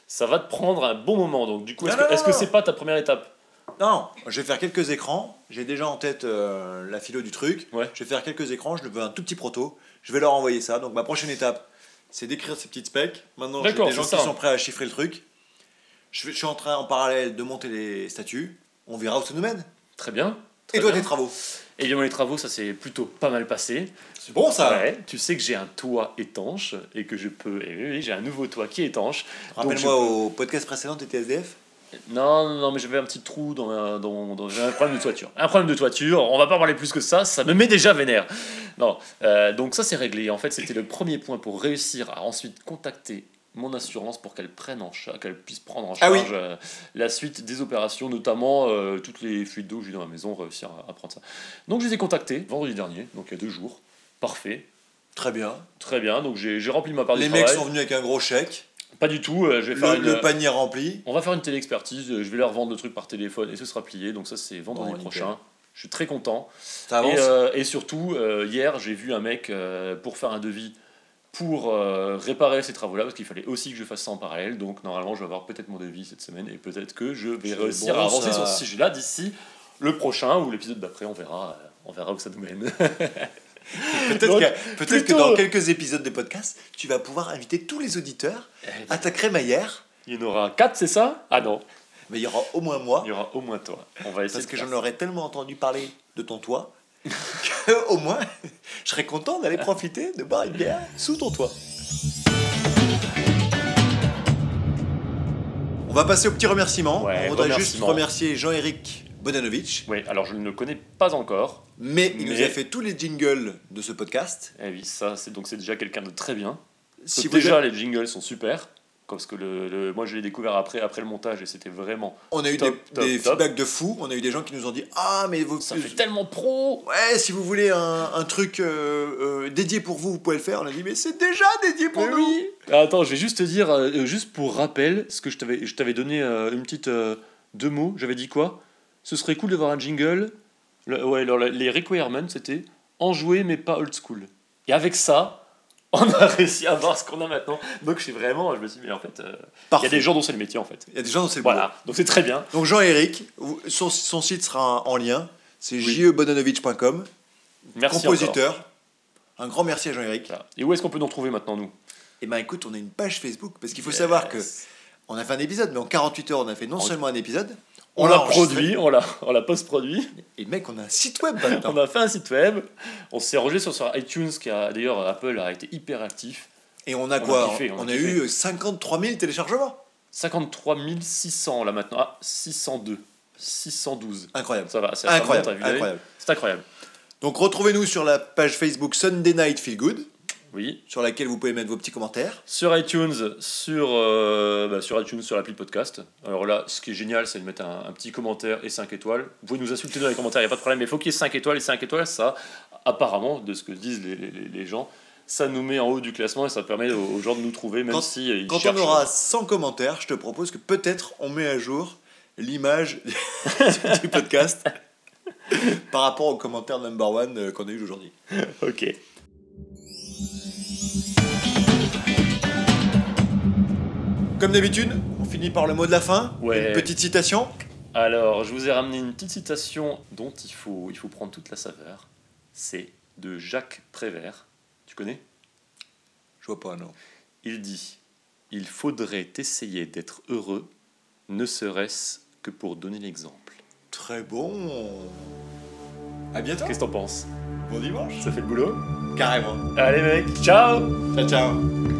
[SPEAKER 2] ça va te prendre un bon moment. Donc, du coup, est-ce
[SPEAKER 1] Non,
[SPEAKER 2] que
[SPEAKER 1] non,
[SPEAKER 2] est-ce que
[SPEAKER 1] non.
[SPEAKER 2] c'est pas ta première étape
[SPEAKER 1] Non, je vais faire quelques écrans. J'ai déjà en tête euh, la philo du truc.
[SPEAKER 2] Ouais.
[SPEAKER 1] Je vais faire quelques écrans. Je veux un tout petit proto. Je vais leur envoyer ça. Donc ma prochaine étape, c'est d'écrire ces petites specs. Maintenant, j'ai
[SPEAKER 2] D'accord,
[SPEAKER 1] des gens
[SPEAKER 2] c'est ça.
[SPEAKER 1] qui sont prêts à chiffrer le truc. Je, vais- je suis en train, en parallèle, de monter les statuts. On verra où ça nous mène.
[SPEAKER 2] Très bien.
[SPEAKER 1] Et
[SPEAKER 2] Très
[SPEAKER 1] toi,
[SPEAKER 2] bien.
[SPEAKER 1] tes travaux.
[SPEAKER 2] Évidemment, les travaux, ça s'est plutôt pas mal passé.
[SPEAKER 1] C'est bon ça.
[SPEAKER 2] Ouais, tu sais que j'ai un toit étanche et que je peux. Et oui, oui, j'ai un nouveau toit qui est étanche.
[SPEAKER 1] Rappelle-moi
[SPEAKER 2] Donc, je
[SPEAKER 1] au podcast précédent, t'étais SDF.
[SPEAKER 2] Non, non, non, mais j'avais un petit trou dans, ma- dans, dans- j'avais un problème de toiture. Un problème de toiture, on va pas parler plus que ça, ça me met déjà vénère. Non, euh, donc ça c'est réglé. En fait, c'était le premier point pour réussir à ensuite contacter mon assurance pour qu'elle prenne en charge, qu'elle puisse prendre en
[SPEAKER 1] Ah
[SPEAKER 2] charge
[SPEAKER 1] oui.
[SPEAKER 2] euh, la suite des opérations, notamment euh, toutes les fuites d'eau que j'ai dans la maison, réussir à, à prendre ça. Donc je les ai contactés vendredi dernier, donc il y a deux jours. Parfait,
[SPEAKER 1] Très bien.
[SPEAKER 2] très bien. Donc j'ai j'ai rempli ma part
[SPEAKER 1] les
[SPEAKER 2] du
[SPEAKER 1] mecs
[SPEAKER 2] travail.
[SPEAKER 1] sont venus avec un gros chèque.
[SPEAKER 2] Pas du tout. euh, je vais
[SPEAKER 1] Le,
[SPEAKER 2] faire une- euh,
[SPEAKER 1] le panier rempli.
[SPEAKER 2] on va faire une télé-expertise, euh, je vais leur vendre le truc par téléphone et ce sera plié, donc ça c'est vendredi
[SPEAKER 1] Bon, nickel.
[SPEAKER 2] prochain. Je suis très content.
[SPEAKER 1] Ça avance.
[SPEAKER 2] Et, euh, et surtout, euh, hier j'ai vu un mec euh, pour faire un devis pour euh, réparer ces travaux-là, parce qu'il fallait aussi que je fasse ça en parallèle, donc normalement je vais avoir peut-être mon devis cette semaine et peut-être que je vais
[SPEAKER 1] C'est
[SPEAKER 2] réussir
[SPEAKER 1] bon,
[SPEAKER 2] à avancer
[SPEAKER 1] ça.
[SPEAKER 2] sur ce sujet-là d'ici le prochain ou l'épisode d'après, on verra. euh, On verra où ça nous mène.
[SPEAKER 1] Peut-être
[SPEAKER 2] donc,
[SPEAKER 1] que, peut-être que
[SPEAKER 2] plutôt-
[SPEAKER 1] dans quelques épisodes de podcast, tu vas pouvoir inviter tous les auditeurs
[SPEAKER 2] Eh
[SPEAKER 1] à ta crémaillère.
[SPEAKER 2] Il y en aura 4, c'est ça Ah non,
[SPEAKER 1] Mais il y aura au moins moi,
[SPEAKER 2] il y aura au moins toi. On va essayer
[SPEAKER 1] parce
[SPEAKER 2] de
[SPEAKER 1] que
[SPEAKER 2] faire
[SPEAKER 1] j'en aurais tellement entendu parler de ton toit, qu'au moins, je serais content d'aller profiter de boire une bière sous ton toit. On va passer au petit remerciement.
[SPEAKER 2] Ouais,
[SPEAKER 1] On voudrait juste
[SPEAKER 2] remerciement.
[SPEAKER 1] remercier Jean-Éric Bodanovich,
[SPEAKER 2] Oui, alors je ne le connais pas encore.
[SPEAKER 1] mais il nous
[SPEAKER 2] Mais-
[SPEAKER 1] a fait tous les jingles de ce podcast.
[SPEAKER 2] Eh oui, ça, c'est donc c'est déjà quelqu'un de très bien.
[SPEAKER 1] Si
[SPEAKER 2] Donc
[SPEAKER 1] vous
[SPEAKER 2] déjà, les jingles sont super. Parce que le, le- moi, je l'ai découvert après, après le montage et c'était vraiment.
[SPEAKER 1] On a eu
[SPEAKER 2] Top,
[SPEAKER 1] des,
[SPEAKER 2] top,
[SPEAKER 1] des
[SPEAKER 2] top.
[SPEAKER 1] feedbacks de fous, on a eu des gens qui nous ont dit Ah, mais vous.
[SPEAKER 2] Ça fait tellement pro
[SPEAKER 1] Ouais, si vous voulez un, un truc euh, euh, dédié pour vous, vous pouvez le faire. On a dit Mais c'est déjà dédié pour
[SPEAKER 2] Mais
[SPEAKER 1] nous
[SPEAKER 2] oui. Ah, Attends, je vais juste te dire, euh, euh, juste pour rappel, ce que je t'avais, je t'avais donné euh, une petite. euh, deux mots. J'avais dit quoi Ce serait cool d'avoir un jingle. Le- ouais, alors, le- les requirements, c'était enjoué mais pas old school. Et avec ça. On a réussi à avoir ce qu'on a maintenant. Donc, je suis vraiment. Je me suis dit, mais en fait, euh, il y
[SPEAKER 1] Parfait.
[SPEAKER 2] a des gens dont c'est le métier, en fait.
[SPEAKER 1] gens dans ces
[SPEAKER 2] Voilà. Donc, c'est très bien.
[SPEAKER 1] Donc Jean-Éric, vous- son, son site sera en lien. C'est jebodanovich.com.
[SPEAKER 2] Merci. encore.
[SPEAKER 1] Compositeur. Un grand merci à Jean-Éric.
[SPEAKER 2] Voilà. Et où est-ce qu'on peut nous retrouver maintenant, nous
[SPEAKER 1] Et ben écoute, on a une page Facebook parce qu'il faut savoir que on a fait un épisode, mais en 48 heures, on a fait non
[SPEAKER 2] On-
[SPEAKER 1] seulement un épisode,
[SPEAKER 2] On, l'a
[SPEAKER 1] enregistré.
[SPEAKER 2] produit, on l'a, on l'a post-produit,
[SPEAKER 1] Et mec, on a un site web
[SPEAKER 2] on
[SPEAKER 1] maintenant.
[SPEAKER 2] a fait un site web, on s'est rangé sur, sur iTunes, qui a d'ailleurs Apple a été hyper actif.
[SPEAKER 1] Et on a
[SPEAKER 2] On a
[SPEAKER 1] quoi
[SPEAKER 2] kiffé, on a
[SPEAKER 1] On a
[SPEAKER 2] kiffé.
[SPEAKER 1] eu 53 000 téléchargements.
[SPEAKER 2] 53 600 là maintenant, ah 602, 612.
[SPEAKER 1] Incroyable.
[SPEAKER 2] Ça va, c'est
[SPEAKER 1] Incroyable.
[SPEAKER 2] ça monte, évidemment.
[SPEAKER 1] incroyable.
[SPEAKER 2] C'est incroyable.
[SPEAKER 1] Donc retrouvez-nous sur la page Facebook Sunday Night Feel Good,
[SPEAKER 2] Oui.
[SPEAKER 1] sur laquelle vous pouvez mettre vos petits commentaires.
[SPEAKER 2] Sur iTunes, sur, euh, bah, sur iTunes, sur l'appli de podcast. Alors là, ce qui est génial, c'est de mettre un, un petit commentaire et 5 étoiles. Vous pouvez nous insulter dans les commentaires, il n'y a pas de problème, mais il faut qu'il y ait 5 étoiles. Et 5 étoiles, ça, apparemment, de ce que disent les, les- les- les gens, ça nous met en haut du classement et ça permet aux, aux gens de nous trouver, même
[SPEAKER 1] Quand-
[SPEAKER 2] si euh, ils
[SPEAKER 1] Quand on
[SPEAKER 2] cherchent.
[SPEAKER 1] aura 100 commentaires, je te propose que peut-être on met à jour l'image du podcast par rapport au commentaire number one euh, qu'on a eu aujourd'hui.
[SPEAKER 2] Ok.
[SPEAKER 1] Comme d'habitude, on finit par le mot de la fin.
[SPEAKER 2] Ouais.
[SPEAKER 1] Une petite citation.
[SPEAKER 2] Alors, je vous ai ramené une petite citation dont il faut, il faut prendre toute la saveur. C'est de Jacques Prévert. Tu connais
[SPEAKER 1] Je vois pas, non.
[SPEAKER 2] Il dit Il faudrait essayer d'être heureux, ne serait-ce que pour donner l'exemple.
[SPEAKER 1] Très bon. À bientôt.
[SPEAKER 2] Qu'est-ce que t'en penses
[SPEAKER 1] Bon dimanche.
[SPEAKER 2] Ça fait le boulot
[SPEAKER 1] Carrément.
[SPEAKER 2] Allez, mec, ciao
[SPEAKER 1] Ciao, ciao.